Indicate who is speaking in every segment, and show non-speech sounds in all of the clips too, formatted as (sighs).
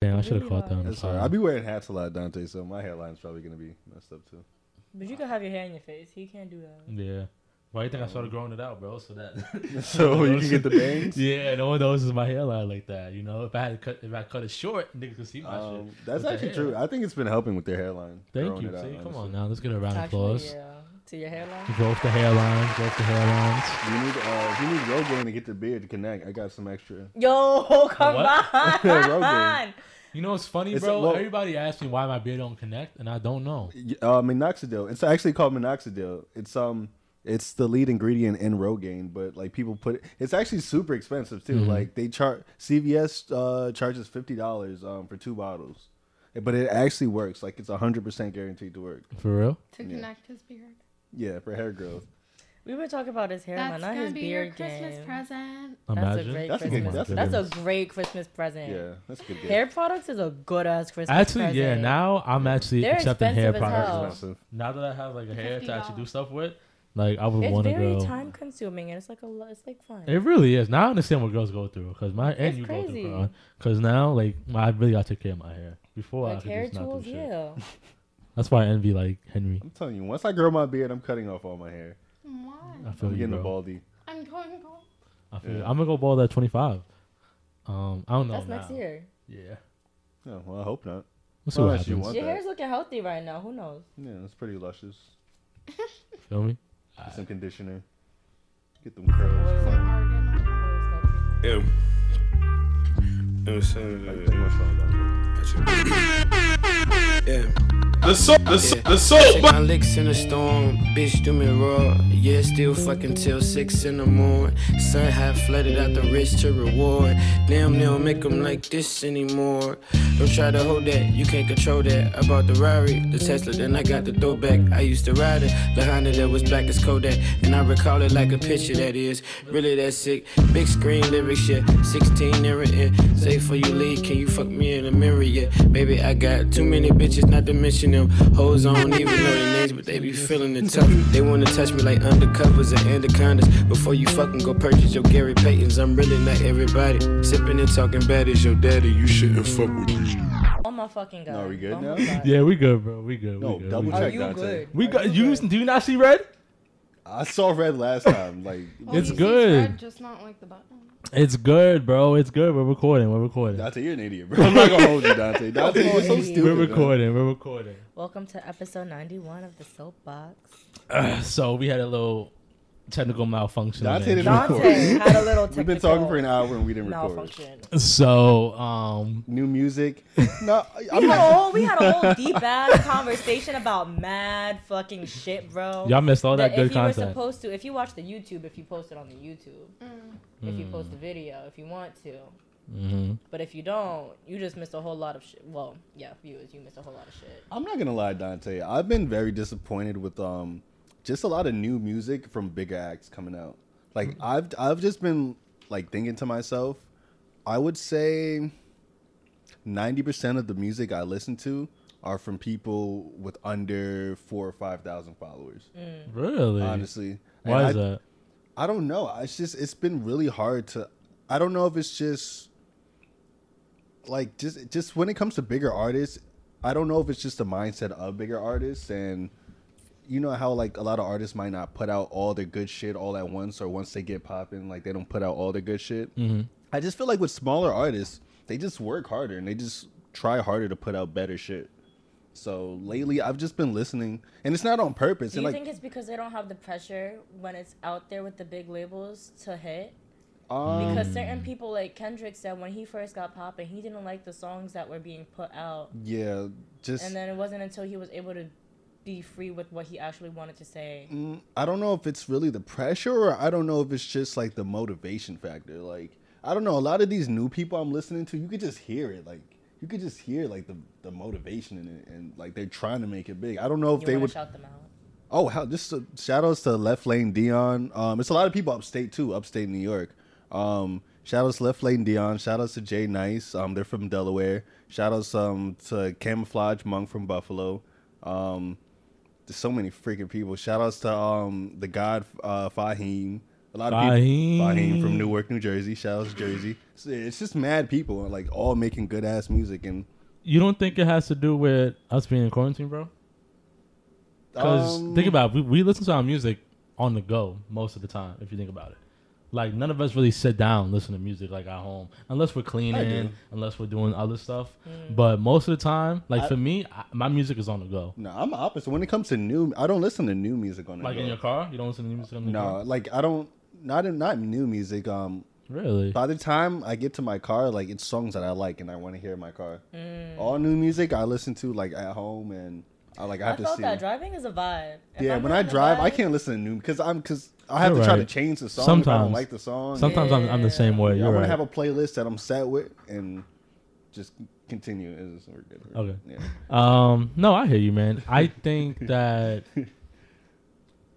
Speaker 1: Damn, I should have caught that. on the
Speaker 2: That's all right.
Speaker 1: pod.
Speaker 2: I be wearing hats a lot, Dante, so my hairline's probably gonna be messed up (laughs) too.
Speaker 3: But you can have your hair in your face. He can't do that.
Speaker 1: Yeah. Why do you think I started growing it out, bro? So (laughs) that.
Speaker 2: So (laughs) you can get the bangs?
Speaker 1: yeah, no one notices my hairline like that. You know, if I had to cut, if I cut it short, niggas could see my
Speaker 2: Um,
Speaker 1: shit. With
Speaker 2: that's
Speaker 1: the
Speaker 2: actually
Speaker 1: hair.
Speaker 2: true. I think it's been helping with their hairline.
Speaker 1: Thank
Speaker 2: growing
Speaker 1: you.
Speaker 2: it out,
Speaker 1: See, come on
Speaker 2: honestly.
Speaker 1: now, let's get a round of
Speaker 3: Actually,
Speaker 1: applause.
Speaker 3: yeah. To your hairline.
Speaker 1: Growth the hairlines, growth the hairlines.
Speaker 2: You need uh, you need Rogaine to get the beard to connect. I got some extra.
Speaker 3: Yo, (laughs)
Speaker 1: (laughs)
Speaker 3: come on.
Speaker 2: Rogaine.
Speaker 1: You know what's funny,
Speaker 2: It's-
Speaker 1: bro?
Speaker 2: well-
Speaker 1: Everybody asks me why my beard don't connect, and I don't know.
Speaker 2: Y- Uh, minoxidil. It's actually called minoxidil. It's um, it's the lead ingredient in Rogaine, but like people put it. It's actually super expensive too.
Speaker 1: Mm-hmm.
Speaker 2: Like they charge CVS uh, charges fifty dollars um for two bottles, but it actually works. Like it's hundred percent guaranteed to work.
Speaker 1: For real?
Speaker 4: to connect his beard.
Speaker 2: Yeah, for hair growth.
Speaker 3: We were talking about his hairline,
Speaker 4: That's
Speaker 3: not
Speaker 4: gonna
Speaker 3: his
Speaker 4: be your
Speaker 3: beard
Speaker 4: Christmas
Speaker 3: game.
Speaker 4: present.
Speaker 3: That's a
Speaker 1: Imagine.
Speaker 3: great
Speaker 2: That's a good-
Speaker 3: Christmas.
Speaker 2: that's
Speaker 3: That's,
Speaker 2: a
Speaker 3: a great Christmas present.
Speaker 2: Yeah, that's a good. Gift.
Speaker 3: Hair products is a good ass Christmas
Speaker 1: Actually,
Speaker 3: present.
Speaker 1: yeah. Now I'm actually
Speaker 3: They're
Speaker 1: accepting hair
Speaker 3: expensive as
Speaker 1: products.
Speaker 3: hell.
Speaker 2: expensive.
Speaker 1: Now that I have like a hair to actually do
Speaker 4: $50.
Speaker 1: stuff with, like I would
Speaker 3: it's
Speaker 1: want to
Speaker 3: very
Speaker 1: grow.
Speaker 3: time consuming and it's like a lo- it's like fun.
Speaker 1: It really is. Now I understand what girls go through because my and
Speaker 3: It's
Speaker 1: you go
Speaker 3: crazy.
Speaker 1: through, Quran. Because now, like, I really got to take care of my hair. Before I
Speaker 3: like
Speaker 1: could
Speaker 3: hair
Speaker 1: just not
Speaker 3: tools,
Speaker 1: do shit.
Speaker 3: yeah.
Speaker 1: (laughs) That's why I envy like Henry.
Speaker 2: I'm telling you, once I grow my beard, I'm cutting off all my hair.
Speaker 1: I
Speaker 4: Why?
Speaker 1: feel
Speaker 2: I'm
Speaker 1: you,
Speaker 2: getting
Speaker 1: bro.
Speaker 2: a baldy.
Speaker 4: I'm going gold.
Speaker 1: I feel you.
Speaker 2: Yeah.
Speaker 1: I'm gonna go bald at 25. Um, I don't know.
Speaker 3: That's next
Speaker 1: now.
Speaker 3: year.
Speaker 1: Yeah.
Speaker 2: Yeah, well, I hope not.
Speaker 1: We'll see
Speaker 2: Well,
Speaker 1: what
Speaker 2: unless you
Speaker 1: happens.
Speaker 2: want-
Speaker 3: Your
Speaker 2: that.
Speaker 3: hair's looking healthy right now. Who
Speaker 2: (laughs)
Speaker 3: knows?
Speaker 2: Yeah, it's pretty luscious.
Speaker 1: Feel me?
Speaker 2: Get some conditioner. Get them curls.
Speaker 4: Some argan.
Speaker 5: Yeah. You know what I'm saying?
Speaker 2: Like, too much fun.
Speaker 5: Yeah. The soap, the, so- the soap,
Speaker 6: Take my licks in the storm, bitch, do me raw. Yeah, still fucking till six in the morning. Sun half flooded out the wrist to reward. Damn, they don't make them like this anymore. Don't try to hold that, you can't control that. I bought the Rari, the Tesla, then I got the throwback. I used to ride it, the Honda that was black as Kodak. And I recall it like a picture that is really that sick. Big screen lyric shit, 16 near it in. Say for you leave, can you fuck me in the mirror? Yeah, baby, I got too many bitches, not to mention them. Hoes I don't even know their names, but they be feeling it tough. They wanna touch me like undercovers and anacondas. Before you fucking go purchase your Gary Paytons, I'm really not everybody. Sipping and talking bad is your daddy, you shouldn't fuck with these.
Speaker 3: Oh my fucking god.
Speaker 2: No, are we good
Speaker 3: oh
Speaker 2: now?
Speaker 3: my God.
Speaker 1: (laughs) Yeah, we good, bro. We good.
Speaker 2: No,
Speaker 1: we good.
Speaker 2: double
Speaker 1: we
Speaker 3: Are
Speaker 1: good.
Speaker 2: check
Speaker 3: you
Speaker 2: Dante.
Speaker 3: good?
Speaker 1: We
Speaker 3: Are
Speaker 1: got
Speaker 3: you
Speaker 1: you.
Speaker 3: good?
Speaker 1: Do you not see red?
Speaker 2: I saw red last time.
Speaker 1: (laughs)
Speaker 2: Like
Speaker 4: All
Speaker 1: It's
Speaker 4: you see is
Speaker 1: good.
Speaker 4: red, Just not like the button.
Speaker 1: It's good, bro. It's good. We're recording. We're recording.
Speaker 2: Dante, you're an idiot, bro. I'm not gonna hold you, Dante. (laughs) Dante, you're so
Speaker 3: We're
Speaker 2: stupid.
Speaker 1: we're
Speaker 2: man.
Speaker 1: recording. We're recording.
Speaker 3: Welcome to episode 91 of the Soapbox.
Speaker 1: So we had a little technical malfunction.
Speaker 2: Dante
Speaker 1: there.
Speaker 2: didn't
Speaker 3: Dante had a little
Speaker 2: (laughs) We've been talking for an
Speaker 3: technical
Speaker 2: hour and we didn't record.
Speaker 3: malfunction.
Speaker 1: So um,
Speaker 2: New (laughs) music. No,
Speaker 3: We had,
Speaker 2: I'm
Speaker 3: a
Speaker 2: not.
Speaker 3: whole, we had a
Speaker 2: (laughs)
Speaker 3: whole deep ass conversation about mad fucking shit, bro.
Speaker 1: y'all missed all that,
Speaker 3: That
Speaker 1: good
Speaker 3: if you were
Speaker 1: content.
Speaker 3: supposed to, if you watch the YouTube, if you post it on the YouTube,
Speaker 4: Mm.
Speaker 3: if you post the
Speaker 1: Hmm.
Speaker 3: video, if you want to,
Speaker 2: Mm-hmm.
Speaker 1: Mhm.
Speaker 3: but if you don't, you just missed a whole lot of shit. Well, yeah, viewers, you missed a whole lot of shit.
Speaker 2: I'm not gonna lie, Dante. I've been very disappointed with um just a lot of new music from bigger acts coming out.
Speaker 1: Mm.
Speaker 2: Like I've I've just been like thinking to myself, I would say ninety percent of the music I listen to are from people with under four or five thousand followers.
Speaker 1: Really?
Speaker 2: Honestly,
Speaker 1: Why
Speaker 2: And
Speaker 1: is
Speaker 2: I-
Speaker 1: that?
Speaker 2: I don't know. I- It's just it's been really hard to. I don't know if it's just like just just when it comes to bigger artists, I don't know if it's just the mindset of bigger artists and you know how like a lot of artists might not put out all their good shit all at once or once they get popping like they don't put out all their good shit. Mm-hmm. I just feel like with smaller artists, they just work harder and they just try harder to put out better shit. So lately, I've just been listening, and it's not on purpose.
Speaker 3: Do
Speaker 2: and
Speaker 3: you
Speaker 2: like,
Speaker 3: think it's because they don't have the pressure when it's out there with the big labels to hit?
Speaker 2: um,
Speaker 3: Because certain people, like Kendrick said, when he first got popping, he didn't like the songs that were being put out,
Speaker 2: yeah, just
Speaker 3: and then it wasn't until he was able to be free with what he actually wanted to say.
Speaker 2: I don't know if it's really the pressure or I don't know if it's just like the motivation factor. Like I don't know, a lot of these new people I'm listening to, you could just hear it. Like you could just hear like the, the motivation in it and like they're trying to make it big. I don't know if
Speaker 3: You
Speaker 2: they
Speaker 3: want
Speaker 2: would
Speaker 3: to shout them out.
Speaker 2: Oh, how just uh, shout outs to Left Lane Dion. Um, it's a lot of people upstate too, upstate New York. Um, shout outs to Left Lane Dion. Shout outs to Jay Nice. Um, they're from Delaware. Shout outs um, to Camouflage Monk from Buffalo. Um, there's so many freaking people. Shout outs to um, the God uh, Fahim. A lot of
Speaker 1: Fahim.
Speaker 2: people. Fahim from Newark, New Jersey. Shout out to Jersey. So it's just mad people, like all making good ass music. And
Speaker 1: You don't think it has to do with us being in quarantine, bro? Because
Speaker 2: um,
Speaker 1: think about it, we, we listen to our music on the go most of the time, if you think about it. Like, none of us really sit down and listen to music like at home, unless we're
Speaker 2: do.
Speaker 1: cleaning, unless we're doing other stuff.
Speaker 3: Mm.
Speaker 1: But most of the time, like
Speaker 2: I-
Speaker 1: for me, I, my music is on the go.
Speaker 2: No, I'm the opposite. When it comes to new, I don't listen to new music on the
Speaker 1: Like
Speaker 2: go.
Speaker 1: in your car, you don't listen to music on the
Speaker 2: No,
Speaker 3: Mm-hmm.
Speaker 1: car?
Speaker 2: like I don't. Not in, not new music. Um,
Speaker 1: Really?
Speaker 2: by the time I get to my car, like it's songs that I like and I want to hear in my car.
Speaker 3: Mm.
Speaker 2: All new music I listen to like at home and I like I
Speaker 3: I
Speaker 2: have to
Speaker 3: felt
Speaker 2: see.
Speaker 3: that driving is a vibe. If
Speaker 2: yeah,
Speaker 3: I'm
Speaker 2: when
Speaker 3: not
Speaker 2: I
Speaker 3: in a
Speaker 2: drive, I
Speaker 3: vibe-
Speaker 2: can't listen to new because I'm because I have
Speaker 1: You're
Speaker 2: to try to
Speaker 1: right.
Speaker 2: change the song. if I don't
Speaker 1: Sometimes.
Speaker 2: like the song.
Speaker 1: Sometimes I'm, I'm the same way.
Speaker 2: Yeah, I
Speaker 1: You're
Speaker 2: want
Speaker 1: right.
Speaker 2: to have a playlist that I'm set with and just continue. Is we're good. we're good. Yeah.
Speaker 1: Um, no, I hear you, man. I think that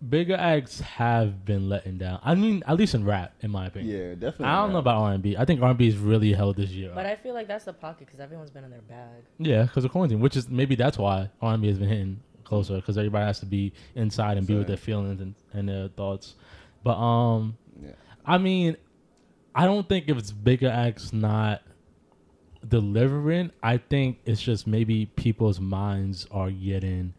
Speaker 1: bigger acts have been letting down. I mean, at least in rap, in my opinion.
Speaker 2: Yeah, definitely.
Speaker 1: I don't know about R and B. I think R and B's really held this year.
Speaker 3: But
Speaker 1: up.
Speaker 3: I feel like that's the pocket because everyone's been in their bag.
Speaker 1: yeah, because of quarantine, which is maybe that's why R and B has been hitting closer because everybody has to be inside and be with their feelings and, and their thoughts. But um,
Speaker 2: Yeah.
Speaker 1: I mean, I don't think if it's bigger acts not delivering, I think it's just maybe people's minds are getting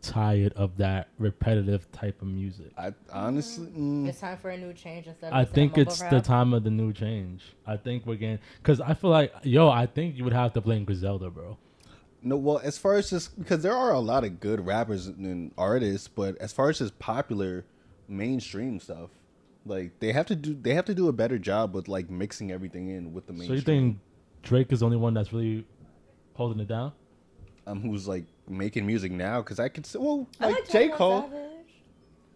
Speaker 1: tired of that repetitive type of music.
Speaker 2: I honestly, mm,
Speaker 3: It's time for a new change instead of
Speaker 1: I
Speaker 3: the same
Speaker 1: think
Speaker 3: mumble
Speaker 1: it's the
Speaker 3: rap.
Speaker 1: time of the new change. I think we're getting because I feel like yo, I think you would have to blame Griselda, bro.
Speaker 2: No, well, as far as just because there are a lot of good rappers and artists, but as far as just popular mainstream stuff, like they have to do they have to do a better job with like mixing everything in with the
Speaker 1: So
Speaker 2: mainstream.
Speaker 1: you think Drake is the only one that's really holding it down?
Speaker 2: um, who's like making music now? Because I could say, well,
Speaker 3: I
Speaker 2: like,
Speaker 3: like
Speaker 2: J
Speaker 3: 21
Speaker 2: Cole.
Speaker 3: Savage.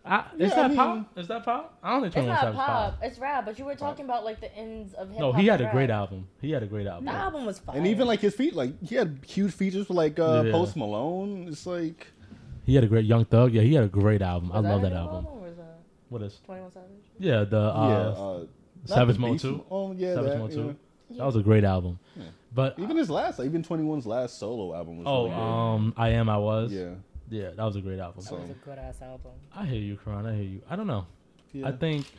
Speaker 1: I, is
Speaker 2: Yeah, I
Speaker 1: that
Speaker 2: mean-
Speaker 1: pop? Is that pop? I don't think
Speaker 3: It's
Speaker 1: 21
Speaker 3: not
Speaker 1: Savage is
Speaker 3: pop. It's rap. But you were talking about like the ends of hip
Speaker 1: No,
Speaker 3: hop.
Speaker 1: he had
Speaker 3: and
Speaker 1: a great
Speaker 3: rap.
Speaker 1: album. He had a great album.
Speaker 3: The album was fire.
Speaker 2: And even like his feet, like he had huge features with like uh,
Speaker 1: Yeah.
Speaker 2: Post Malone. It's like
Speaker 1: He had a great Young Thug. Yeah, he had a great album.
Speaker 3: Was
Speaker 1: I love
Speaker 3: his
Speaker 1: that album.
Speaker 3: or was that
Speaker 1: What is?
Speaker 3: 21 Savage?
Speaker 1: Yeah, the uh,
Speaker 2: yeah, uh, not
Speaker 1: Savage
Speaker 2: the
Speaker 1: Mode
Speaker 2: Beast-
Speaker 1: Two.
Speaker 2: Oh yeah,
Speaker 1: Savage
Speaker 2: that,
Speaker 1: Mode
Speaker 2: yeah.
Speaker 1: Two. That was a great album. But
Speaker 2: Even his last, even 21's last solo album was.
Speaker 1: oh,
Speaker 2: really good.
Speaker 1: um, I am. I was.
Speaker 2: yeah.
Speaker 1: yeah, that was a great album.
Speaker 3: That was a
Speaker 2: So-
Speaker 3: good ass album.
Speaker 1: I hear you, Karan. I hear you. I don't know.
Speaker 2: yeah.
Speaker 1: I think,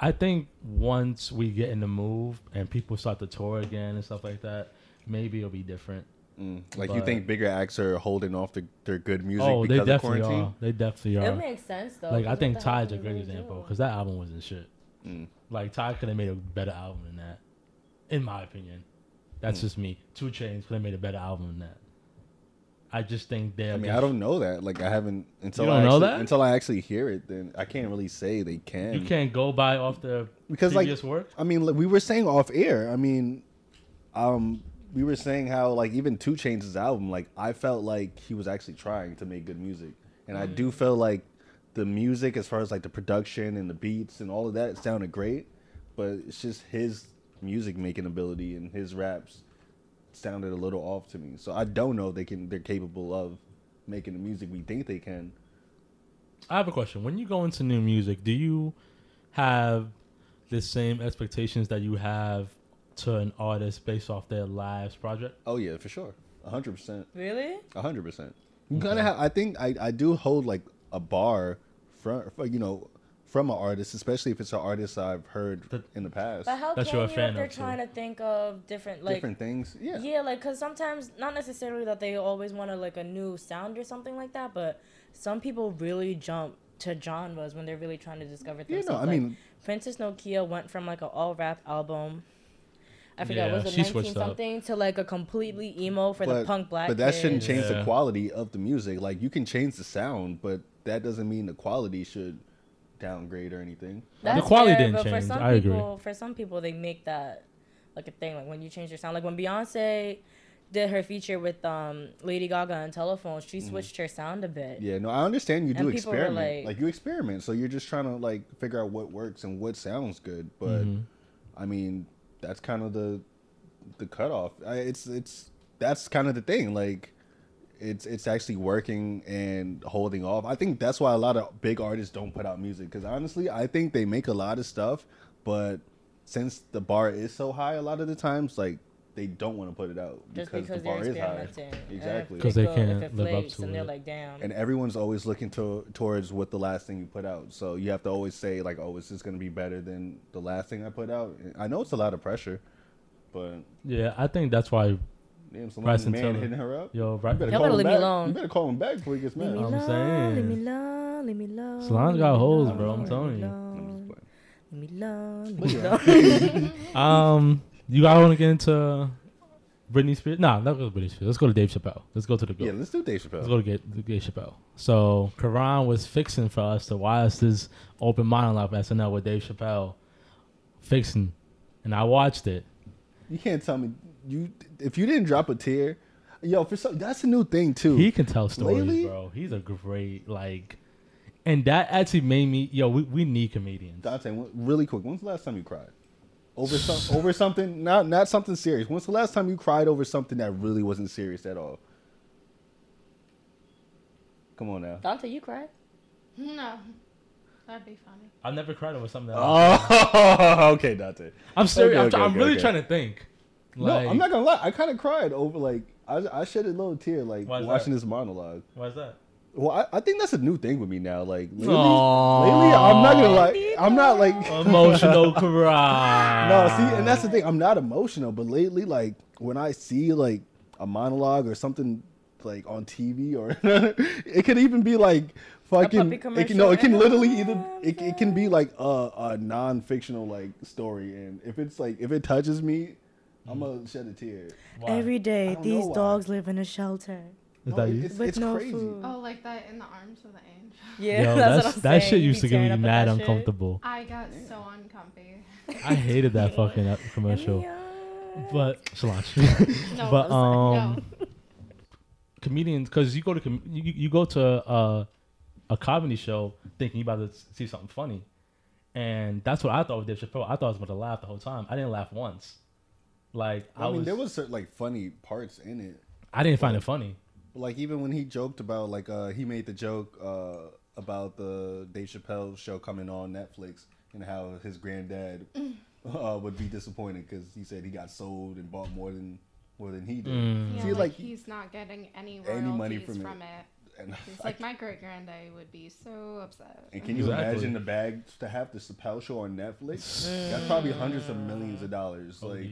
Speaker 1: I think once we get in the move and people start to tour again and stuff like that, maybe it'll be different.
Speaker 2: Mm. Like you
Speaker 1: But-
Speaker 2: think bigger acts are holding off the, their good music
Speaker 1: oh, they
Speaker 2: because of
Speaker 1: definitely
Speaker 2: quarantine?
Speaker 1: are. They definitely are.
Speaker 3: It makes sense though.
Speaker 1: like
Speaker 3: 'cause
Speaker 1: I
Speaker 3: what
Speaker 1: think
Speaker 3: the hell
Speaker 1: Ty's
Speaker 3: can
Speaker 1: a
Speaker 3: you
Speaker 1: great
Speaker 3: really
Speaker 1: example
Speaker 3: do?
Speaker 1: because that album wasn't shit.
Speaker 2: Mm.
Speaker 1: Like Ty could have made a better album than that, in my opinion.
Speaker 2: Mm.
Speaker 1: That's just me. Two Chains could have made a better album than that. I just think they're.
Speaker 2: I mean,
Speaker 1: just-
Speaker 2: I don't know that. Like I haven't until
Speaker 1: You
Speaker 2: I
Speaker 1: don't know
Speaker 2: actually,
Speaker 1: that?
Speaker 2: until I actually hear it. Then I can't really say they can.
Speaker 1: You can't go by off the
Speaker 2: because like
Speaker 1: previous work.
Speaker 2: I mean, like, we were saying off air. I mean, um, we were saying how like even Two Chainz's album, like I felt like he was actually trying to make good music, and I do feel like the music, as far as like the production and the beats and all of that, sounded great. But it's just his music making ability and his raps sounded a little off to me. So I don't know if they can they're capable of making the music we think they can.
Speaker 1: I have a question. When you go into new music, do you have the same expectations that you have to an artist based off their last project?
Speaker 2: Oh yeah, for sure, hundred percent.
Speaker 3: Really?
Speaker 2: A hundred percent. You gotta have. I think I, I do hold like a bar from you know from an artist, especially if it's an artist I've heard
Speaker 1: That-
Speaker 2: in the past.
Speaker 3: But how
Speaker 1: That's
Speaker 3: can
Speaker 1: your
Speaker 3: you
Speaker 1: fan
Speaker 3: if they're
Speaker 1: of, too.
Speaker 3: trying to think of different like
Speaker 2: Different things. Yeah.
Speaker 3: Yeah, like because sometimes not necessarily that they always want to like a new sound or something like that, but some people really jump to genres when they're really trying to discover
Speaker 2: You
Speaker 3: things.
Speaker 2: know, I
Speaker 3: like,
Speaker 2: mean,
Speaker 3: Princess Nokia went from like an all rap album. I forgot
Speaker 1: Yeah,
Speaker 3: was
Speaker 1: she
Speaker 3: it
Speaker 1: switched
Speaker 3: nineteen something to like a completely emo for the
Speaker 2: but,
Speaker 3: punk black.
Speaker 2: but that shouldn't
Speaker 3: kids.
Speaker 2: change the
Speaker 1: Yeah.
Speaker 2: quality of the music. Like you can change the sound, but that doesn't mean the quality should downgrade or anything.
Speaker 3: That's
Speaker 1: quality
Speaker 3: fair,
Speaker 1: didn't
Speaker 3: but
Speaker 1: change.
Speaker 3: For some
Speaker 1: I agree.
Speaker 3: people, For some people, they make that like a thing. Like when you change your sound, like when Beyonce did her feature with um Lady Gaga on Telephone, she switched her sound a bit.
Speaker 2: Mm-hmm. Yeah. No, I understand you
Speaker 3: And
Speaker 2: do
Speaker 3: people were
Speaker 2: experiment. Like,
Speaker 3: like-
Speaker 2: you experiment, so you're just trying to like figure out what works and what sounds good. But I mean, that's kind of the the cutoff. I, it's it's that's kind of the thing. Like it's it's actually working and holding off. I think that's why a lot of big artists don't put out music because honestly, I think they make a lot of stuff, but since the bar is so high, a lot of the times like they don't want to put it out
Speaker 3: Just
Speaker 2: because,
Speaker 3: because
Speaker 2: the
Speaker 3: they're
Speaker 2: bar is high.
Speaker 3: experimenting. And if
Speaker 2: Exactly.
Speaker 3: it
Speaker 1: 'Cause they
Speaker 3: go- if
Speaker 1: can't
Speaker 3: it
Speaker 1: live up
Speaker 3: flakes
Speaker 1: to
Speaker 3: and
Speaker 1: it.
Speaker 3: They're like, damn.
Speaker 2: And everyone's always looking to towards what the last thing you put out. So you have to always say like, "Oh, is this going to be better than the last thing I put out?" I know it's a lot of pressure, but
Speaker 1: Yeah, I think that's why.
Speaker 2: damn, some
Speaker 1: Bryson
Speaker 2: man
Speaker 1: Tiller.
Speaker 2: hitting her up.
Speaker 1: Yo, right.
Speaker 3: Y'all better
Speaker 2: him
Speaker 3: leave me
Speaker 2: back.
Speaker 3: alone.
Speaker 2: You better call him back before he gets mad.
Speaker 1: me
Speaker 2: I'm
Speaker 1: alone. I'm saying.
Speaker 3: Leave me alone. Leave me alone.
Speaker 1: Solange
Speaker 3: leave
Speaker 1: got
Speaker 3: me
Speaker 1: hoes,
Speaker 3: alone,
Speaker 1: bro, I'm
Speaker 3: leave me
Speaker 1: telling you.
Speaker 2: just
Speaker 3: alone,
Speaker 2: playing.
Speaker 3: Leave me alone. Leave
Speaker 2: Look
Speaker 3: me
Speaker 2: at
Speaker 3: alone.
Speaker 2: (laughs)
Speaker 1: Um, you guys want to get into Britney Spears? Nah, not go to Britney Spears. Let's go to Dave Chappelle. Let's go to the
Speaker 2: Yeah,
Speaker 1: girl.
Speaker 2: let's do Dave
Speaker 1: Let's
Speaker 2: Chappelle.
Speaker 1: go to get Dave Chappelle. So Karan was fixing for us to watch this open monologue of SNL with Dave Chappelle fixing, and I watched it.
Speaker 2: You can't tell me you if you didn't drop a tear. Yo, for some that's a new thing too.
Speaker 1: He can tell stories,
Speaker 2: Lately-
Speaker 1: bro. He's a great like, and that actually made me yo. We, we need comedians.
Speaker 2: Dante, when- really quick, when's the last time you cried? Over some, over something, not not something serious. When's the last time you cried over something that really wasn't serious at all? Come on now.
Speaker 3: Dante, you cried?
Speaker 4: No. That'd be funny.
Speaker 1: I've never cried over something. That
Speaker 2: Oh, (laughs) okay, Dante.
Speaker 1: I'm serious.
Speaker 2: okay,
Speaker 1: I'm,
Speaker 2: okay,
Speaker 1: try- I'm
Speaker 2: okay,
Speaker 1: really
Speaker 2: okay.
Speaker 1: trying to think. Like,
Speaker 2: no, I'm not gonna lie. I kind of cried over like I, I shed a little tear like
Speaker 1: Why is
Speaker 2: watching
Speaker 1: that?
Speaker 2: this monologue.
Speaker 1: Why's that?
Speaker 2: Well, I, I think that's a new thing with me now. Like lately,
Speaker 1: Aw.
Speaker 2: lately I'm not gonna lie. I'm not like (laughs)
Speaker 1: Emotional cry.
Speaker 2: No, see, and that's the thing. I'm not emotional, but lately, like when I see like a monologue or something like on TV, or (laughs) it could even be like fucking.
Speaker 3: puppy
Speaker 2: It can, no, it can
Speaker 3: commercial.
Speaker 2: literally either it, it can be like a, a non-fictional like story, and if it's like if it touches me, I'm gonna shed a tear.
Speaker 1: Why?
Speaker 2: I
Speaker 3: day,
Speaker 2: don't these know why. dogs
Speaker 3: live in a shelter.
Speaker 1: Is
Speaker 2: No,
Speaker 1: that
Speaker 2: it-
Speaker 1: you?
Speaker 2: It's,
Speaker 3: With
Speaker 2: it's
Speaker 3: no
Speaker 2: crazy.
Speaker 3: food.
Speaker 4: Oh, like that in the arms of the angel.
Speaker 3: Yeah, (laughs)
Speaker 1: Yo,
Speaker 3: that's, what
Speaker 1: that's-
Speaker 3: I'm
Speaker 1: that
Speaker 3: saying.
Speaker 1: shit
Speaker 3: You
Speaker 1: used to
Speaker 3: be
Speaker 1: get
Speaker 3: tearing
Speaker 1: me
Speaker 3: up at
Speaker 1: mad
Speaker 3: that shit.
Speaker 1: uncomfortable.
Speaker 4: I got so uncomfy.
Speaker 1: I hated
Speaker 3: (laughs)
Speaker 1: that fucking uh, commercial. But Solange, (laughs)
Speaker 4: No,
Speaker 1: but
Speaker 4: I'm sorry.
Speaker 1: um, comedians, because you go to com- you, you go to uh, a comedy show thinking you about to see something funny, and that's what I thought with Dave Chappelle. I thought I was about to laugh the whole time. I didn't laugh once. Like I,
Speaker 2: I, mean,
Speaker 1: was,
Speaker 2: there was certain, like funny parts in it.
Speaker 1: I didn't find it funny.
Speaker 2: Like even when he joked about like uh he made the joke uh about the Dave Chappelle show coming on Netflix and how his granddad
Speaker 4: Mm.
Speaker 2: uh, would be disappointed because he said he got sold and bought more than more than he did.
Speaker 7: Mm.
Speaker 4: yeah,
Speaker 2: See,
Speaker 4: like,
Speaker 2: like,
Speaker 4: he's not getting any royalties
Speaker 2: any money from
Speaker 4: from,
Speaker 2: it.
Speaker 4: it.
Speaker 2: and,
Speaker 4: It's like my great granddaddy would be so upset.
Speaker 2: and can you
Speaker 1: Exactly.
Speaker 2: imagine the bag to have the Chappelle show on Netflix? That's probably hundreds of millions of dollars.
Speaker 1: Oh,
Speaker 2: Like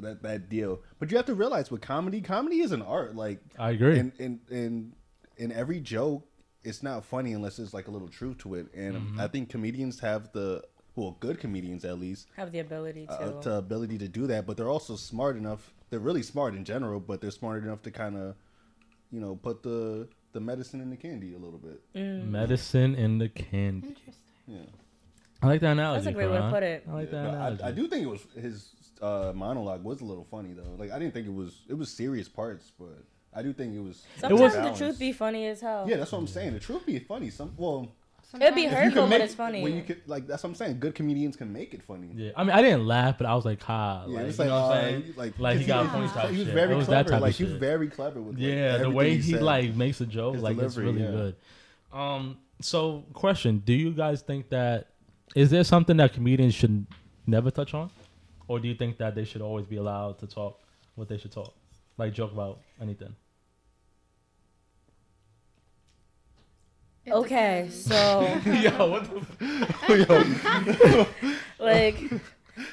Speaker 2: that that deal. But you have to realize with comedy, comedy is an art. Like
Speaker 1: I agree.
Speaker 2: And and and in every joke, it's not funny unless there's like a little truth to it. And I think comedians have the well, good comedians at least,
Speaker 3: Have the ability to.
Speaker 2: uh, to ability to do that. But they're also smart enough. They're really smart in general, but they're smart enough to kind of, you know, put the the medicine in the candy a little bit.
Speaker 3: Mm.
Speaker 1: Medicine in the candy.
Speaker 4: Interesting.
Speaker 2: Yeah.
Speaker 1: I like that analogy.
Speaker 3: a great way to
Speaker 1: Karan.
Speaker 3: put it.
Speaker 1: I like
Speaker 2: Yeah,
Speaker 1: that
Speaker 2: but
Speaker 1: analogy.
Speaker 2: I, I do think it was his uh, monologue was a little funny though. Like I didn't think it was it was serious parts, but I do think it was.
Speaker 3: Sometimes the
Speaker 2: balanced.
Speaker 3: truth be funny as hell.
Speaker 2: Yeah, that's what I'm saying. The truth be funny. Some well,
Speaker 3: It'd be
Speaker 4: Sometimes-
Speaker 2: if you
Speaker 3: hurtful,
Speaker 2: can
Speaker 3: but
Speaker 2: make-
Speaker 3: it's funny.
Speaker 2: When you can, like that's what I'm saying. Good comedians can make it funny.
Speaker 1: Yeah, I mean, I didn't laugh, but I was like, ha,
Speaker 2: Yeah,
Speaker 1: like,
Speaker 2: it's
Speaker 1: you know what
Speaker 2: uh,
Speaker 1: I'm saying?
Speaker 2: like,
Speaker 1: Like, he
Speaker 2: 'cause
Speaker 1: got
Speaker 4: a point
Speaker 1: type
Speaker 2: He was
Speaker 1: shit.
Speaker 2: very
Speaker 1: It was
Speaker 2: clever.
Speaker 1: that type of
Speaker 2: like he was
Speaker 1: shit.
Speaker 2: very clever with like,
Speaker 1: yeah, the
Speaker 2: everything
Speaker 1: way he
Speaker 2: said. (laughs)
Speaker 1: like makes a joke,
Speaker 2: His
Speaker 1: like it's
Speaker 2: delivery,
Speaker 1: really
Speaker 2: yeah.
Speaker 1: good. Um, so question: Do you guys think that is there something that comedians should never touch on, or do you think that they should always be allowed to talk what they should talk, like joke about anything?
Speaker 4: It
Speaker 2: (laughs)
Speaker 3: Okay,
Speaker 4: depends.
Speaker 3: so
Speaker 1: Yo, what the f-
Speaker 3: like,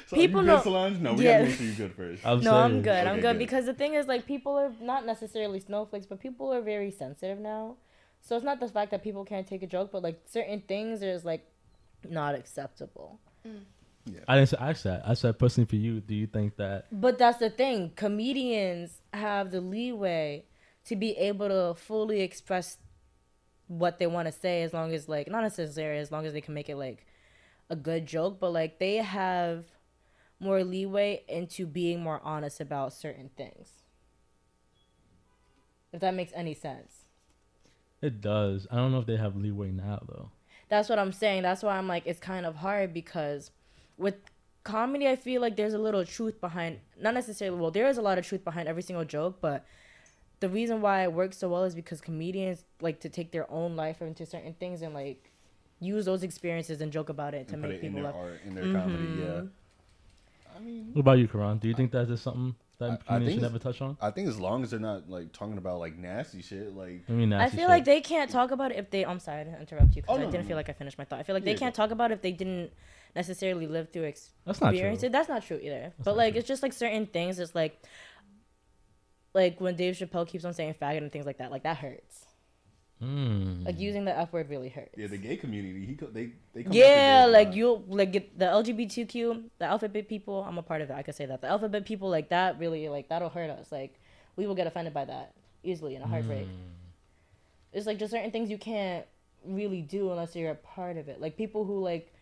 Speaker 2: So, are you
Speaker 3: (laughs) people
Speaker 2: good,
Speaker 3: know-
Speaker 2: Solange? No, we
Speaker 3: Yeah.
Speaker 2: gotta make sure you good first.
Speaker 1: I'm
Speaker 3: no, I'm
Speaker 1: serious.
Speaker 3: good. I'm
Speaker 2: Okay,
Speaker 3: good
Speaker 2: good.
Speaker 3: because the thing is, like, people are not necessarily snowflakes, but people are very sensitive now. So it's not the fact that people can't take a joke, but like certain things are just like not acceptable.
Speaker 1: I didn't say, I said I said personally for you. Do you think that
Speaker 3: But that's the thing. Comedians have the leeway to be able to fully express what they want to say as long as like not necessarily as long as they can make it like a good joke, but like they have more leeway into being more honest about certain things. If that makes any sense.
Speaker 1: it does? I don't know if they have leeway now though.
Speaker 3: That's what I'm saying. That's why I'm like, it's kind of hard because with comedy, I feel like there's a little truth behind, not necessarily, well, there is a lot of truth behind every single joke, but the reason why it works so well is because comedians like to take their own life into certain things and like use those experiences and joke about it to
Speaker 2: And put
Speaker 3: make
Speaker 2: it in
Speaker 3: people
Speaker 2: their
Speaker 3: laugh. Mm-hmm.
Speaker 2: art, in their comedy. Yeah.
Speaker 1: What about you, Karan? Do you think that is something that
Speaker 2: I- I
Speaker 1: comedians
Speaker 2: think
Speaker 1: should
Speaker 2: it's-
Speaker 1: never touch on?
Speaker 2: I think as long as they're not like talking about like nasty shit, like
Speaker 1: I mean,
Speaker 3: I
Speaker 1: nasty
Speaker 3: feel
Speaker 1: shit.
Speaker 3: like they can't talk about it if they. I'm sorry to interrupt you
Speaker 2: Oh,
Speaker 3: because
Speaker 2: no,
Speaker 3: I
Speaker 2: no,
Speaker 3: didn't
Speaker 2: no.
Speaker 3: feel like I finished my thought. I feel like
Speaker 2: Yeah,
Speaker 3: they can't talk about it if they didn't necessarily live through ex-
Speaker 1: that's not true.
Speaker 3: experience it. That's not true either. but
Speaker 1: not
Speaker 3: like,
Speaker 1: true.
Speaker 3: it's just like certain things. It's like, like when Dave Chappelle keeps on saying faggot and things like that. Like that hurts.
Speaker 1: Mm.
Speaker 3: Like using the F word really hurts.
Speaker 2: yeah, the gay community, he co- they they come
Speaker 3: Yeah,
Speaker 2: after gay a
Speaker 3: like
Speaker 2: lot.
Speaker 3: you like get the LGBTQ, the alphabet people. I'm a part of it. I could say that the alphabet people like that really like that'll hurt us. Like we will get offended by that easily in a heartbreak. It's like just certain things you can't really do unless you're a part of it. Like people who like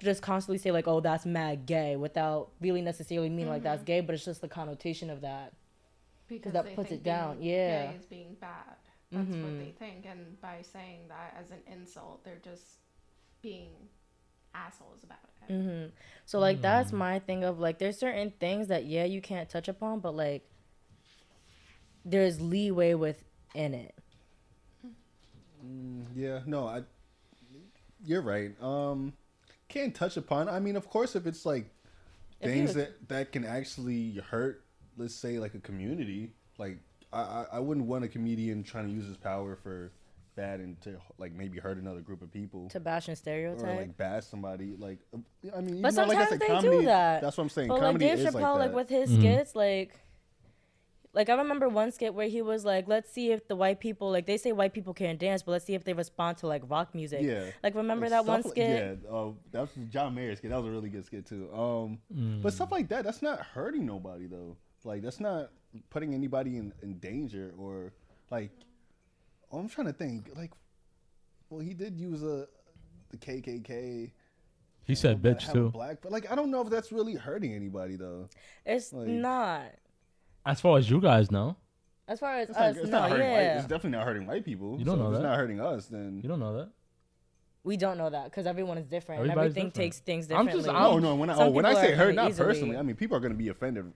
Speaker 3: just constantly say like oh that's mad gay without really necessarily meaning like that's gay, but it's just the connotation of that.
Speaker 4: because
Speaker 3: that
Speaker 4: they
Speaker 3: puts
Speaker 4: think
Speaker 3: it down,
Speaker 4: being
Speaker 3: yeah. Mm-hmm.
Speaker 4: gay is being bad. That's what they think, and by saying that as an insult, they're just being assholes about it.
Speaker 3: Mm-hmm. So like that's my thing of like there's certain things that yeah you can't touch upon, but like there's leeway within it.
Speaker 2: Yeah, no, I. You're right. Um, can't touch upon. I mean, of course, if it's like
Speaker 3: If
Speaker 2: things
Speaker 3: you-
Speaker 2: that that can actually hurt, let's say like a community. Like I, I, I wouldn't want a comedian trying to use his power for bad and to like maybe hurt another group of people.
Speaker 3: to bash and stereotype.
Speaker 2: or like bash somebody, like um, I mean,
Speaker 3: but
Speaker 2: even though,
Speaker 3: sometimes
Speaker 2: like I said,
Speaker 3: they
Speaker 2: comedy.
Speaker 3: do that.
Speaker 2: That's what I'm saying.
Speaker 3: But like
Speaker 2: comedy
Speaker 3: Dave
Speaker 2: is
Speaker 3: Chappelle,
Speaker 2: like
Speaker 3: like,
Speaker 2: that.
Speaker 3: with his
Speaker 1: Mm-hmm.
Speaker 3: skits, like, like I remember one skit where he was like, "Let's see if the white people, like, they say white people can't dance, but let's see if they respond to like rock music."
Speaker 2: Yeah.
Speaker 3: Like remember
Speaker 2: Like,
Speaker 3: that one
Speaker 2: stuff-
Speaker 3: skit?
Speaker 2: Yeah, uh, that was John Mayer's skit. That was a really good skit too. Um,
Speaker 1: Mm.
Speaker 2: but stuff like that, that's not hurting nobody though. Like that's not putting anybody in, in danger or like. Oh, I'm trying to think. Like, well, he did use a the KKK.
Speaker 1: He said bitch
Speaker 2: uh, have a
Speaker 1: too.
Speaker 2: Black, but like, I don't know if that's really hurting anybody though.
Speaker 3: It's
Speaker 2: Like-
Speaker 3: not.
Speaker 1: As far as you guys know,
Speaker 3: As far as
Speaker 2: It's,
Speaker 3: us,
Speaker 2: not, it's
Speaker 3: no,
Speaker 2: not hurting. white-
Speaker 3: yeah,
Speaker 2: it's definitely not hurting white people.
Speaker 1: You don't
Speaker 2: so
Speaker 1: know
Speaker 2: if It's
Speaker 1: that.
Speaker 2: not hurting us. Then
Speaker 1: you don't know that.
Speaker 3: we don't know that because everyone is different. and
Speaker 1: Everybody's
Speaker 3: Everything
Speaker 1: different.
Speaker 3: takes things
Speaker 1: I'm just-
Speaker 3: differently.
Speaker 2: No, no. When I
Speaker 3: Some
Speaker 2: oh, when I
Speaker 3: people
Speaker 2: say
Speaker 3: are
Speaker 2: hurt,
Speaker 3: offended
Speaker 2: not
Speaker 3: easily.
Speaker 2: personally.
Speaker 3: (laughs)
Speaker 2: I mean, people are going to be offended,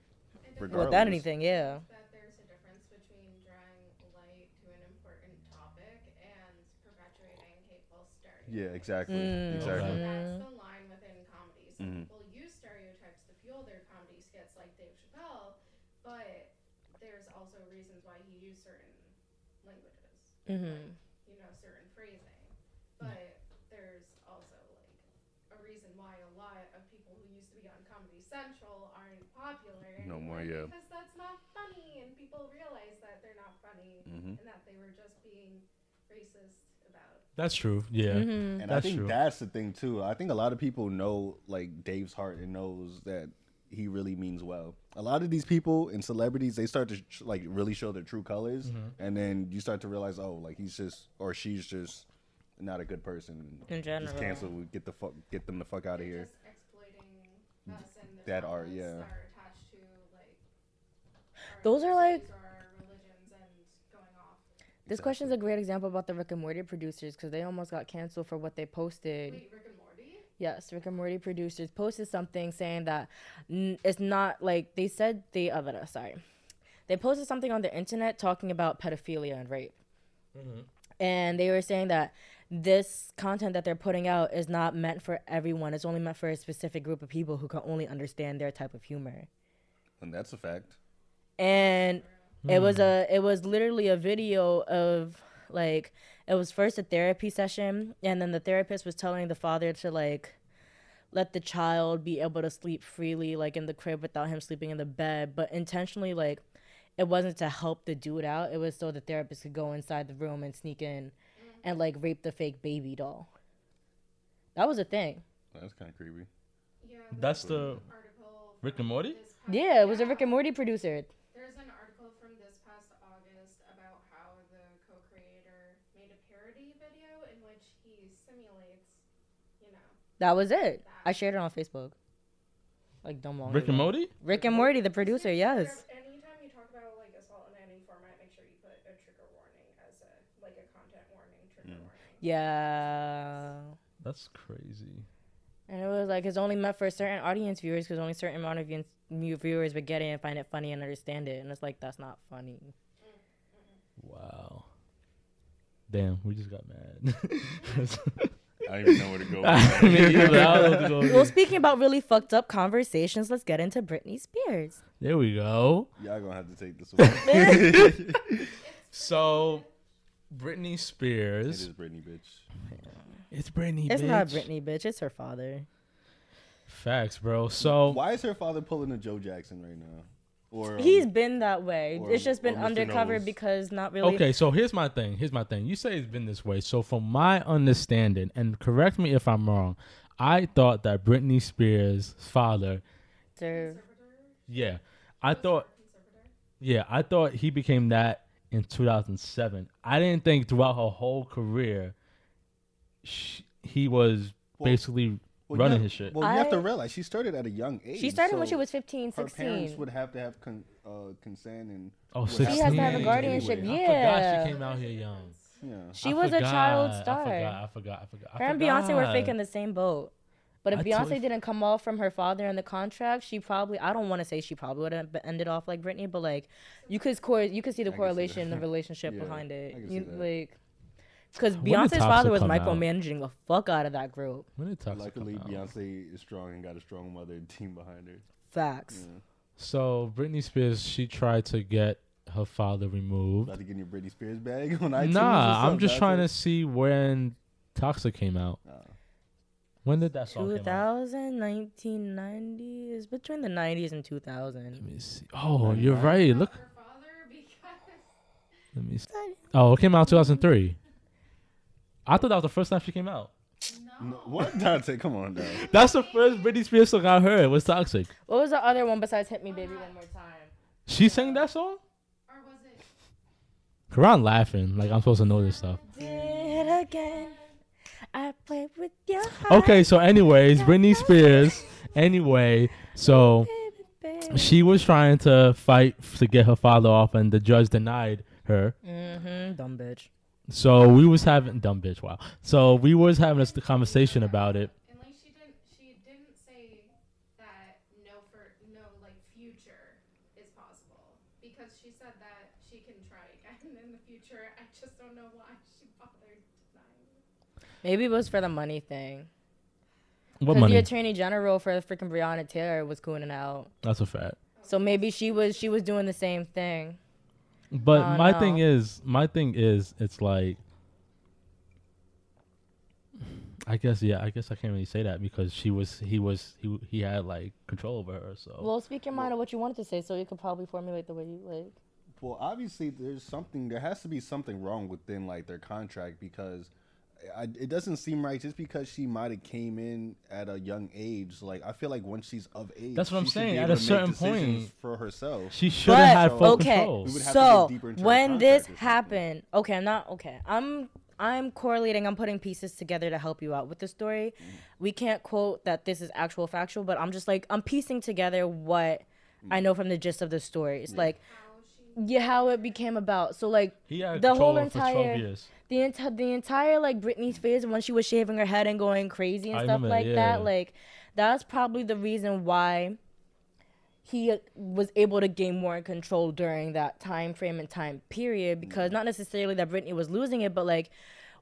Speaker 2: regardless.
Speaker 3: Without anything, yeah.
Speaker 7: that there's a difference between drawing light to an important topic and perpetuating hateful stereotypes.
Speaker 2: Yeah, exactly,
Speaker 3: Mm.
Speaker 2: exactly.
Speaker 1: Okay.
Speaker 2: Mm-hmm.
Speaker 7: So that's the line within comedy. So people use stereotypes to fuel their comedy skits, like Dave Chappelle, but there's also reasons why he used certain languages,
Speaker 3: Mhm.
Speaker 7: you know, certain phrasing. But there's also like a reason why a lot of people who used to be on Comedy Central aren't popular
Speaker 2: No more,
Speaker 7: anymore
Speaker 2: yeah.
Speaker 7: because that's not funny, and people realize that they're not funny
Speaker 2: Mhm.
Speaker 7: and that they were just being racist about.
Speaker 1: That's true. Yeah.
Speaker 3: Mm-hmm.
Speaker 2: And I
Speaker 1: That's
Speaker 2: think
Speaker 1: true.
Speaker 2: that's the thing too. I think a lot of people know like Dave's heart and knows that he really means well. A lot of these people and celebrities, they start to sh- like really show their true colors,
Speaker 1: Mm-hmm.
Speaker 2: and then you start to realize, oh, like he's just or she's just not a good person.
Speaker 3: In
Speaker 2: just
Speaker 3: general.
Speaker 2: cancel. Get the fuck. Get them the fuck out of here.
Speaker 7: Just exploiting us and the
Speaker 2: That art,
Speaker 7: traumas
Speaker 2: yeah.
Speaker 7: that are attached to like. our
Speaker 3: Those are, like-
Speaker 7: ethnicities or our religions and going off.
Speaker 3: This question's a great example about the Rick and Morty producers because they almost got canceled for what they posted.
Speaker 7: Wait, Rick and Morty?
Speaker 3: Yes, Rick and Morty producers posted something saying that n- it's not like they said they uh, but, uh, sorry. They posted something on the internet talking about pedophilia and rape. And they were saying that this content that they're putting out is not meant for everyone. It's only meant for a specific group of people who can only understand their type of humor.
Speaker 2: And that's a fact.
Speaker 3: And it was
Speaker 1: Hmm.
Speaker 3: a it was literally a video of like it was first a therapy session and then the therapist was telling the father to like let the child be able to sleep freely like in the crib without him sleeping in the bed but intentionally like it wasn't to help the dude out it was so the therapist could go inside the room and sneak in and like rape the fake baby doll that was a thing
Speaker 2: That's kind of
Speaker 3: (laughs)
Speaker 2: creepy.
Speaker 7: Yeah, there's
Speaker 1: That's the
Speaker 7: an article.
Speaker 1: Rick
Speaker 7: from
Speaker 1: and Morty?
Speaker 7: this past-
Speaker 3: yeah it was a rick and morty producer
Speaker 7: There's an article from this past August about how the co-creator made a parody video in which he simulates, you know,
Speaker 3: that was it i shared it on facebook like dumb long
Speaker 1: Rick and
Speaker 3: ago.
Speaker 1: Morty.
Speaker 3: rick and morty the producer yes
Speaker 7: Anytime you talk about like assault in any format, make sure you put a trigger warning as a like a content warning, trigger warning.
Speaker 3: Yeah.
Speaker 1: That's crazy.
Speaker 3: And it was like it's only meant for certain audience viewers because only certain amount of vien- new viewers would get it and find it funny and understand it. And it's like that's not funny.
Speaker 1: Wow. Damn, we just got mad. (laughs)
Speaker 5: I don't even know where to
Speaker 3: (laughs)
Speaker 5: go. with
Speaker 1: I
Speaker 5: that.
Speaker 1: mean, either I don't know what to go with.
Speaker 3: Well, speaking about really fucked up conversations, let's get into Britney Spears.
Speaker 1: There we go.
Speaker 2: Y'all gonna have to take this one. it
Speaker 1: So, Britney
Speaker 2: is
Speaker 1: Spears.
Speaker 2: Britney, bitch.
Speaker 1: It's Britney.
Speaker 3: It's
Speaker 1: bitch.
Speaker 3: not Britney, bitch. It's her father.
Speaker 1: Facts, bro. So
Speaker 2: Why is her father pulling a Joe Jackson right now? Or um,
Speaker 3: He's been that way.
Speaker 2: or-
Speaker 3: it's just been
Speaker 2: or Mr.
Speaker 3: undercover
Speaker 2: Knowles.
Speaker 3: because not really.
Speaker 1: okay, so here's my thing. Here's my thing. You say it's been this way. So from my understanding, and correct me if I'm wrong, I thought that Britney Spears' father,
Speaker 3: They're-
Speaker 1: yeah, I thought, yeah, I thought he became that in 2007. I didn't think throughout her whole career, she, he was
Speaker 2: Well-
Speaker 1: basically
Speaker 2: well,
Speaker 1: running
Speaker 2: yeah,
Speaker 1: his shit.
Speaker 2: Well, you have to
Speaker 3: I-
Speaker 2: realize she started at a young age.
Speaker 3: She started when
Speaker 2: so
Speaker 3: she was 15,
Speaker 2: Her parents
Speaker 3: 16.
Speaker 2: would have to have con- uh, consent and.
Speaker 1: Oh,
Speaker 2: would have
Speaker 1: 16.
Speaker 3: She has to have a
Speaker 2: consent
Speaker 3: guardianship,
Speaker 2: anyway.
Speaker 1: I forgot
Speaker 3: yeah.
Speaker 1: she came out here young.
Speaker 2: Yeah.
Speaker 3: she
Speaker 1: I
Speaker 3: was a child
Speaker 1: forgot,
Speaker 3: star.
Speaker 1: I forgot. I forgot. I forgot. I
Speaker 3: Her and
Speaker 1: forgot.
Speaker 3: Beyonce were faking the same boat. But if
Speaker 1: I
Speaker 3: Beyonce
Speaker 1: totally f-
Speaker 3: didn't come off from her father in the contract, she probably I don't want to say she probably would have ended off like Britney, but like you could cor- you could see the
Speaker 2: see
Speaker 3: correlation
Speaker 2: that.
Speaker 3: and the relationship
Speaker 2: Yeah,
Speaker 3: behind it.
Speaker 2: I can see
Speaker 3: You,
Speaker 2: that.
Speaker 3: like because
Speaker 1: did
Speaker 3: Beyonce's
Speaker 1: Toxic
Speaker 3: father was
Speaker 1: come out?
Speaker 3: micromanaging the fuck out of that group.
Speaker 1: When did Toxic
Speaker 2: Luckily,
Speaker 1: come out?
Speaker 2: Beyonce is strong and got a strong mother and team behind her.
Speaker 3: Facts.
Speaker 1: So Britney Spears, she tried to get her father removed.
Speaker 2: About to get in your Britney Spears bag (laughs) on iTunes.
Speaker 1: Nah, I'm just trying to see when Toxic came out. When did that song come out?
Speaker 3: 2000, 1990 is between the 90s and 2000.
Speaker 1: Let me see. Oh, you're right. Look.
Speaker 7: Her father, (laughs) because
Speaker 1: Let me. See. Oh, it came out 2003. I thought that was the first time she came out.
Speaker 2: No, what Dante? Come on, now.
Speaker 1: That's the first Britney Spears song I heard was Toxic.
Speaker 3: What was the other one besides "Hit Me, Baby, One More Time"?
Speaker 1: She sang that song.
Speaker 7: or was it?
Speaker 1: Karan laughing like I'm supposed to know this stuff.
Speaker 3: Did it again? I played with your heart.
Speaker 1: Okay, so anyways, Britney Spears. Anyway, so
Speaker 3: baby, baby.
Speaker 1: she was trying to fight f- to get her father off, and the judge denied her.
Speaker 3: Mm, dumb bitch.
Speaker 1: So we was having dumb bitch. Wow. So we was having this conversation about it.
Speaker 7: And like she didn't, she didn't say that no for no like future is possible because she said that she can try again (laughs) in the future. I just don't know why she bothered denying. it.
Speaker 3: Maybe it was for the money thing.
Speaker 1: What
Speaker 3: Because the
Speaker 1: money?
Speaker 3: attorney general for the freaking Breonna Taylor was cooning out.
Speaker 1: That's a fact.
Speaker 3: So maybe she was she was doing the same thing.
Speaker 1: But
Speaker 3: Oh,
Speaker 1: my
Speaker 3: no.
Speaker 1: thing is, my thing is, it's like, I guess yeah, I guess I can't really say that because she was, he was, he he had like control over her. So
Speaker 3: Well, speak your mind on what you wanted to say, so you could probably formulate the way you like.
Speaker 2: Well, obviously, there's something. There has to be something wrong within like their contract because I, it doesn't seem right. Just because she might have came in at a young age, like I feel like once she's of age,
Speaker 1: That's what I'm
Speaker 2: she should be
Speaker 1: saying, at
Speaker 2: able
Speaker 1: a
Speaker 2: to make
Speaker 1: certain
Speaker 2: decisions
Speaker 1: point.
Speaker 2: for herself.
Speaker 1: she should have had
Speaker 2: But,
Speaker 1: full
Speaker 3: okay,
Speaker 1: control.
Speaker 2: We would have to
Speaker 3: so
Speaker 2: dig deeper into her
Speaker 3: when
Speaker 2: contract
Speaker 3: this
Speaker 2: or something.
Speaker 3: happened, okay, I'm not okay. I'm I'm correlating. I'm putting pieces together to help you out with the story. We can't quote that this is actual factual, but I'm just like I'm piecing together what I know from the gist of the story. It's like yeah, how it became about. So like
Speaker 1: He had
Speaker 3: the
Speaker 1: control
Speaker 3: whole
Speaker 1: over for 12
Speaker 3: entire
Speaker 1: years.
Speaker 3: the entire the entire like Britney Spears when she was shaving her head and going crazy and
Speaker 1: I
Speaker 3: stuff
Speaker 1: remember,
Speaker 3: like
Speaker 1: yeah.
Speaker 3: that. Like that's probably the reason why he uh, was able to gain more control during that time frame and time period because not necessarily that Britney was losing it, but like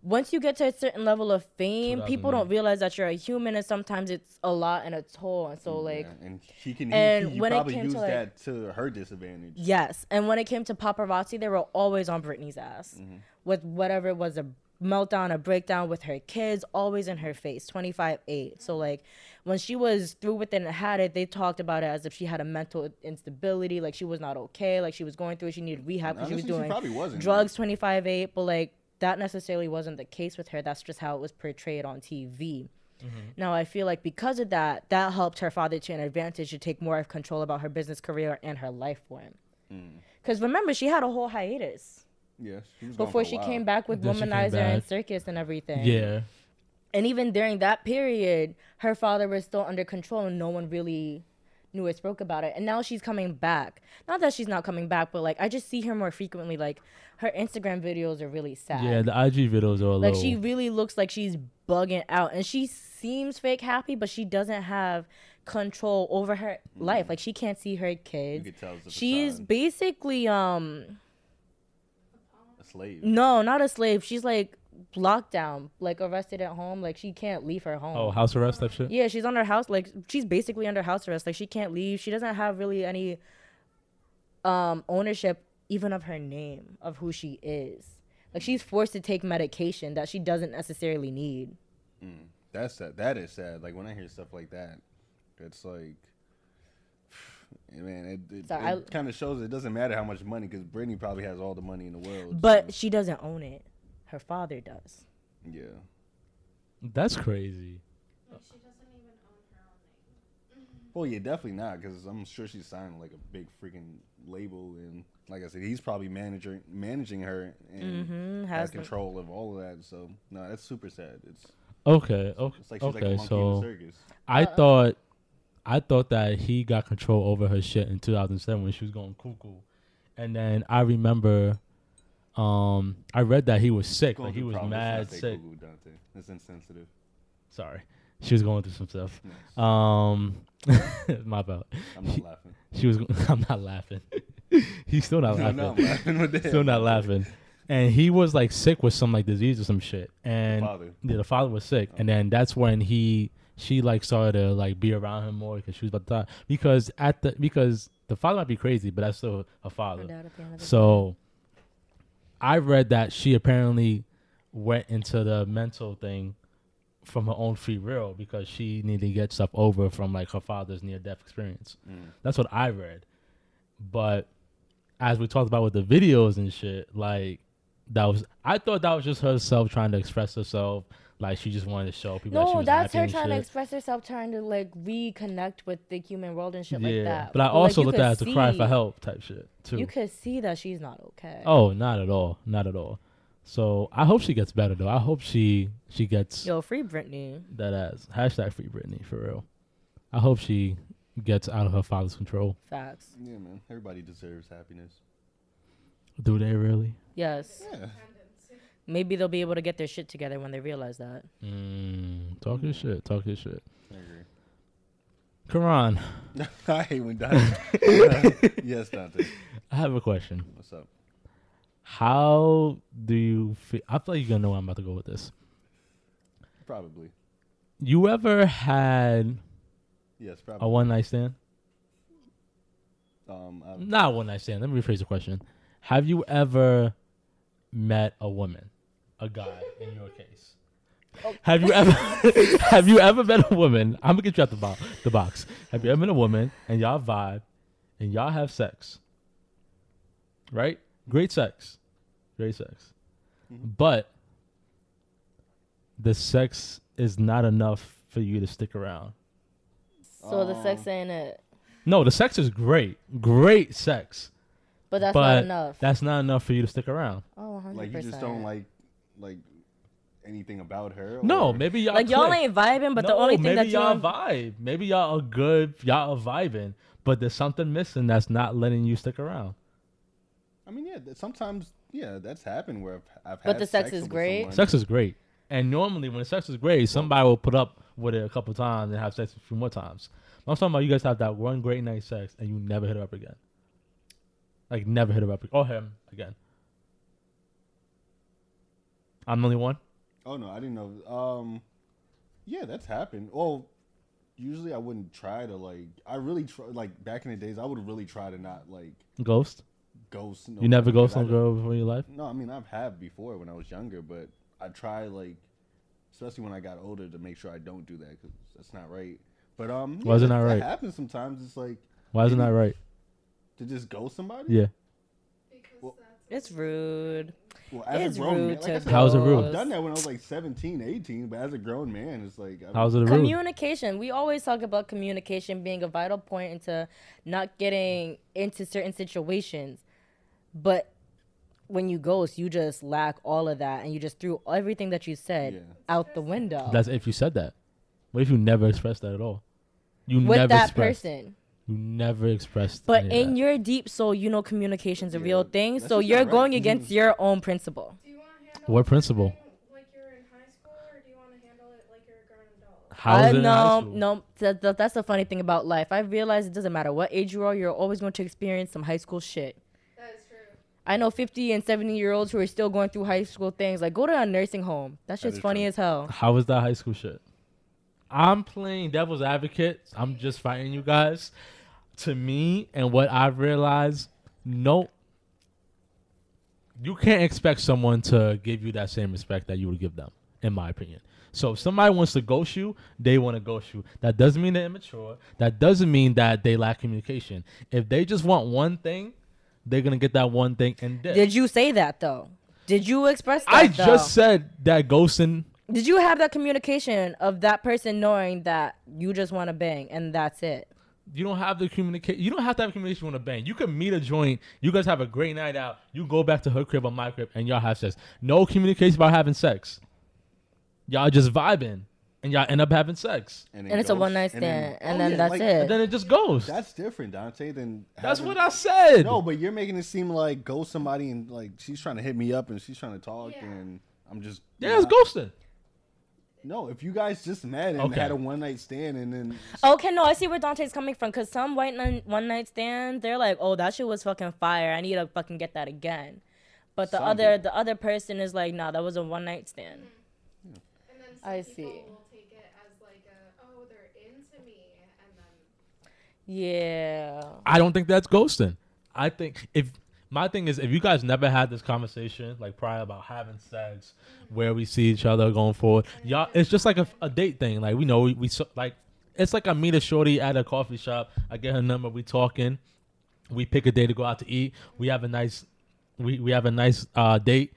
Speaker 3: once you get to a certain level of fame, people don't realize that you're a human, and sometimes it's a lot and a toll. And so, like,
Speaker 2: Yeah, and she can.
Speaker 3: and
Speaker 2: he, he
Speaker 3: when it
Speaker 2: probably
Speaker 3: came to,
Speaker 2: used
Speaker 3: like-
Speaker 2: that to her disadvantage.
Speaker 3: Yes, and when it came to paparazzi, they were always on Britney's ass with whatever it was a meltdown, a breakdown with her kids, always in her face, twenty five eight. So like, when she was through with it and had it, they talked about it as if she had a mental instability, like she was not okay, like she was going through, she needed rehab because she was
Speaker 2: Honestly, she
Speaker 3: doing
Speaker 2: probably wasn't.
Speaker 3: drugs twenty five eight. But like that necessarily wasn't the case with her. That's just how it was portrayed on TV.
Speaker 2: Mm-hmm.
Speaker 3: Now I feel like because of that, that helped her father to an advantage to take more of control about her business career and her life for him.
Speaker 2: Mm.
Speaker 3: Because remember, she had a whole hiatus
Speaker 2: Yeah, she was gone
Speaker 3: before
Speaker 2: for a
Speaker 3: she
Speaker 2: while.
Speaker 3: came back with
Speaker 1: Then she came
Speaker 3: Womanizer and
Speaker 1: back.
Speaker 3: Circus and everything.
Speaker 1: Yeah.
Speaker 3: And even during that period, her father was still under control and no one really knew or spoke about it. And now she's coming back. Not that she's not coming back, but like I just see her more frequently. Like her Instagram videos are really sad.
Speaker 1: Yeah, the IG videos are a
Speaker 3: Like
Speaker 1: little.
Speaker 3: she really looks like she's bugging out and she seems fake happy, but she doesn't have control over her life. Like she can't see her kids.
Speaker 2: could tell it's a
Speaker 3: she's
Speaker 2: facade.
Speaker 3: basically um
Speaker 2: A slave.
Speaker 3: no, not a slave. She's like lockdown, like arrested at home. Like she can't leave her home.
Speaker 1: Oh, house arrest type shit.
Speaker 3: Yeah, she's on her house like she's basically under house arrest. Like she can't leave. She doesn't have really any um ownership even of her name, of who she is. Like she's forced to take medication that she doesn't necessarily need.
Speaker 2: That's sad. That is sad. Like when I hear stuff like that, it's like, (sighs) man, it, it,
Speaker 3: So I-
Speaker 2: kind of shows it doesn't matter how much money because Brittany probably has all the money in the world.
Speaker 3: But she doesn't own it. Her father does.
Speaker 2: yeah,
Speaker 1: That's crazy.
Speaker 7: Like she doesn't even own her own name.
Speaker 2: well, yeah, definitely not because I'm sure she's signed like a big freaking label and like I said, he's probably managing managing her and
Speaker 3: Mhm,
Speaker 2: has
Speaker 3: has the-
Speaker 2: control of all of that. So no, that's super sad. It's
Speaker 1: Okay. Okay.
Speaker 2: it's like she's like a
Speaker 1: okay.
Speaker 2: monkey in a
Speaker 1: so
Speaker 2: circus.
Speaker 1: I thought, I thought that he got control over her shit in 2007 when she was going cuckoo, and then I remember, um, I read that he was sick.
Speaker 2: Going
Speaker 1: Like he
Speaker 2: through
Speaker 1: was
Speaker 2: problems. Let's
Speaker 1: mad
Speaker 2: not say
Speaker 1: sick.
Speaker 2: Google, Dante. That's insensitive.
Speaker 1: Sorry, she was going through some stuff.
Speaker 2: Nice.
Speaker 1: Um, (laughs) my bad.
Speaker 2: I'm not laughing.
Speaker 1: She was. I'm not laughing. (laughs) He's still not (laughs)
Speaker 2: No,
Speaker 1: laughing.
Speaker 2: no, (laughs) I'm laughing with that.
Speaker 1: still not laughing. And he was like sick with some like disease or some shit. And
Speaker 2: father.
Speaker 1: yeah, the father was sick. And then that's when he she like started to like be around him more because she was about to die. Because at the because the father might be crazy, but that's still her
Speaker 3: Her
Speaker 1: father.
Speaker 3: dad at the end of the
Speaker 1: So I read that she apparently went into the mental thing from her own free will because she needed to get stuff over from like her father's near death experience. That's what I read. But as we talked about with the videos and shit, like that was I thought that was just herself trying to express herself. Like she just wanted to show people. that she
Speaker 3: No,
Speaker 1: was
Speaker 3: that's
Speaker 1: happy
Speaker 3: her
Speaker 1: and
Speaker 3: trying to
Speaker 1: shit.
Speaker 3: express herself, trying to like reconnect with the human world and shit like that.
Speaker 1: But I
Speaker 3: like,
Speaker 1: also
Speaker 3: you
Speaker 1: looked
Speaker 3: could
Speaker 1: at it as a cry
Speaker 3: see-
Speaker 1: for help type shit too.
Speaker 3: You could see that she's not okay.
Speaker 1: Oh, not at all. Not at all. So I hope she gets better though. I hope she she gets
Speaker 3: Yo, free Britney.
Speaker 1: that ass. Hashtag free Britney for real. I hope she gets out of her father's control.
Speaker 3: Facts.
Speaker 2: Yeah, man. Everybody deserves happiness.
Speaker 1: Do they really?
Speaker 3: Yes.
Speaker 2: Yeah.
Speaker 3: Maybe they'll be able to get their shit together when they realize that.
Speaker 1: Mm, talk your shit. Talk your shit. (laughs)
Speaker 2: I agree.
Speaker 1: Karan,
Speaker 2: I hate when Dante. (laughs) yes, Dante.
Speaker 1: I have a question.
Speaker 2: What's up?
Speaker 1: How do you feel? I feel like you're gonna know where I'm about to go with this.
Speaker 2: Probably.
Speaker 1: You ever had
Speaker 2: Yes,
Speaker 1: a
Speaker 2: probably.
Speaker 1: one night stand?
Speaker 2: Um, I,
Speaker 1: Not a one night stand. Let me rephrase the question. Have you ever met a woman, a guy in your case? Have you ever (laughs) have you ever met a woman? I'm gonna get you out the, bo- the box. Have you ever met a woman and y'all vibe and y'all have sex? Right? Great sex. Great sex. But the sex is not enough for you to stick around.
Speaker 3: So the sex ain't it.
Speaker 1: No, the sex is great. Great sex.
Speaker 3: But that's
Speaker 1: but
Speaker 3: not enough.
Speaker 1: that's not enough for you to stick around.
Speaker 3: oh, 100%.
Speaker 2: like you just don't like like anything about her.
Speaker 1: No,
Speaker 2: or-
Speaker 1: maybe y'all
Speaker 3: Like y'all
Speaker 1: click.
Speaker 3: ain't vibing, but the
Speaker 1: No,
Speaker 3: only thing
Speaker 1: maybe
Speaker 3: that you
Speaker 1: y'all
Speaker 3: don't-
Speaker 1: vibe. Maybe y'all are good. Y'all are vibing, but there's something missing that's not letting you stick around.
Speaker 2: I mean, yeah. th- Sometimes, yeah, that's happened where I've, I've had.
Speaker 3: But the sex is
Speaker 2: with
Speaker 3: great?
Speaker 2: someone.
Speaker 1: Sex is great, and normally when sex is great, somebody will put up with it a couple times and have sex a few more times. But I'm talking about you guys have that one great night sex and you never hit her up again. Like never hit her up or him again. I'm the only one.
Speaker 2: Oh no, I didn't know. Um, yeah, that's happened. Well, usually I wouldn't try to like. I really try like back in the days. I would really try to not like
Speaker 1: Ghost.
Speaker 2: ghost.
Speaker 1: You never
Speaker 2: nobody,
Speaker 1: ghost
Speaker 2: 'cause I
Speaker 1: some
Speaker 2: don't-
Speaker 1: girl before in your life.
Speaker 2: No, I mean I've had before when I was younger, but I try like, especially when I got older, to make sure I don't do that because that's not right. But um,
Speaker 1: Why is it
Speaker 2: that-
Speaker 1: not
Speaker 2: that
Speaker 1: right?
Speaker 2: happens sometimes. It's like
Speaker 1: Why isn't that right?
Speaker 2: to just go somebody.
Speaker 1: Yeah.
Speaker 7: Because
Speaker 2: Well-
Speaker 7: that's
Speaker 3: It's rude.
Speaker 2: Well, as
Speaker 3: It's
Speaker 2: a grown man,
Speaker 3: rude
Speaker 2: like I
Speaker 3: to
Speaker 2: said,
Speaker 1: How's it rude?
Speaker 2: I've done that when I was like 17, 18, but as a grown man, it's like I'm,
Speaker 1: How's it rude?
Speaker 3: Communication. We always talk about communication being a vital point into not getting into certain situations. But when you ghost, you just lack all of that and you just threw everything that you said
Speaker 2: Yeah.
Speaker 3: out the window
Speaker 1: That's if you said that. What if you never expressed that at all? You never
Speaker 3: with that
Speaker 1: expressed.
Speaker 3: person.
Speaker 1: You never expressed.
Speaker 3: But
Speaker 1: any of
Speaker 3: in
Speaker 1: that.
Speaker 3: your deep soul, you know communication's a
Speaker 2: Yeah,
Speaker 3: real thing.
Speaker 2: that's
Speaker 3: So
Speaker 2: just
Speaker 3: you're
Speaker 2: not right.
Speaker 1: Mm-hmm.
Speaker 3: going against your own principle.
Speaker 7: Do you want to handle
Speaker 1: What
Speaker 7: it
Speaker 1: principle?
Speaker 7: Like you're in high school, or do you want to handle it like you're a grown adult?
Speaker 1: how is
Speaker 3: I
Speaker 1: it in high
Speaker 3: know,
Speaker 1: school?
Speaker 3: no, that, that, that's the funny thing about life. I realize it doesn't matter what age you are, you're always going to experience some high school shit.
Speaker 7: That is true.
Speaker 3: I know 50 and 70 year olds who are still going through high school things. Like, go to a nursing home. That shit's
Speaker 5: is
Speaker 3: funny
Speaker 5: true.
Speaker 1: (laughs)
Speaker 3: as hell.
Speaker 1: How was that high school shit? I'm playing devil's advocate. I'm just fighting you guys. To me, and what I've realized, no, you can't expect someone to give you that same respect that you would give them, in my opinion. So if somebody wants to ghost you, they want to ghost you. That doesn't mean they're immature. That doesn't mean that they lack communication. If they just want one thing, they're gonna get that one thing. And dip.
Speaker 3: Did you say that though? Did you express that?
Speaker 1: I
Speaker 3: though?
Speaker 1: just said that ghosting
Speaker 3: Did you have that communication of that person knowing that you just want to bang and that's it?
Speaker 1: you don't have the communication. You don't have to have communication with a bang. You can meet a joint. You guys have a great night out. You go back to her crib or my crib, and y'all have sex. No communication about having sex. Y'all just vibing, and y'all end up having sex,
Speaker 2: it
Speaker 3: And it's a
Speaker 2: goes-
Speaker 3: one night
Speaker 2: and then-
Speaker 3: stand, and
Speaker 2: oh,
Speaker 3: then
Speaker 2: yeah,
Speaker 3: that's
Speaker 2: like,
Speaker 3: it.
Speaker 1: and then it just goes. That's,
Speaker 2: That's different, Dante. Than having-
Speaker 1: what I said.
Speaker 2: No, but you're making it seem like go somebody and like she's trying to hit me up and she's trying to talk
Speaker 7: Yeah.
Speaker 2: and I'm just
Speaker 1: yeah, it's
Speaker 2: not-
Speaker 1: ghosting.
Speaker 2: No, if you guys just met and
Speaker 1: Okay.
Speaker 2: had a one night stand and then
Speaker 3: Okay, no, I see where Dante's coming from. Cause some white nun- one night stands, they're like, "Oh, that shit was fucking fire. I need to fucking get that again." But the
Speaker 2: Some
Speaker 3: other
Speaker 2: people.
Speaker 3: the other person is like, "Nah, that was a one night stand."
Speaker 7: And then some
Speaker 3: I
Speaker 7: people
Speaker 3: see.
Speaker 7: will take it as like a oh they're into me and then
Speaker 3: Yeah.
Speaker 1: I don't think that's ghosting. I think if my thing is if you guys never had this conversation like prior about having sex, where we see each other going forward, y'all, it's just like a, a date thing. Like we know we, we so- like it's like I meet a shorty at a coffee shop. I get her number. We talking. We pick a day to go out to eat. We have a nice we we have a nice uh, date.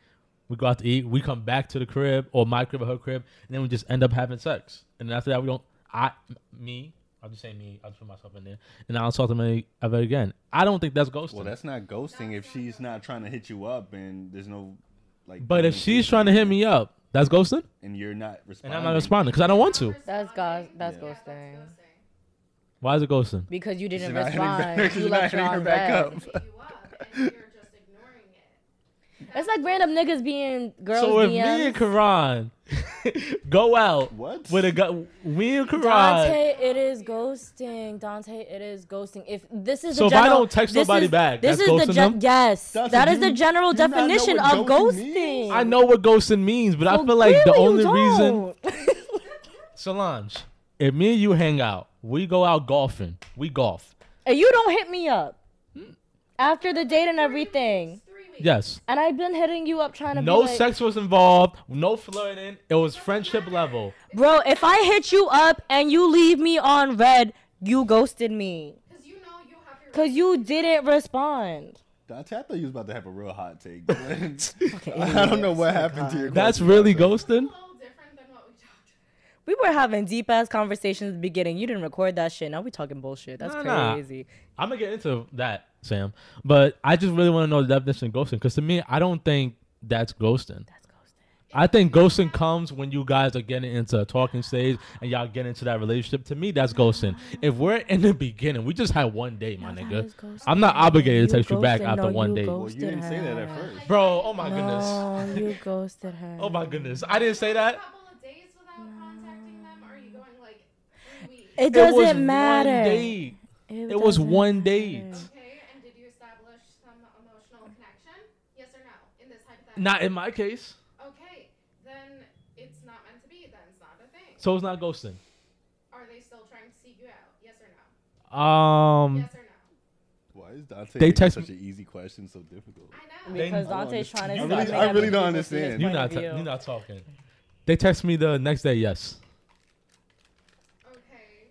Speaker 1: We go out to eat. We come back to the crib or my crib or her crib, and then we just end up having sex. And then after that, we don't. I me. I'll just say me. I'll just put myself in there, and I don't talk to me ever again. I don't think that's ghosting.
Speaker 2: well that's not ghosting if she's not trying to hit you up and there's no like
Speaker 1: but if she's trying to hit me up, that's ghosting,
Speaker 2: and you're not
Speaker 1: and
Speaker 2: responding
Speaker 1: I'm not responding because I don't want to.
Speaker 3: That's gos- that's
Speaker 7: Yeah,
Speaker 3: ghosting.
Speaker 7: that's ghosting.
Speaker 1: Why is it ghosting?
Speaker 3: Because you
Speaker 2: She's
Speaker 3: didn't
Speaker 2: not hitting back-
Speaker 3: respond.
Speaker 2: (laughs) she's
Speaker 3: You
Speaker 2: not
Speaker 3: left her
Speaker 2: hitting her
Speaker 3: on
Speaker 2: back
Speaker 3: red.
Speaker 2: up.
Speaker 7: Hit you up and you're just ignoring it.
Speaker 3: It's like random niggas being girls
Speaker 1: so if
Speaker 3: DMs.
Speaker 1: me and Karan (laughs) go out
Speaker 2: What?
Speaker 1: with a gu- me and Karan.
Speaker 3: Dante, it is ghosting. Dante, it is ghosting. If this is
Speaker 1: So
Speaker 3: the
Speaker 1: if I
Speaker 3: general,
Speaker 1: don't text
Speaker 3: this
Speaker 1: nobody
Speaker 3: is-
Speaker 1: back,
Speaker 3: this
Speaker 1: that's
Speaker 3: is the
Speaker 1: ghosting
Speaker 3: gen-
Speaker 1: them?
Speaker 3: yes,
Speaker 2: Dante,
Speaker 3: that is
Speaker 2: you-
Speaker 3: the general
Speaker 2: you not know
Speaker 3: definition
Speaker 2: what
Speaker 3: of
Speaker 2: ghosting
Speaker 3: ghosting.
Speaker 2: means?
Speaker 1: I know what ghosting means, but I feel like the only reason Solange, if me and you hang out, we go out golfing, we golf.
Speaker 3: (laughs) and you don't hit me up after the date and everything,
Speaker 7: Three weeks.
Speaker 1: Yes.
Speaker 3: and I've been hitting you up trying to
Speaker 1: No
Speaker 3: be like,
Speaker 1: sex was involved, no flirting. It was friendship level.
Speaker 3: bro. If I hit you up and you leave me on red, you ghosted me
Speaker 7: Because you know you have your
Speaker 3: because you didn't respond.
Speaker 2: Dante, I thought you was about to have a real hot (laughs) take. but- I don't know what happened to your
Speaker 1: That's
Speaker 2: question,
Speaker 1: really
Speaker 2: Dante.
Speaker 1: ghosting.
Speaker 7: a little different than what we (laughs) talked about.
Speaker 3: We were having deep ass conversations at the beginning. You didn't record that shit. Now we talking bullshit. That's
Speaker 1: Nah, nah.
Speaker 3: crazy.
Speaker 1: I'm gonna get into that, Sam. But I just really want to know the definition of ghosting because to me, I don't think that's ghosting.
Speaker 3: That's ghosting.
Speaker 1: I think ghosting comes when you guys are getting into a talking stage and y'all get into that relationship. To me, that's ghosting. If we're in the beginning, we just had one day, my
Speaker 3: No, that
Speaker 1: nigga.
Speaker 3: is ghosting.
Speaker 1: I'm not obligated to
Speaker 3: You
Speaker 1: text you back
Speaker 3: ghosting.
Speaker 1: after
Speaker 3: No,
Speaker 1: one
Speaker 3: you
Speaker 1: day.
Speaker 2: Well, you didn't say that at first.
Speaker 1: Bro, oh my goodness. (laughs)
Speaker 3: No, you ghosted her.
Speaker 1: Oh my goodness. I didn't say
Speaker 7: A
Speaker 1: that.
Speaker 7: couple of days without contacting them, or are you going like three weeks?
Speaker 3: It
Speaker 1: It
Speaker 3: doesn't
Speaker 1: was one
Speaker 3: matter.
Speaker 1: date. It was
Speaker 3: doesn't
Speaker 1: one date.
Speaker 3: matter.
Speaker 7: Okay, and did you establish some emotional connection? Yes or no? In this hypothetical.
Speaker 1: Not in my case.
Speaker 7: Okay, then it's not meant to be. Then it's not a thing.
Speaker 1: So it's not ghosting.
Speaker 7: Are they still trying to seek you out? Yes or no?
Speaker 1: Um,
Speaker 7: Yes or no?
Speaker 2: Why is
Speaker 1: They
Speaker 2: Dante making
Speaker 1: text
Speaker 2: such
Speaker 1: me-
Speaker 2: an easy question so difficult?
Speaker 7: I know.
Speaker 1: They-
Speaker 3: Because
Speaker 1: I
Speaker 2: don't
Speaker 3: Dante's trying to.
Speaker 2: understand.
Speaker 3: stop
Speaker 2: I really-
Speaker 3: making
Speaker 2: I really
Speaker 3: other
Speaker 2: don't
Speaker 3: people see his
Speaker 2: understand.
Speaker 1: you're
Speaker 3: point
Speaker 1: not
Speaker 3: of
Speaker 1: ta-
Speaker 3: view.
Speaker 1: you're not talking. They text me the next day, yes.
Speaker 7: Okay,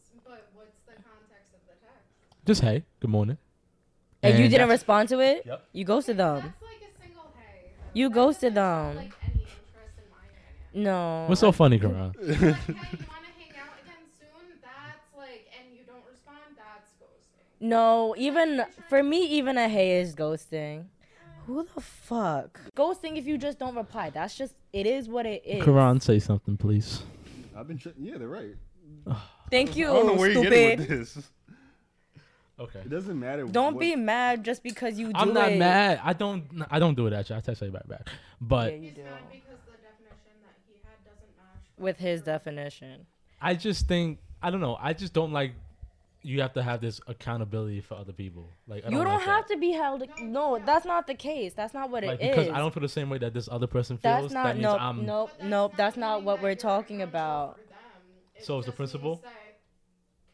Speaker 7: s- but what's the context of the text?
Speaker 1: Just hey, good morning.
Speaker 3: And, you didn't
Speaker 1: that's-
Speaker 3: respond to it.
Speaker 1: Yep.
Speaker 3: You ghosted them.
Speaker 7: That's like a single hey.
Speaker 3: Um, You um,
Speaker 7: That
Speaker 3: ghosted them.
Speaker 7: doesn't show, Like any interest in my dynamic.
Speaker 3: No.
Speaker 1: What's so funny, Karan?
Speaker 7: Like, hey, you want to hang out again soon? That's like, and you don't respond. That's ghosting.
Speaker 3: No, even for me, even a hey is ghosting. Who the fuck? Ghosting if you just don't reply. That's just it is what it is.
Speaker 1: Karan, say something, please.
Speaker 2: I've been. Tr- yeah, they're right.
Speaker 3: Thank you,
Speaker 2: I
Speaker 1: Oh,
Speaker 2: don't know where you're getting with
Speaker 3: stupid.
Speaker 2: this.
Speaker 1: Okay.
Speaker 2: It doesn't matter.
Speaker 3: Don't
Speaker 2: what-
Speaker 3: be mad just because you do
Speaker 1: I'm not
Speaker 3: it.
Speaker 1: mad. I don't. I don't do it at you. I text you right back. But
Speaker 3: Yeah, you
Speaker 7: He's
Speaker 3: do.
Speaker 7: mad because the definition that he had doesn't match.
Speaker 3: With his definition.
Speaker 1: I just think I don't know. I just don't like you have to have this accountability for other people. Like I
Speaker 3: you don't
Speaker 1: like
Speaker 3: have
Speaker 1: that.
Speaker 3: to be held. No, that's not the case. That's not what it is.
Speaker 1: Like because I don't feel the same way that this other person feels.
Speaker 3: That's not
Speaker 1: that means
Speaker 3: nope
Speaker 1: I'm
Speaker 3: nope
Speaker 7: But
Speaker 3: nope. That's not
Speaker 7: meaning
Speaker 3: what
Speaker 7: that
Speaker 3: we're
Speaker 7: you're
Speaker 3: talking about.
Speaker 7: accountable for them. It
Speaker 1: So is the
Speaker 7: just means
Speaker 1: principle?
Speaker 7: that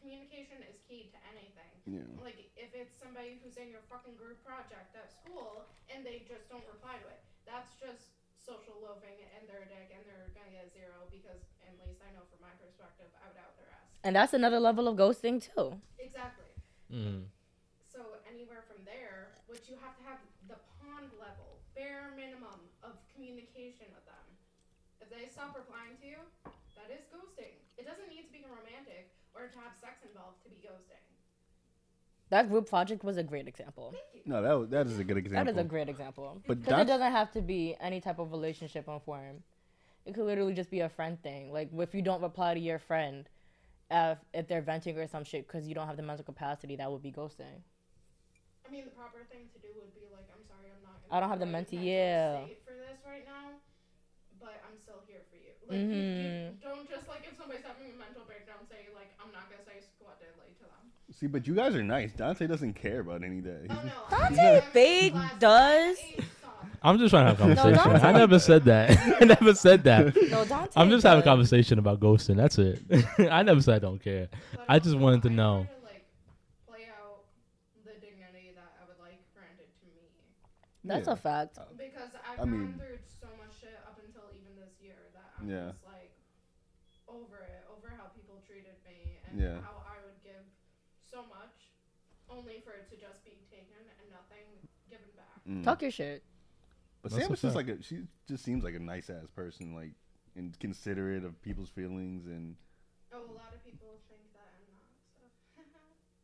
Speaker 7: Communication is key to anything.
Speaker 2: Yeah.
Speaker 7: Like if it's somebody who's in your fucking group project at school and they just don't reply to it, that's just social loafing and they're a dick and they're gonna get a zero because at least I know from my perspective, I would out their ass.
Speaker 3: And that's another level of ghosting too.
Speaker 7: Exactly.
Speaker 1: Mm.
Speaker 7: So anywhere from there, which you have to have the pond level, bare minimum of communication with them. If they stop replying to you, that is ghosting. It doesn't need to be romantic or to have sex involved to be ghosting.
Speaker 3: That group project was a great example.
Speaker 2: No, that was- that is a good
Speaker 3: That
Speaker 2: example.
Speaker 3: is a great example.
Speaker 2: But
Speaker 3: Because it
Speaker 2: that's-
Speaker 3: doesn't have to be any type of relationship on form. It could literally just be a friend thing. Like if you don't reply to your friend, uh, if they're venting or some shit because you don't have the mental capacity, that would be ghosting.
Speaker 7: I mean, the proper thing to do would be like, I'm sorry, I'm not.
Speaker 3: I don't have the
Speaker 7: like,
Speaker 3: mentee,
Speaker 7: mentally
Speaker 3: yeah.
Speaker 7: state for this right now, but I'm still here for you. Like, you- you,
Speaker 3: Mm-hmm.
Speaker 7: don't just like if somebody's having a mental breakdown, say like, I'm not gonna say squat deadly to them.
Speaker 2: See, but you guys are nice. Dante doesn't care about any of that. He's
Speaker 7: Oh
Speaker 2: just-
Speaker 7: no,
Speaker 3: Dante
Speaker 7: I'm
Speaker 3: fake
Speaker 7: class-
Speaker 3: does.
Speaker 7: Hey, stop.
Speaker 1: I'm just trying to have a
Speaker 3: (laughs) No,
Speaker 1: conversation.
Speaker 3: don't
Speaker 1: I
Speaker 3: take-
Speaker 1: never said that. (laughs) I never said
Speaker 3: (laughs)
Speaker 1: that.
Speaker 3: No,
Speaker 2: (laughs)
Speaker 3: Dante.
Speaker 1: I'm just having a
Speaker 3: does.
Speaker 1: conversation about ghosting. That's it. (laughs) I never said I don't care.
Speaker 7: But
Speaker 1: I just
Speaker 7: also,
Speaker 1: wanted to
Speaker 7: I
Speaker 1: know.
Speaker 7: try to, like, play out the dignity that I would like granted to me
Speaker 3: That's
Speaker 2: Yeah.
Speaker 3: a fact.
Speaker 7: because I've
Speaker 2: I
Speaker 7: gone
Speaker 2: mean-
Speaker 7: through so much shit up until even this year that I'm
Speaker 2: Yeah.
Speaker 7: just like over it, over how people treated me and
Speaker 2: Yeah.
Speaker 7: how I would give so much only for it to just be taken and nothing given back.
Speaker 2: Mm.
Speaker 3: Talk your shit.
Speaker 2: But
Speaker 1: That's
Speaker 2: Sam
Speaker 1: a
Speaker 2: is just
Speaker 1: fact.
Speaker 2: like a, she just seems like a nice ass person, like and considerate of people's feelings and
Speaker 7: Oh, a lot of people think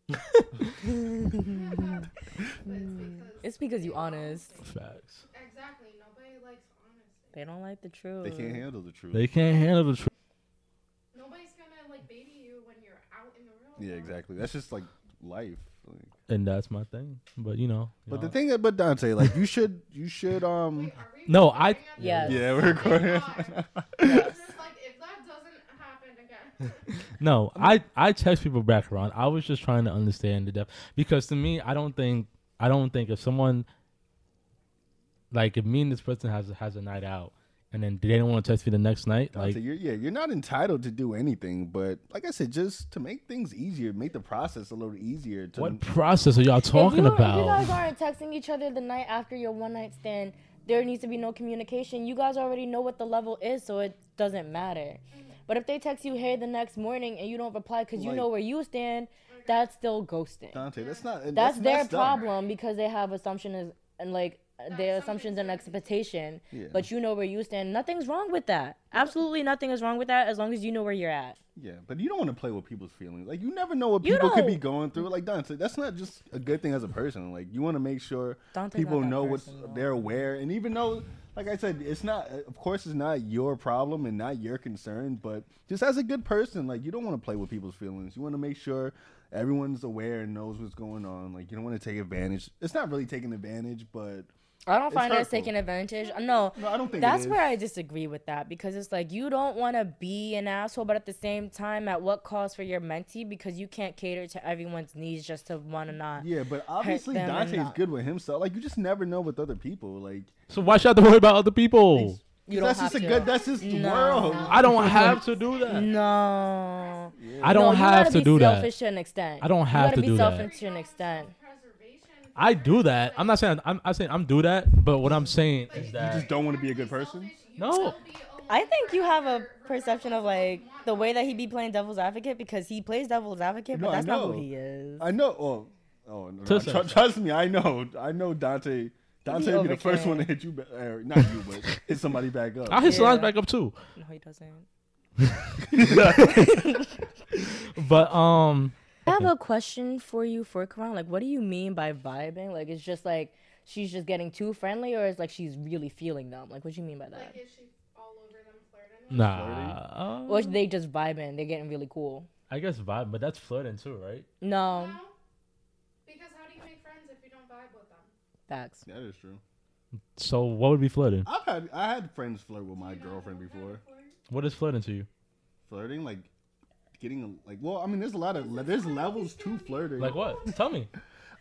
Speaker 7: that I'm not. So.
Speaker 3: (laughs)
Speaker 7: but it's because
Speaker 3: It's because you
Speaker 7: they don't
Speaker 3: honest.
Speaker 7: think-
Speaker 1: Facts.
Speaker 7: Exactly. Nobody likes honesty.
Speaker 3: They don't like the truth.
Speaker 2: they can't handle the truth.
Speaker 1: They can't handle the truth.
Speaker 7: Nobody's gonna like baby you when you're out in the real
Speaker 2: yeah,
Speaker 7: world.
Speaker 2: exactly. That's just like life. Like,
Speaker 1: and that's my thing. But you know, you
Speaker 2: but the
Speaker 1: know.
Speaker 2: thing, but Dante, like you should, you should, um,
Speaker 7: Wait, are we
Speaker 1: No, I-
Speaker 7: recording at
Speaker 3: Yes.
Speaker 2: (laughs)
Speaker 7: this?
Speaker 2: yeah, we're recording.
Speaker 7: It's just like if that doesn't happen
Speaker 1: (laughs)
Speaker 7: again,
Speaker 1: no, I I text people back around. I was just trying to understand the depth because to me, I don't think I don't think if someone like if me and this person has has a night out and then they don't want to text me the next night,
Speaker 2: Dante,
Speaker 1: like
Speaker 2: you're, yeah, you're not entitled to do anything, but like I said, just to make things easier, make the process a little easier. To
Speaker 1: what process are y'all talking
Speaker 3: if you, If you
Speaker 1: about?
Speaker 3: guys aren't texting each other the night after your one night stand, there needs to be no communication. You guys already know what the level is, so it doesn't matter. But if they text you hey the next morning and you don't reply because you
Speaker 2: Like-
Speaker 3: know where you stand, that's still ghosting.
Speaker 2: Dante, that's not.
Speaker 3: that's their
Speaker 2: messed up.
Speaker 3: problem because they have assumptions and like their
Speaker 7: something's
Speaker 3: assumptions and
Speaker 7: wrong.
Speaker 3: expectation.
Speaker 2: Yeah.
Speaker 3: But you know where you stand. Nothing's wrong with that. Absolutely nothing is wrong with that as long as you know where you're at.
Speaker 2: Yeah, but you don't want to play with people's feelings. Like you never know what
Speaker 3: You
Speaker 2: people could be
Speaker 3: don't.
Speaker 2: going through. Like Dante, that's not just a good thing as a person. Like you want to make sure
Speaker 3: Dante's
Speaker 2: people
Speaker 3: not that
Speaker 2: know what's
Speaker 3: person, though.
Speaker 2: they're aware, and even though, like I said, it's not. Of course, it's not your problem and not your concern. But just as a good person, like you don't want to play with people's feelings. You want to make sure everyone's aware and knows what's going on. Like you don't want to take advantage. It's not really taking advantage, but
Speaker 3: I don't
Speaker 2: It's
Speaker 3: find us
Speaker 2: hurtful.
Speaker 3: taking advantage. No,
Speaker 2: No, I don't think it
Speaker 3: that's
Speaker 2: is.
Speaker 3: where I disagree with that because it's like you don't want to be an asshole, but at the same time, at what cost for your mentee? Because you can't cater to everyone's needs just to want to not.
Speaker 2: yeah. But obviously,
Speaker 3: them and
Speaker 2: Dante's
Speaker 3: not-
Speaker 2: good with himself. Like you just never know with other people. Like
Speaker 1: So why should I have to worry about other people?
Speaker 3: You don't
Speaker 2: that's just
Speaker 3: have
Speaker 2: a
Speaker 3: to.
Speaker 2: good. That's just the
Speaker 3: No.
Speaker 2: world.
Speaker 1: I don't have to do that.
Speaker 3: No,
Speaker 1: I don't
Speaker 3: no,
Speaker 1: have
Speaker 3: you gotta
Speaker 1: to
Speaker 3: be
Speaker 1: do
Speaker 3: selfish
Speaker 1: that.
Speaker 3: to an extent.
Speaker 1: I don't
Speaker 3: You
Speaker 1: have
Speaker 3: gotta
Speaker 1: to
Speaker 3: be
Speaker 1: do that.
Speaker 3: selfish to an extent.
Speaker 7: preservation.
Speaker 1: I do that. I'm not saying I'm, I'm saying I'm do that, but what I'm saying is
Speaker 2: You
Speaker 1: that
Speaker 2: just don't want to be a good person.
Speaker 1: No.
Speaker 3: I think you have a perception of like the way that he be playing devil's advocate because he plays devil's advocate,
Speaker 2: No,
Speaker 3: but
Speaker 2: I
Speaker 3: that's not who
Speaker 2: know.
Speaker 3: he is.
Speaker 2: I know. Oh, oh no,
Speaker 1: To
Speaker 2: no,
Speaker 1: some
Speaker 2: tru-
Speaker 1: extent.
Speaker 2: trust me, I know. I know Dante. Dante would be the first
Speaker 3: overkill.
Speaker 2: one to hit you, ba- or not you, but hit somebody back up.
Speaker 1: I hit salons
Speaker 3: Yeah.
Speaker 1: back up too.
Speaker 3: no, he doesn't.
Speaker 1: But um,
Speaker 3: I have a question for you for Karan. Like, what do you mean by vibing? Like, it's just like she's just getting too friendly, or it's like she's really feeling them? Like, what do you mean by that?
Speaker 7: Like, is she all over them flirting? with
Speaker 1: nah,
Speaker 3: Or they just vibing? They're getting really cool.
Speaker 1: I guess vibe, but that's flirting too, right?
Speaker 3: No,
Speaker 7: them? No. Because how do you make friends if you don't vibe with them?
Speaker 3: facts.
Speaker 2: That is true.
Speaker 1: So what would be flirting?
Speaker 2: I've had I had friends flirt with my girlfriend before.
Speaker 1: What is flirting to you?
Speaker 2: Flirting, like getting like well, I mean, there's a lot of there's levels to flirting.
Speaker 1: Like what? Tell me.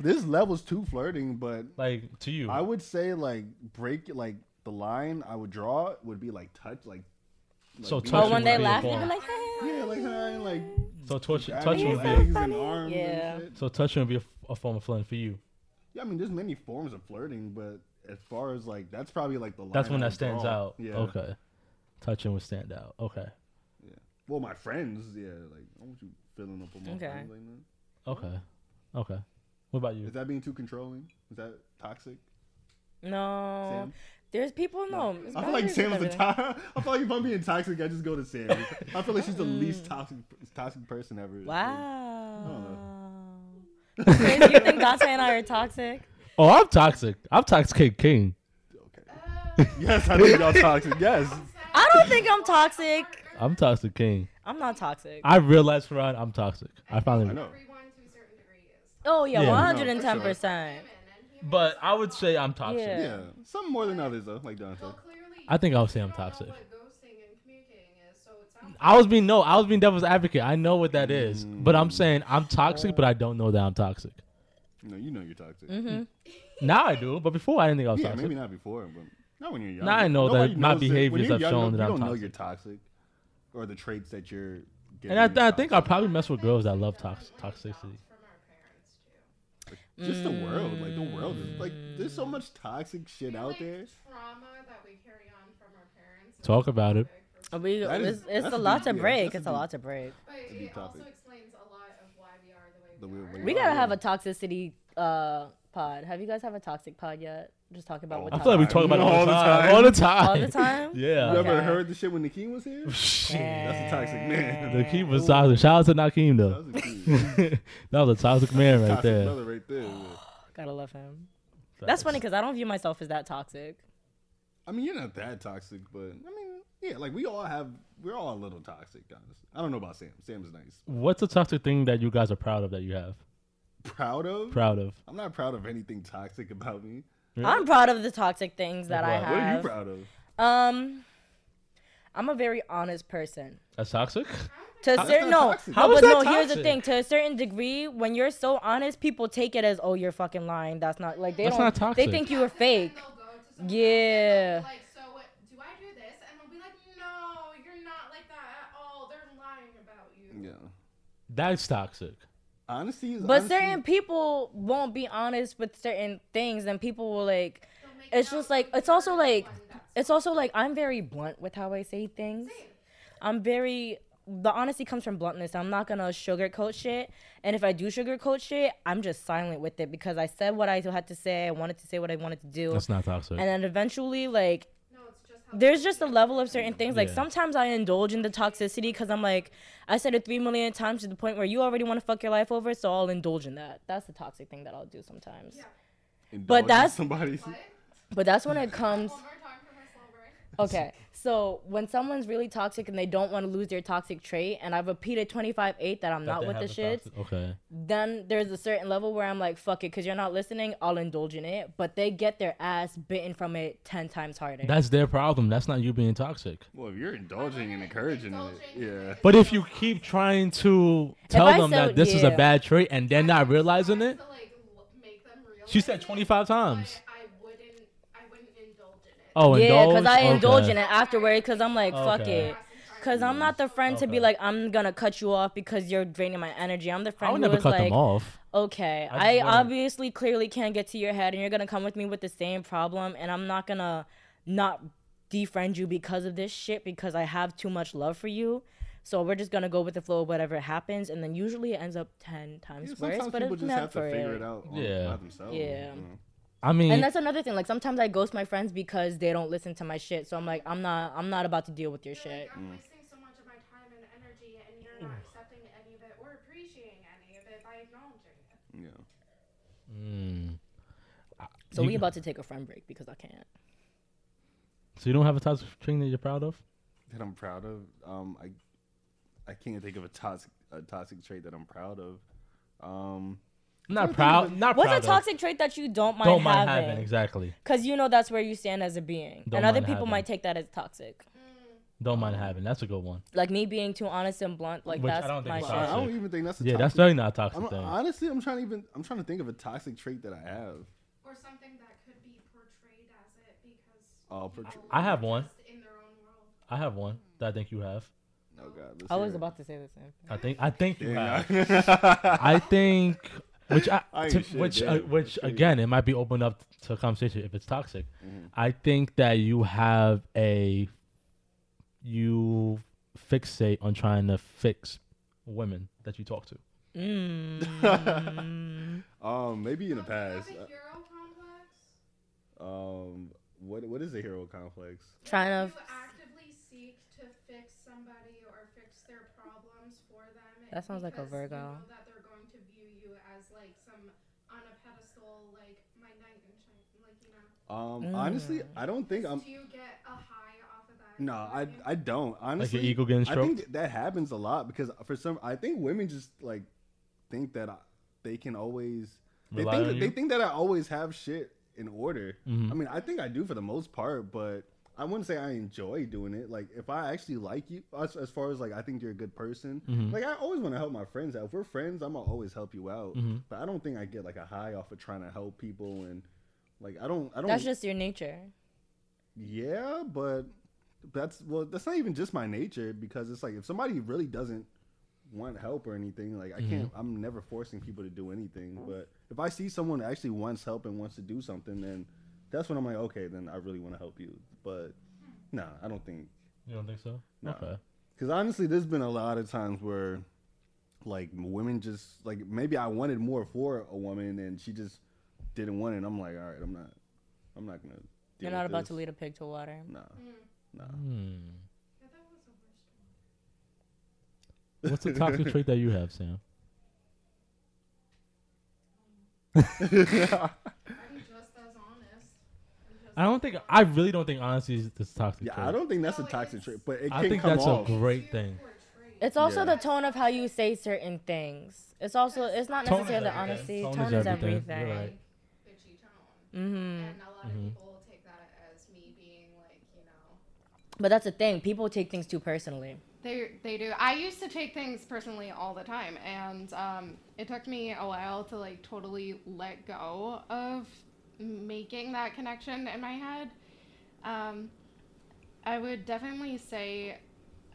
Speaker 2: There's levels to flirting, but
Speaker 1: Like to you.
Speaker 2: I would say like break like the line I would draw would be like touch like. like
Speaker 1: So
Speaker 2: being-
Speaker 1: touch
Speaker 3: Oh, when they
Speaker 1: would be a
Speaker 3: laugh, they be
Speaker 1: form.
Speaker 3: like, hey.
Speaker 2: Yeah, like hi, like
Speaker 1: so touch
Speaker 2: grabbing
Speaker 1: touch would be
Speaker 2: legs
Speaker 1: a,
Speaker 2: and arms
Speaker 3: Yeah.
Speaker 2: and shit.
Speaker 1: so touch would be a, f- a form of flirting for you.
Speaker 2: Yeah, I mean, there's many forms of flirting, but as far as like that's probably like the line
Speaker 1: That's when that
Speaker 2: I would
Speaker 1: stands
Speaker 2: draw.
Speaker 1: out.
Speaker 2: Yeah.
Speaker 1: Okay. Touching would stand out. Okay.
Speaker 2: Well, my friends, yeah, like I don't want you filling up on my
Speaker 3: Okay.
Speaker 2: friends like that.
Speaker 1: Okay. Okay. What about you?
Speaker 2: Is that being too controlling? Is that toxic?
Speaker 3: No.
Speaker 2: Sam?
Speaker 3: There's people, no.
Speaker 2: I feel like Sam is the
Speaker 3: top.
Speaker 2: top. (laughs) I feel like if I'm being toxic, I just go to Sam. I feel like she's the
Speaker 3: Mm.
Speaker 2: least toxic toxic person ever.
Speaker 3: Wow. Sam, you think Dante and I are toxic?
Speaker 1: Oh, I'm toxic. I'm toxic king.
Speaker 2: Okay. Yes, I think y'all toxic. Yes.
Speaker 3: (laughs) I don't think I'm toxic.
Speaker 1: I'm toxic king.
Speaker 3: I'm not toxic.
Speaker 1: I realized, Farad, I'm toxic. I
Speaker 2: I
Speaker 1: finally.
Speaker 2: know.
Speaker 7: Everyone to a certain degree is.
Speaker 3: Oh, yeah,
Speaker 1: Yeah.
Speaker 2: No, for
Speaker 3: 110%.
Speaker 2: sure.
Speaker 7: Women and humans
Speaker 1: But I would say I'm toxic.
Speaker 3: Yeah.
Speaker 2: Yeah. Some more than others though, like Dante.
Speaker 7: Well, clearly,
Speaker 1: I think I would say
Speaker 7: you
Speaker 1: I'm
Speaker 7: don't know
Speaker 1: toxic.
Speaker 7: what ghosting and communicating is, so it sounds
Speaker 1: I was being no, I was being devil's advocate. I know what that is, but
Speaker 2: Mm.
Speaker 1: I'm saying I'm toxic, but I don't know that I'm toxic.
Speaker 2: No, you know you're toxic.
Speaker 3: Mm-hmm.
Speaker 1: Now I do, but before I didn't think I was
Speaker 2: Yeah,
Speaker 1: Oh, toxic.
Speaker 2: maybe not before, but not when you're young.
Speaker 1: Now I know
Speaker 2: Nobody
Speaker 1: that my
Speaker 2: knows it. When
Speaker 1: behaviors
Speaker 2: you're
Speaker 1: have
Speaker 2: young,
Speaker 1: shown
Speaker 2: you
Speaker 1: that I'm
Speaker 2: don't know you're toxic, or the traits that you're.
Speaker 1: and I,
Speaker 2: getting
Speaker 1: th- I think I
Speaker 2: toxic.
Speaker 1: probably mess with girls that love tox- toxicity.
Speaker 7: from our parents too.
Speaker 2: just the world, like the world is like there's so much toxic shit out there.
Speaker 7: Trauma that we carry on from our parents. is
Speaker 1: Talk about it.
Speaker 7: big for-
Speaker 3: Are we,
Speaker 2: That is-
Speaker 3: it's it's
Speaker 2: that's
Speaker 3: a
Speaker 2: a
Speaker 3: lot
Speaker 2: deep-
Speaker 3: to
Speaker 2: yeah,
Speaker 3: break.
Speaker 2: that's a
Speaker 3: It's a
Speaker 2: deep-
Speaker 3: lot to break.
Speaker 7: But
Speaker 2: deep
Speaker 7: it also
Speaker 2: topic.
Speaker 7: explains a lot of why we are the way
Speaker 2: The
Speaker 7: we
Speaker 2: way
Speaker 7: are.
Speaker 2: we
Speaker 3: We
Speaker 2: Oh,
Speaker 3: gotta
Speaker 1: Um,
Speaker 2: yeah.
Speaker 3: have a toxicity uh, pod. Have you guys have a toxic pod yet? Just talk about what
Speaker 1: I
Speaker 2: Oh,
Speaker 1: feel like we
Speaker 2: Alright.
Speaker 1: talk about it all,
Speaker 2: All
Speaker 1: the
Speaker 2: the
Speaker 1: time.
Speaker 2: time.
Speaker 1: All the time.
Speaker 3: all the time.
Speaker 1: (laughs) Yeah.
Speaker 2: You ever
Speaker 3: Okay.
Speaker 2: heard the shit when Nakeem
Speaker 1: (laughs)
Speaker 2: was here?
Speaker 1: Shit.
Speaker 2: That's a toxic man. (laughs)
Speaker 1: Nakeem was toxic. Shout out to Nakeem though. (laughs)
Speaker 2: That was a dude.
Speaker 1: that was a toxic man right
Speaker 2: Toxic
Speaker 1: there.
Speaker 2: brother right there. yeah.
Speaker 3: Gotta love him. That's funny because I don't view myself as that toxic.
Speaker 2: I mean, you're not that toxic, but I mean, yeah, like we all have, we're all a little toxic, honestly. I don't know about Sam. Sam's nice.
Speaker 1: What's a toxic thing that you guys are proud of that you have?
Speaker 2: Proud of?
Speaker 1: Proud of.
Speaker 2: I'm not proud of anything toxic about me.
Speaker 1: Really?
Speaker 3: I'm proud of the toxic things that I
Speaker 1: Like
Speaker 3: have.
Speaker 2: What are you proud of?
Speaker 3: Um, I'm a very honest person.
Speaker 1: That's toxic?
Speaker 3: To a
Speaker 2: That's
Speaker 3: certain
Speaker 2: not
Speaker 3: no,
Speaker 2: toxic.
Speaker 1: How
Speaker 3: no,
Speaker 1: is
Speaker 3: but
Speaker 1: that
Speaker 3: no. Here's the
Speaker 1: toxic?
Speaker 3: thing: to a certain degree, when you're so honest, people take it as, "Oh, you're fucking lying." That's not like they
Speaker 1: That's
Speaker 3: don't.
Speaker 1: not toxic.
Speaker 3: They think you were fake.
Speaker 7: They'll go to someone
Speaker 3: Yeah.
Speaker 7: Else and they'll be like, so what? Do I do this? And we'll be like, no, you're not like that at all. They're lying about you.
Speaker 2: Yeah.
Speaker 1: That's toxic.
Speaker 2: Honesty is
Speaker 3: But
Speaker 2: honesty.
Speaker 3: certain people won't be honest with certain things, and people will like.
Speaker 7: They'll make
Speaker 3: It's
Speaker 7: it
Speaker 3: just
Speaker 7: out
Speaker 3: like
Speaker 7: to be
Speaker 3: it's also
Speaker 7: the
Speaker 3: like
Speaker 7: one that's
Speaker 3: it's also like I'm very blunt with how I say things. I'm very the honesty comes from bluntness. I'm not gonna sugarcoat shit. And if I do sugarcoat shit, I'm just silent with it because I said what I had to say. I wanted to say what I wanted to do.
Speaker 1: That's not toxic.
Speaker 3: and then eventually, like,
Speaker 7: No, it's just how
Speaker 3: there's just a level of certain things. Like
Speaker 1: Yeah.
Speaker 3: sometimes I indulge in the toxicity because I'm like, I said it three million times to the point where you already want to fuck your life over, so I'll indulge in that. That's the toxic thing that I'll do sometimes.
Speaker 2: Indulging
Speaker 3: that's-
Speaker 2: somebody's.
Speaker 3: But that's when it comes.
Speaker 7: One more time for my slumber.
Speaker 3: Okay, so when someone's really toxic and they don't want to lose their toxic trait, and I've repeated 25 8 that I'm
Speaker 1: That
Speaker 3: not
Speaker 1: they
Speaker 3: with the
Speaker 1: have
Speaker 3: shits,
Speaker 1: toxic- Okay.
Speaker 3: then there's a certain level where I'm like, fuck it, because you're not listening, I'll indulge in it. But they get their ass bitten from it 10 times harder.
Speaker 1: That's their problem. That's not you being toxic.
Speaker 2: Well, if you're indulging and encouraging
Speaker 7: Indulging.
Speaker 2: it,
Speaker 1: But if you keep trying to tell
Speaker 3: I
Speaker 1: them
Speaker 3: sell-
Speaker 1: that this is a
Speaker 3: yeah.
Speaker 1: bad trait and they're not realizing
Speaker 7: Trying
Speaker 1: it,
Speaker 7: to, like, l- make them realize
Speaker 1: she said
Speaker 7: it,
Speaker 1: 25 times.
Speaker 7: but I wouldn't. I wouldn't indulge in it.
Speaker 1: Oh,
Speaker 3: yeah,
Speaker 1: indulge?
Speaker 3: because I
Speaker 1: Okay.
Speaker 3: indulge in it afterward because I'm like, fuck
Speaker 1: Okay.
Speaker 3: it. Because I'm not the friend to
Speaker 1: Okay.
Speaker 3: be like, I'm going to cut you off because you're draining my energy. I'm the
Speaker 1: I
Speaker 3: friend
Speaker 1: would
Speaker 3: who
Speaker 1: never
Speaker 3: is
Speaker 1: cut
Speaker 3: like,
Speaker 1: them off.
Speaker 3: okay,
Speaker 1: I just
Speaker 3: I,
Speaker 1: wouldn't.
Speaker 3: obviously clearly can't get to your head, and you're gonna come with me with the same problem, and I'm not gonna not defriend you because of this shit because I have too much love for you. So we're just gonna go with the flow of whatever happens, and then usually it ends up ten
Speaker 2: yeah.
Speaker 3: times
Speaker 2: yeah
Speaker 3: worse.
Speaker 2: sometimes
Speaker 3: But
Speaker 2: people
Speaker 3: it's
Speaker 2: just have
Speaker 3: meant
Speaker 2: to
Speaker 3: for
Speaker 2: figure
Speaker 3: it.
Speaker 2: it out on,
Speaker 1: Yeah.
Speaker 2: by themselves.
Speaker 3: Yeah.
Speaker 2: you know?
Speaker 1: I mean,
Speaker 3: And that's another thing. Like sometimes I ghost my friends because they don't listen to my shit. So I'm like, I'm not, I'm not about to deal with your
Speaker 7: You're
Speaker 3: shit.
Speaker 7: Like,
Speaker 2: Mm.
Speaker 7: I'm wasting so much of my time and energy, and you're not accepting any of it or appreciating any of it by acknowledging it.
Speaker 2: Yeah.
Speaker 3: So
Speaker 1: You-
Speaker 3: we about to take a friend break because I can't.
Speaker 1: so you don't have a toxic thing that you're proud of?
Speaker 2: That I'm proud of. Um, I, I can't think of a toxic, a toxic trait that I'm proud of. Um,
Speaker 1: Not proud. Not
Speaker 3: What's
Speaker 1: proud.
Speaker 3: a toxic trait that you don't
Speaker 1: Of.
Speaker 3: mind
Speaker 1: Don't mind
Speaker 3: having?
Speaker 1: having exactly.
Speaker 3: Because you know that's where you stand as a being.
Speaker 1: Don't
Speaker 3: and other
Speaker 1: mind
Speaker 3: people
Speaker 1: having.
Speaker 3: might take that as toxic.
Speaker 1: Don't mind having. That's a good one.
Speaker 3: Like me being too honest and blunt, like
Speaker 1: Which I
Speaker 3: that's
Speaker 1: don't think
Speaker 3: my
Speaker 1: is
Speaker 2: I
Speaker 3: shit.
Speaker 1: toxic.
Speaker 2: don't even think that's a
Speaker 1: Yeah, that's
Speaker 2: toxic-
Speaker 1: definitely not a toxic
Speaker 2: I'm,
Speaker 1: thing.
Speaker 2: honestly, I'm trying to even. I'm trying to think of a toxic trait that I have.
Speaker 8: Or something that could be portrayed as it because
Speaker 2: Oh,
Speaker 8: people
Speaker 2: portray-
Speaker 1: I have
Speaker 8: are
Speaker 1: one.
Speaker 8: just In their own world.
Speaker 1: I have one that I think you have.
Speaker 2: Oh God. let's
Speaker 3: I was
Speaker 2: hear it.
Speaker 3: about to say the same.
Speaker 1: I think I think you
Speaker 2: Yeah.
Speaker 1: have. (laughs) I think which I,
Speaker 2: I ain't
Speaker 1: to-
Speaker 2: shit,
Speaker 1: which
Speaker 2: yeah,
Speaker 1: uh, which
Speaker 2: that's
Speaker 1: again it might be open up to conversation if it's toxic.
Speaker 2: Mm-hmm.
Speaker 1: I think that you have a you fixate on trying to fix women that you talk to.
Speaker 2: (laughs)
Speaker 1: (laughs)
Speaker 3: Mm.
Speaker 2: um, maybe in the
Speaker 8: Oh, do you have
Speaker 2: past. uh,
Speaker 8: a hero complex?
Speaker 2: Um, what what is a hero complex?
Speaker 3: Trying
Speaker 8: Like,
Speaker 3: to
Speaker 8: you actively seek to fix somebody or fix their problems for them.
Speaker 3: That sounds like a
Speaker 8: because
Speaker 3: Virgo.
Speaker 8: You know that they're going to view you as like some on a pedestal, like my knight in shining, like you know.
Speaker 2: Um, honestly, I don't think I'm.
Speaker 8: Do you get a high off of that?
Speaker 2: No, I I don't.
Speaker 1: Like
Speaker 2: Honestly,
Speaker 1: your ego getting
Speaker 2: I
Speaker 1: stroked.
Speaker 2: think that- that happens a lot because for some, I think women just like think that I, they can always. They
Speaker 1: Rely
Speaker 2: think,
Speaker 1: on
Speaker 2: that, they
Speaker 1: you? Mm-hmm.
Speaker 2: think that I always have shit in order. I mean, I think I do for the most part, but I wouldn't say I enjoy doing it. Like, if I actually like you, as, as far as like I think you're a good person,
Speaker 1: Mm-hmm.
Speaker 2: like I always want to help my friends out. If we're friends, I'm gonna always help you out.
Speaker 1: Mm-hmm.
Speaker 2: But I don't think I get like a high off of trying to help people and like I don't. I don't.
Speaker 3: That's just your nature.
Speaker 2: Yeah, but that's well, that's not even just my nature because it's like if somebody really doesn't want help or anything, like I
Speaker 3: Mm-hmm.
Speaker 2: can't, I'm never forcing people to do anything. But if I see someone that actually wants help and wants to do something, then that's when I'm like, okay, then I really want to help you. But nah, I don't think
Speaker 1: You don't think so?
Speaker 2: No.
Speaker 1: Okay.
Speaker 2: because honestly, there's been a lot of times where like women just like maybe I wanted more for a woman and she just didn't want it. and I'm like, all right, I'm not, I'm not gonna.
Speaker 3: You're not about to lead a pig to water.
Speaker 2: No, no.
Speaker 1: Hmm.
Speaker 2: (laughs)
Speaker 1: What's the toxic trait that you have, Sam?
Speaker 8: I'm just as honest. I'm just
Speaker 1: I don't think I really don't think honesty is this toxic.
Speaker 2: Yeah,
Speaker 1: trait.
Speaker 2: I don't think that's a
Speaker 8: No, it
Speaker 2: toxic
Speaker 8: is.
Speaker 2: trait, but it
Speaker 1: I
Speaker 2: can
Speaker 1: think
Speaker 2: come
Speaker 1: that's a
Speaker 2: off.
Speaker 1: gr- Great
Speaker 8: you
Speaker 1: thing.
Speaker 8: portray
Speaker 3: It's also
Speaker 2: Yeah.
Speaker 3: the tone of how you say certain things. It's also it's not
Speaker 1: Tone is
Speaker 3: necessarily the honesty.
Speaker 1: everything.
Speaker 3: Tone,
Speaker 1: Tone is
Speaker 3: is everything.
Speaker 1: everything. You're right.
Speaker 8: bitchy tone.
Speaker 3: Mm-hmm.
Speaker 8: And a lot of people take that as me being like, you know,
Speaker 3: But that's the thing. People take things too personally.
Speaker 7: They they do. I used to take things personally all the time, and um, it took me a while to like totally let go of making that connection in my head. Um, I would definitely say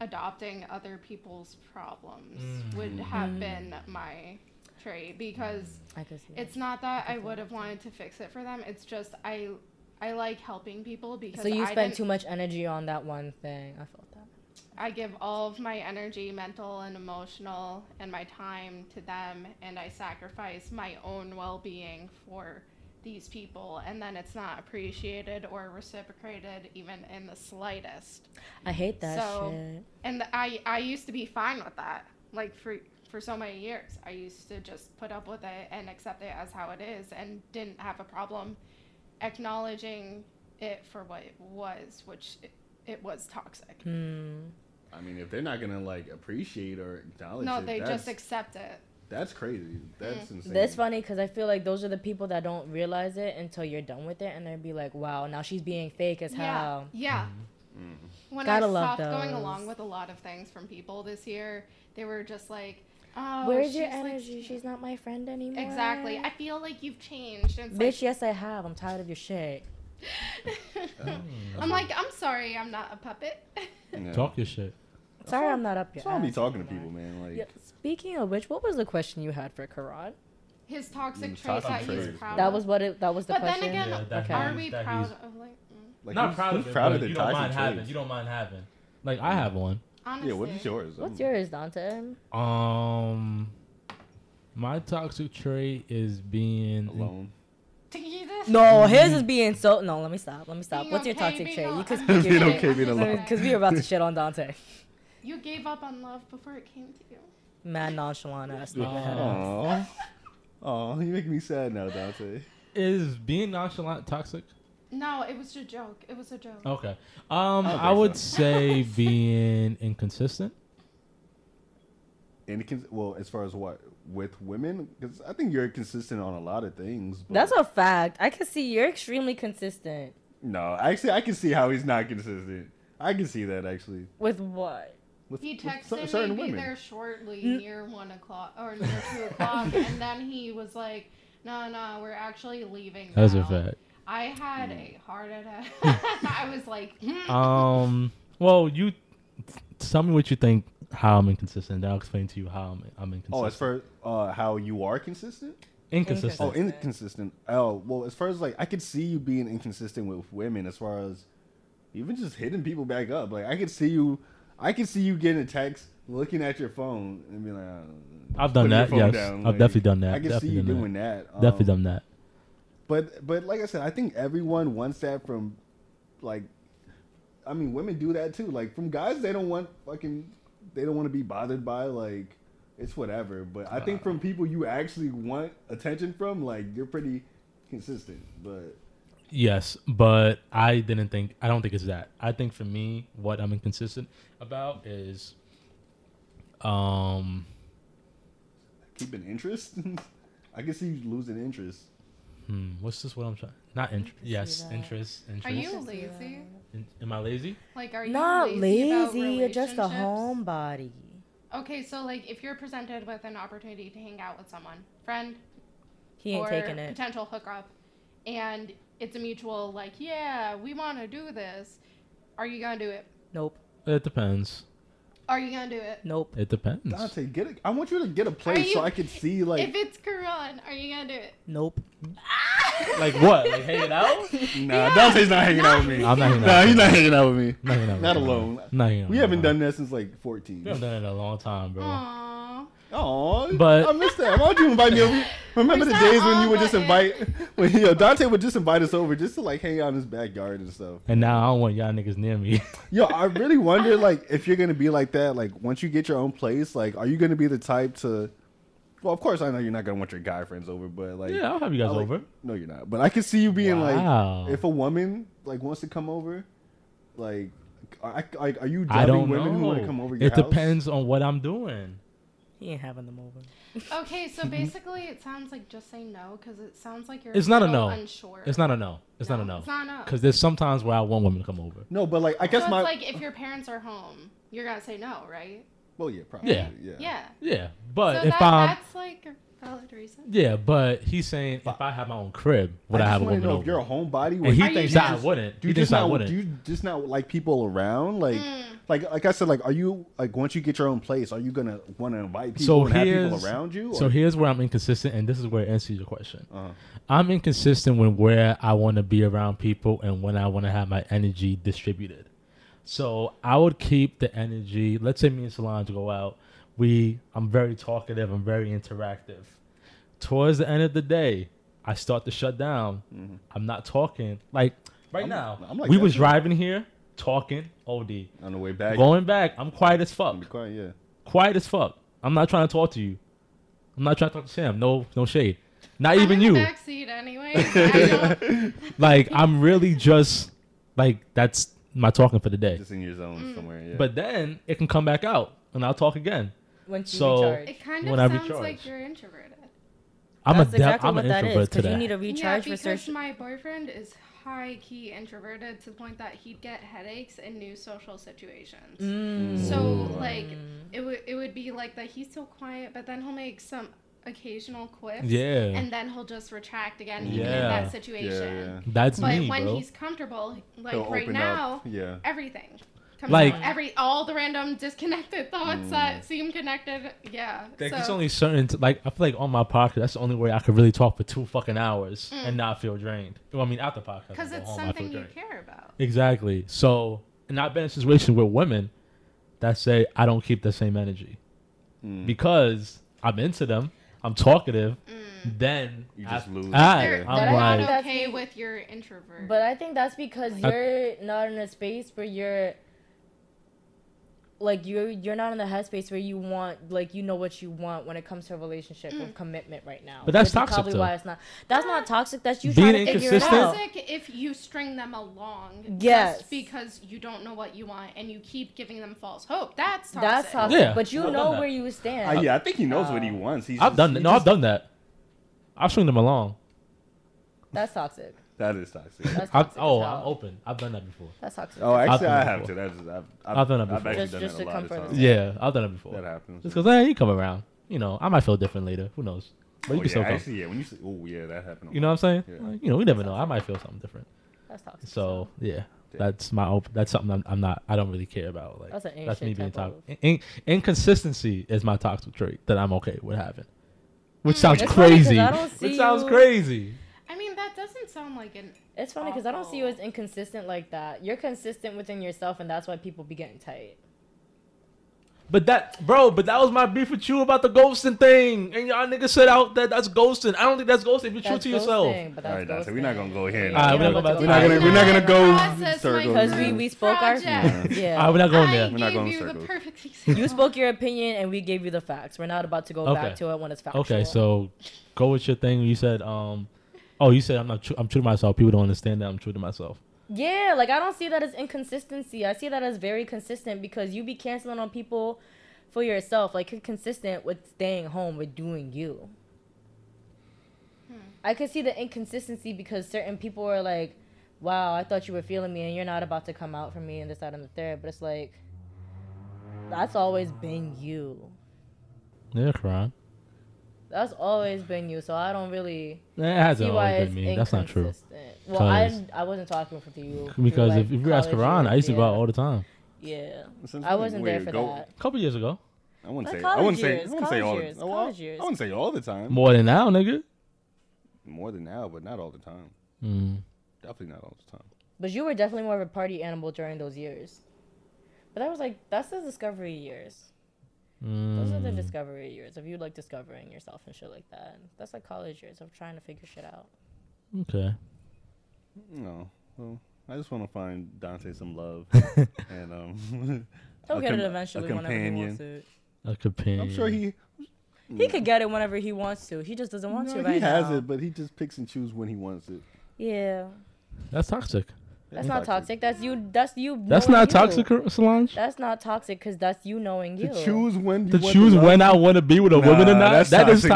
Speaker 7: adopting other people's problems would
Speaker 3: Mm-hmm.
Speaker 7: have been my trait because
Speaker 3: I could see.
Speaker 7: it's not that I would have wanted to fix it for them. It's just I I like helping people
Speaker 3: that.
Speaker 7: because
Speaker 3: so you
Speaker 7: I
Speaker 3: spend
Speaker 7: didn't-
Speaker 3: too much energy on that one thing. I felt that.
Speaker 7: I give all of my energy, mental and emotional, and my time to them, and I sacrifice my own well being for these people, and then it's not appreciated or reciprocated even in the slightest.
Speaker 3: I hate that
Speaker 7: So-
Speaker 3: shit.
Speaker 7: And I, I used to be fine with that. Like, for, for so many years, I used to just put up with it and accept it as how it is, and didn't have a problem acknowledging it for what it was, which it, it was toxic.
Speaker 3: Hmm.
Speaker 2: I mean, if they're not gonna like appreciate or acknowledge
Speaker 7: No,
Speaker 2: it,
Speaker 7: they
Speaker 2: that's,
Speaker 7: just Mm. accept it.
Speaker 2: that's crazy. That's insane.
Speaker 3: That's funny because I feel like those are the people that don't realize it until you're done with it, and they'd be like, "Wow, now she's being fake as hell."
Speaker 7: Yeah. yeah.
Speaker 2: Mm-hmm.
Speaker 7: When
Speaker 3: Gotta
Speaker 7: I
Speaker 3: love
Speaker 7: stopped going
Speaker 3: those.
Speaker 7: along with a lot of things from people this year, they were just like, "Oh,
Speaker 3: Where's your
Speaker 7: she's, like,
Speaker 3: energy? she's not my friend anymore.
Speaker 7: exactly. I feel like you've changed." And it's
Speaker 3: Bitch,
Speaker 7: (laughs)
Speaker 3: yes, I have. I'm tired of your shit.
Speaker 7: like,
Speaker 2: Oh,
Speaker 7: I'm like, "I'm sorry, I'm not a puppet." (laughs)
Speaker 2: Yeah.
Speaker 1: Talk your shit.
Speaker 3: Sorry, I'm not up your
Speaker 2: That's why I be
Speaker 3: ass
Speaker 2: talking to
Speaker 3: anymore.
Speaker 2: people, man. Like,
Speaker 3: Yeah, speaking of which, what was the question you had for Karan?
Speaker 7: His toxic
Speaker 2: Mm,
Speaker 7: traits
Speaker 2: toxic
Speaker 7: that he's
Speaker 2: traits.
Speaker 7: proud.
Speaker 3: That
Speaker 7: of.
Speaker 3: was what it. That was the
Speaker 7: Um, But then
Speaker 3: question.
Speaker 7: again,
Speaker 1: Yeah, that
Speaker 7: are
Speaker 1: he's-
Speaker 7: we
Speaker 1: that
Speaker 7: proud
Speaker 1: he's-
Speaker 7: of like? mm,
Speaker 2: like
Speaker 1: not
Speaker 2: who's-
Speaker 1: proud
Speaker 2: who's
Speaker 1: of it.
Speaker 2: proud
Speaker 1: but
Speaker 2: of their
Speaker 1: you don't mind
Speaker 2: toxic
Speaker 1: having.
Speaker 2: traits?
Speaker 1: You don't mind having. Like I have one.
Speaker 7: Honestly.
Speaker 2: Yeah, what is yours?
Speaker 3: What's
Speaker 2: I'm-
Speaker 3: yours, Dante?
Speaker 1: Um, my toxic trait is being (laughs)
Speaker 2: Alone.
Speaker 7: (laughs)
Speaker 1: Mm-hmm.
Speaker 3: No, his is being so. No, let me stop. Let me stop.
Speaker 7: Being
Speaker 3: What's your
Speaker 7: okay,
Speaker 3: toxic
Speaker 7: being
Speaker 3: trait?
Speaker 7: al-
Speaker 3: You
Speaker 7: (laughs)
Speaker 3: can
Speaker 7: I'm
Speaker 3: speak
Speaker 2: Being
Speaker 3: your
Speaker 2: okay, being alone.
Speaker 3: because we were about to shit on Dante.
Speaker 7: You gave up on love before it came to you.
Speaker 3: Mad nonchalant ass. nigga.
Speaker 2: Aw, aw, you make me sad now, Dante.
Speaker 1: is being nonchalant toxic.
Speaker 7: No, it was a joke. It was a joke.
Speaker 1: Okay. Um,
Speaker 2: don't
Speaker 1: I
Speaker 2: think
Speaker 1: would (laughs) say being
Speaker 2: (laughs)
Speaker 1: inconsistent.
Speaker 2: And it can, well, as far as what with women, because I think you're consistent on a lot of things. But
Speaker 3: That's a fact. I can see you're extremely consistent.
Speaker 2: no. Actually, I can see how he's not consistent. I can see that actually.
Speaker 3: With what?
Speaker 2: With,
Speaker 7: He
Speaker 2: with cer-
Speaker 7: texted me
Speaker 2: certain
Speaker 7: be
Speaker 2: women.
Speaker 7: there shortly near one o'clock or near two o'clock, and then he was like, "No, no, we're actually leaving."
Speaker 1: That's a
Speaker 7: now."
Speaker 1: fact.
Speaker 7: I had
Speaker 2: Mm.
Speaker 7: a
Speaker 2: (laughs)
Speaker 7: heart attack. I was like, "Hmm."
Speaker 1: Um. Well, you tell me what you think. How I'm inconsistent. I'll explain to you how I'm, I'm inconsistent.
Speaker 2: Oh, as far uh, how you are consistent.
Speaker 1: inconsistent.
Speaker 2: Oh,
Speaker 3: Inconsistent.
Speaker 2: inconsistent. Oh, well, as far as like I could see you being inconsistent with women, as far as even just hitting people back up. Like I could see you, I could see you getting a text, looking at your phone, and be like, uh,
Speaker 1: I've done
Speaker 2: putting your
Speaker 1: that,
Speaker 2: phone
Speaker 1: yes. I've definitely done that,
Speaker 2: I could see
Speaker 1: definitely
Speaker 2: you
Speaker 1: done that.
Speaker 2: doing that. um,
Speaker 1: Definitely done that.
Speaker 2: But but like I said, I think everyone wants that from, like, I mean, women do that too. Like from guys, they don't want fucking, they don't want to be bothered by like. It's whatever, but I think from people you actually want attention from, like you're pretty consistent. But
Speaker 1: Yes, but I didn't think. I don't think it's that. I think for me, what I'm inconsistent about is, um,
Speaker 2: keeping interest, (laughs) I can see you losing interest.
Speaker 1: hmm, what's this? What I'm trying? Not interest.
Speaker 3: can see
Speaker 1: Yes,
Speaker 3: that.
Speaker 1: interest. Interest.
Speaker 7: "Are you
Speaker 3: Just do
Speaker 7: lazy?
Speaker 1: In- am I lazy?
Speaker 7: Like, are you
Speaker 3: Not
Speaker 7: lazy? about
Speaker 3: lazy. You're just a
Speaker 7: relationships?
Speaker 3: homebody.
Speaker 7: Okay, so like, if you're presented with an opportunity to hang out with someone, friend,
Speaker 3: He ain't
Speaker 7: or
Speaker 3: taking
Speaker 7: (laughs)
Speaker 3: it.
Speaker 7: potential hookup, and it's a mutual like, yeah, we want to do this. Are you gonna do it?
Speaker 3: Nope.
Speaker 1: It depends.
Speaker 7: Are you gonna do it?
Speaker 3: Nope.
Speaker 1: It depends.
Speaker 2: Dante, get a, I want you to get a
Speaker 7: Are
Speaker 2: place
Speaker 7: you-
Speaker 2: so I can see like
Speaker 7: if it's Quran, are you gonna do it?
Speaker 3: Nope.
Speaker 1: Like what? Like hanging
Speaker 2: (laughs)
Speaker 1: out?
Speaker 2: Nah, Dante's not hanging out with me.
Speaker 1: I'm not hanging
Speaker 2: Nah,
Speaker 1: out.
Speaker 2: he's not hanging out with me.
Speaker 1: Not hanging out with
Speaker 2: Not
Speaker 1: you.
Speaker 2: alone.
Speaker 1: Not hanging out
Speaker 2: We
Speaker 1: with
Speaker 2: haven't
Speaker 1: you.
Speaker 2: done that since like
Speaker 1: We haven't
Speaker 2: 14.
Speaker 1: done it in a long time, bro.
Speaker 7: Aww.
Speaker 2: Oh,
Speaker 1: But-
Speaker 2: I missed that. Why would you invite me over? Remember the
Speaker 7: Is that
Speaker 2: days when you
Speaker 7: all
Speaker 2: would just
Speaker 7: that-
Speaker 2: invite, when you know, Dante would just invite us over just to like hang out in his backyard and stuff.
Speaker 1: And now I don't want y'all niggas near me. (laughs)
Speaker 2: Yo, I really wonder like if you're gonna be like that. Like once you get your own place, like are you gonna be the type to? Well, of course I know you're not gonna want your guy friends over, but like
Speaker 1: yeah, I'll have you guys
Speaker 2: I, like-
Speaker 1: over.
Speaker 2: No, you're not. But I can see you being
Speaker 1: Wow.
Speaker 2: like, if a woman like wants to come over, like, are, I- are you
Speaker 1: I
Speaker 2: judging
Speaker 1: don't
Speaker 2: women
Speaker 1: know.
Speaker 2: who want to come over your
Speaker 1: it
Speaker 2: house?
Speaker 1: depends on what I'm doing.
Speaker 3: He ain't having them over.
Speaker 7: Okay,
Speaker 1: (laughs)
Speaker 7: so basically, it sounds like just say no because it sounds like you're.
Speaker 1: It's not a
Speaker 7: little
Speaker 1: no.
Speaker 7: Unsure.
Speaker 1: It's not a no. It's not a no.
Speaker 7: It's not a no.
Speaker 1: Because there's sometimes where I want women to come over.
Speaker 2: No, but like I
Speaker 7: So
Speaker 2: guess
Speaker 7: it's
Speaker 2: my
Speaker 7: like if your parents are home, you're gonna say no, right?
Speaker 2: well yeah probably
Speaker 1: Yeah.
Speaker 2: yeah
Speaker 7: Yeah.
Speaker 1: Yeah, but
Speaker 7: so
Speaker 1: if
Speaker 7: that,
Speaker 1: I'm
Speaker 7: that's like a valid reason.
Speaker 1: yeah, but he's saying if I have my own crib, would I,
Speaker 2: just
Speaker 1: have a
Speaker 2: wanna
Speaker 1: woman
Speaker 2: know
Speaker 1: over?
Speaker 2: if you're a homebody?
Speaker 1: and
Speaker 2: When
Speaker 1: he
Speaker 7: Are you
Speaker 1: thinks that I
Speaker 7: just-
Speaker 1: wouldn't.
Speaker 2: do
Speaker 1: he
Speaker 2: you
Speaker 1: thinks
Speaker 2: just
Speaker 1: I
Speaker 2: not
Speaker 1: wouldn't.
Speaker 2: do you just not like people around? Like like like I said, like are you like once you get your own place, are you gonna want to invite people
Speaker 1: so
Speaker 2: and have
Speaker 1: here's
Speaker 2: people around you?
Speaker 1: so
Speaker 2: or-
Speaker 1: here's where I'm inconsistent, and this is where it answers your question.
Speaker 2: Uh-huh.
Speaker 1: I'm inconsistent when where I want to be around people and when I want to have my energy distributed. So I would keep the energy. Let's say me and Solange go out. We, I'm very talkative. I'm very interactive. Towards the end of the day, I start to shut down. I'm not talking. Like right
Speaker 2: Mm-hmm.
Speaker 1: now,
Speaker 2: I'm- I'm like
Speaker 1: we
Speaker 2: that
Speaker 1: was
Speaker 2: too.
Speaker 1: driving here, talking. Od.
Speaker 2: on the way back,
Speaker 1: Going back, I'm quiet as fuck.
Speaker 2: be quiet, yeah.
Speaker 1: Quiet as fuck. I'm not trying to talk to you. I'm not trying to talk to Sam. No, no shade. (laughs) Not even
Speaker 7: I'm in
Speaker 1: you
Speaker 7: the Backseat anyway.
Speaker 1: (laughs)
Speaker 7: I don't-
Speaker 1: like I'm really just like that's my talking for the day.
Speaker 2: (laughs) Just in your zone somewhere. Yeah.
Speaker 1: But then it can come back out and I'll talk again.
Speaker 3: When she
Speaker 1: So-
Speaker 3: recharge.
Speaker 7: it kind of
Speaker 1: When I
Speaker 7: sounds
Speaker 1: recharge.
Speaker 7: like you're introverted.
Speaker 1: I'm
Speaker 3: That's
Speaker 1: a de-
Speaker 3: exactly
Speaker 1: I'm
Speaker 3: what
Speaker 1: an
Speaker 3: that is.
Speaker 1: introvert to
Speaker 3: Because you
Speaker 1: that.
Speaker 3: need a
Speaker 7: yeah,
Speaker 3: recharge for
Speaker 7: because
Speaker 3: search.
Speaker 7: my boyfriend is high key introverted to the point that he'd get headaches in new social situations.
Speaker 3: Mm.
Speaker 7: So like it would it would be like that he's so quiet, but then he'll make some occasional quips.
Speaker 1: yeah,
Speaker 7: And then he'll just retract again, even in
Speaker 1: Yeah.
Speaker 7: that
Speaker 2: yeah,
Speaker 7: situation.
Speaker 2: yeah.
Speaker 1: that's
Speaker 7: But
Speaker 1: me,
Speaker 7: when
Speaker 1: bro.
Speaker 7: he's comfortable, like
Speaker 2: They'll
Speaker 7: right
Speaker 2: open
Speaker 7: now,
Speaker 2: up. yeah.
Speaker 7: everything. Comes
Speaker 1: Like-
Speaker 7: like every all the random disconnected thoughts
Speaker 2: Mm.
Speaker 7: that seem connected. Yeah.
Speaker 1: Like,
Speaker 7: so
Speaker 1: it's only certain t- like I feel like on my podcast that's the only way I could really talk for two fucking hours and not feel drained. Well, I mean after podcast I
Speaker 7: because
Speaker 1: go
Speaker 7: it's
Speaker 1: home, I feel
Speaker 7: something you
Speaker 1: drained.
Speaker 7: care about.
Speaker 1: Exactly. So and I've been in situations with women that say I don't keep the same energy
Speaker 2: Mm.
Speaker 1: because I'm into them. I'm talkative.
Speaker 3: Mm.
Speaker 1: Then
Speaker 2: You just lose.
Speaker 1: I,
Speaker 7: They're,
Speaker 1: I'm
Speaker 7: they're
Speaker 1: like,
Speaker 7: not
Speaker 3: That's
Speaker 7: okay
Speaker 3: me.
Speaker 7: with your introvert.
Speaker 3: But I think that's because you're not in a space where you're like you're you're not in the headspace where you want like you know what you want when it comes to a relationship
Speaker 7: Mm.
Speaker 3: or commitment right now.
Speaker 1: But that's
Speaker 3: which is
Speaker 1: toxic,
Speaker 3: Probably
Speaker 1: though.
Speaker 3: why it's not. That's not toxic. That's you
Speaker 1: Being
Speaker 3: trying to figure it
Speaker 7: it's
Speaker 1: inconsistent-
Speaker 3: out.
Speaker 7: toxic if you string them along
Speaker 3: Yes.
Speaker 7: just because you don't know what you want and you keep giving them false hope. That's toxic.
Speaker 3: That's toxic.
Speaker 1: Yeah,
Speaker 3: But you
Speaker 1: I've done
Speaker 3: know
Speaker 1: that.
Speaker 3: where you
Speaker 2: Uh,
Speaker 3: stand.
Speaker 2: yeah, I think he knows what he
Speaker 3: Uh,
Speaker 2: wants. He's
Speaker 1: I've
Speaker 2: just-
Speaker 1: done
Speaker 2: he
Speaker 1: that. No,
Speaker 2: just-
Speaker 1: I've done that. I've swung them along.
Speaker 3: That's toxic.
Speaker 2: That is toxic.
Speaker 3: That's
Speaker 1: I,
Speaker 3: toxic as
Speaker 1: oh,
Speaker 3: hell.
Speaker 1: I'm open. I've done that before.
Speaker 3: That's toxic.
Speaker 2: Oh,
Speaker 1: I've
Speaker 2: actually,
Speaker 1: done
Speaker 2: I
Speaker 1: it
Speaker 2: have
Speaker 1: before.
Speaker 2: to. That's just, I've,
Speaker 1: I've done it
Speaker 2: I've
Speaker 1: before.
Speaker 2: actually
Speaker 3: Just-
Speaker 2: done
Speaker 3: just
Speaker 2: it a
Speaker 3: to
Speaker 2: lot of
Speaker 3: comfort
Speaker 2: times.
Speaker 3: the-
Speaker 1: Yeah, I've done it before.
Speaker 2: that
Speaker 1: Just 'cause
Speaker 2: happens.
Speaker 1: Just because hey, you come around, you know, I might feel different later. Who knows? But you
Speaker 2: oh,
Speaker 1: can still
Speaker 2: yeah,
Speaker 1: come.
Speaker 2: actually, yeah. When you say, oh yeah, that happened. a
Speaker 1: you know what I'm saying?
Speaker 2: Yeah.
Speaker 1: Like, you know, we never know. I might feel something different.
Speaker 3: That's toxic. as
Speaker 1: So
Speaker 3: hell.
Speaker 1: yeah,
Speaker 2: Yeah.
Speaker 1: that's my op- that's something I'm, I'm not I don't really care about. Like
Speaker 3: That's an ain't
Speaker 1: me
Speaker 3: shit
Speaker 1: being
Speaker 3: type
Speaker 1: toxic. In- inconsistency is my toxic trait that I'm okay with having, which sounds
Speaker 3: Hmm, It's funny 'cause
Speaker 1: crazy.
Speaker 3: I don't
Speaker 1: Which
Speaker 3: see
Speaker 1: sounds
Speaker 3: you-
Speaker 1: crazy.
Speaker 4: I mean, that doesn't sound like an.
Speaker 3: It's funny because I don't see you as
Speaker 7: Oh.
Speaker 4: Awful.
Speaker 3: inconsistent like that. You're consistent within yourself, and that's why people be getting tight.
Speaker 1: But that, bro, but that was my beef with you about the ghosting thing, and y'all niggas said out that that's ghosting. I don't think that's ghosting. If you're true
Speaker 3: That's
Speaker 1: to yourself,
Speaker 3: ghosting, but
Speaker 2: All
Speaker 3: that's
Speaker 2: right, Dante, we're not gonna go here.
Speaker 1: All right,
Speaker 2: now.
Speaker 1: we're not gonna-
Speaker 2: We're not gonna. We're not gonna go in
Speaker 4: Process my
Speaker 2: circles.
Speaker 3: because we, we spoke our
Speaker 4: Project.
Speaker 1: All right,
Speaker 3: (laughs) yeah.
Speaker 1: we're not going
Speaker 4: I
Speaker 1: there.
Speaker 4: gave
Speaker 2: We're not going in
Speaker 4: you the
Speaker 2: circles.
Speaker 4: perfect
Speaker 3: (laughs) You
Speaker 4: example.
Speaker 3: spoke your opinion, and we gave you the facts. We're not about to go
Speaker 1: Okay.
Speaker 3: back to it when it's factual.
Speaker 1: Okay, so go with your thing. You said, um, oh, you said I'm not. Tr- I'm true to myself. People don't understand that I'm true to myself.
Speaker 3: Yeah, like I don't see that as inconsistency. I see that as very consistent because you be canceling on people for yourself. Like you're consistent with staying home with doing you. I could see the inconsistency because certain people are like, "Wow, I thought you were feeling me, and you're not about to come out for me," and this, that, and the third. But it's like, that's always been you.
Speaker 1: Yeah, Quran.
Speaker 3: That's always been you. So I don't really
Speaker 1: It hasn't
Speaker 3: see why
Speaker 1: always
Speaker 3: it's
Speaker 1: been me. That's not true.
Speaker 3: inconsistent. Well, I
Speaker 1: 'Cause-
Speaker 3: I wasn't talking for you through,
Speaker 1: Because
Speaker 3: like,
Speaker 1: if, if you ask
Speaker 3: college
Speaker 1: Quran,
Speaker 3: years.
Speaker 1: I used to go out
Speaker 3: Yeah.
Speaker 1: all the time.
Speaker 3: Yeah.
Speaker 2: Since
Speaker 3: I
Speaker 2: when-
Speaker 3: wasn't
Speaker 2: wait,
Speaker 3: there for
Speaker 2: go-
Speaker 3: that.
Speaker 1: A couple years ago,
Speaker 2: I wouldn't
Speaker 3: Like
Speaker 2: say. I
Speaker 3: college
Speaker 2: wouldn't say. I
Speaker 3: years,
Speaker 2: wouldn't say all.
Speaker 3: college
Speaker 2: the-
Speaker 3: years,
Speaker 2: well,
Speaker 3: college years.
Speaker 2: I wouldn't say all the time.
Speaker 1: more than now, nigga.
Speaker 2: More than now, but not all the time.
Speaker 1: Mm.
Speaker 2: Definitely not all the time.
Speaker 3: But you were definitely more of a party animal during those years. But that was like that's the discovery years. Those are the
Speaker 1: Mm.
Speaker 3: discovery years of you like discovering yourself and shit like that. That's like college years of trying to figure shit out.
Speaker 1: Okay.
Speaker 2: No. Well, I just want to find Dante
Speaker 3: (laughs)
Speaker 2: some love and um.
Speaker 3: He'll
Speaker 2: (laughs) a
Speaker 3: get
Speaker 2: com-
Speaker 3: it eventually
Speaker 2: A
Speaker 3: whenever he
Speaker 2: companion.
Speaker 3: wants it.
Speaker 1: A companion.
Speaker 2: I'm sure he.
Speaker 3: He could get it whenever he wants to. He just doesn't want
Speaker 2: No,
Speaker 3: to right
Speaker 2: he has
Speaker 3: now.
Speaker 2: it, but he just picks and chooses when he wants it.
Speaker 3: yeah.
Speaker 1: That's toxic.
Speaker 3: That's not toxic. That's you that's you
Speaker 1: That's
Speaker 3: knowing
Speaker 1: not
Speaker 3: you.
Speaker 1: toxic, Solange.
Speaker 3: That's not toxic because that's you knowing you.
Speaker 2: To choose when you
Speaker 1: To
Speaker 2: want
Speaker 1: choose
Speaker 2: love?
Speaker 1: when I want to be with a woman or
Speaker 2: Nah,
Speaker 1: not,
Speaker 2: that's
Speaker 1: that is
Speaker 2: toxic,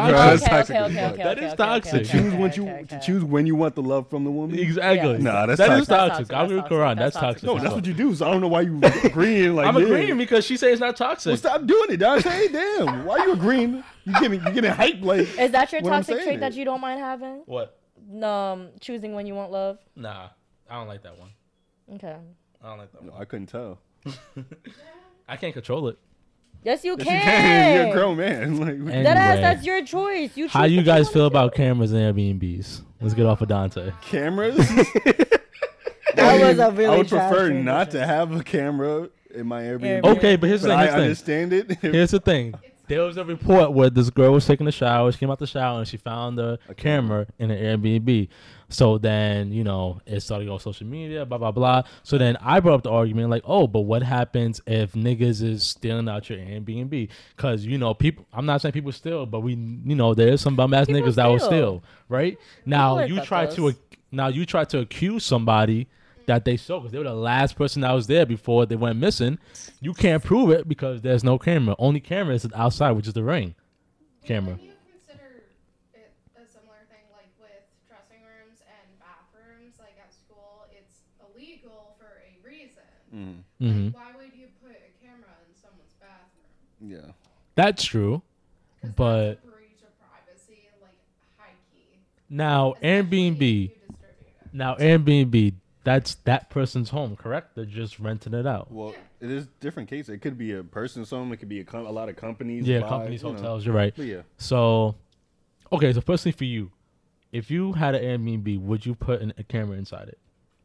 Speaker 1: toxic.
Speaker 2: bro. That's toxic as fuck.
Speaker 1: That is toxic.
Speaker 2: to
Speaker 1: Okay,
Speaker 2: choose when
Speaker 3: okay,
Speaker 2: you
Speaker 3: okay,
Speaker 2: to
Speaker 3: okay.
Speaker 2: choose when you want the love from the
Speaker 1: (laughs)
Speaker 2: woman.
Speaker 1: Exactly.
Speaker 2: Nah, that's
Speaker 1: That is toxic.
Speaker 2: toxic.
Speaker 3: That's
Speaker 1: I'm
Speaker 3: toxic,
Speaker 1: with
Speaker 3: that's
Speaker 1: Quran.
Speaker 3: toxic,
Speaker 1: That's
Speaker 3: that's
Speaker 1: toxic.
Speaker 2: No,
Speaker 3: toxic.
Speaker 2: that's what you do. So I don't know
Speaker 3: (laughs)
Speaker 2: why you agreeing. Like
Speaker 1: I'm
Speaker 2: yeah.
Speaker 1: agreeing because she says it's not toxic.
Speaker 2: Well, stop doing it, Dante. Damn, why you agreeing? You getting you getting hype like?
Speaker 3: Is that your
Speaker 2: when I'm
Speaker 3: toxic
Speaker 2: saying
Speaker 3: trait
Speaker 2: it.
Speaker 3: that you don't mind having?
Speaker 1: What?
Speaker 3: Um, choosing when you want love.
Speaker 1: Nah, I don't like that one.
Speaker 3: Okay.
Speaker 1: I don't like that
Speaker 2: No, I couldn't tell.
Speaker 1: I can't control it.
Speaker 3: Yes, you
Speaker 2: Yes,
Speaker 3: can.
Speaker 2: you can. (laughs) You're a grown man. Like, what
Speaker 1: And-
Speaker 2: you-
Speaker 3: That ass,
Speaker 1: Anyway.
Speaker 3: that's your choice. You.
Speaker 1: How
Speaker 3: choose
Speaker 1: you
Speaker 3: what
Speaker 1: guys
Speaker 3: wanna
Speaker 1: feel
Speaker 3: do.
Speaker 1: about cameras and Airbnbs? Let's get off of Dante. (laughs)
Speaker 2: cameras?
Speaker 3: That was a
Speaker 2: I
Speaker 3: really
Speaker 2: would
Speaker 3: trash
Speaker 2: prefer not to
Speaker 3: transition.
Speaker 2: have a camera in my Airbnb.
Speaker 3: Airbnb.
Speaker 1: Okay, but here's Oh, the
Speaker 2: But
Speaker 1: thing.
Speaker 2: I
Speaker 1: Here's the thing.
Speaker 2: understand it. (laughs)
Speaker 1: Here's the thing. There was a report where this girl was taking a shower. She came out the shower and she found a, camera in an Airbnb. So then, you know, it started going on social media, blah, blah, blah. So then I brought up the argument like, oh, but what happens if niggas is stealing out your Airbnb? Because, you know, people, I'm not saying people steal, but we, you know, there's some bum ass
Speaker 3: People
Speaker 1: niggas that will
Speaker 3: steal.
Speaker 1: steal, right? Now
Speaker 3: are
Speaker 1: you try to,
Speaker 3: cuckoos.
Speaker 1: ac- now you try to accuse somebody that they stole because they were the last person that was there before they went missing. You can't prove it because there's no camera. Only camera is outside, which is the ring camera.
Speaker 7: Can you consider it a similar thing, like with dressing rooms and bathrooms? Like at school, it's illegal for a reason.
Speaker 2: Mhm.
Speaker 1: hmm
Speaker 7: Like, why would you put a camera in someone's bathroom?
Speaker 2: Yeah.
Speaker 1: That's true.
Speaker 7: 'Cause
Speaker 1: But-
Speaker 7: that's a breach of privacy, like high key.
Speaker 1: Now
Speaker 7: especially if
Speaker 1: Airbnb,
Speaker 7: you distribute it.
Speaker 1: now Airbnb, that's that person's home, correct? They're just renting it out.
Speaker 2: Well, it is different case. It could be a person, some. It could be a, com- a lot of companies.
Speaker 1: Yeah,
Speaker 2: buy,
Speaker 1: companies,
Speaker 2: you know.
Speaker 1: hotels. You're right.
Speaker 2: But yeah,
Speaker 1: So, okay. So firstly, for you, if you had an Airbnb, would you put an, a camera inside it?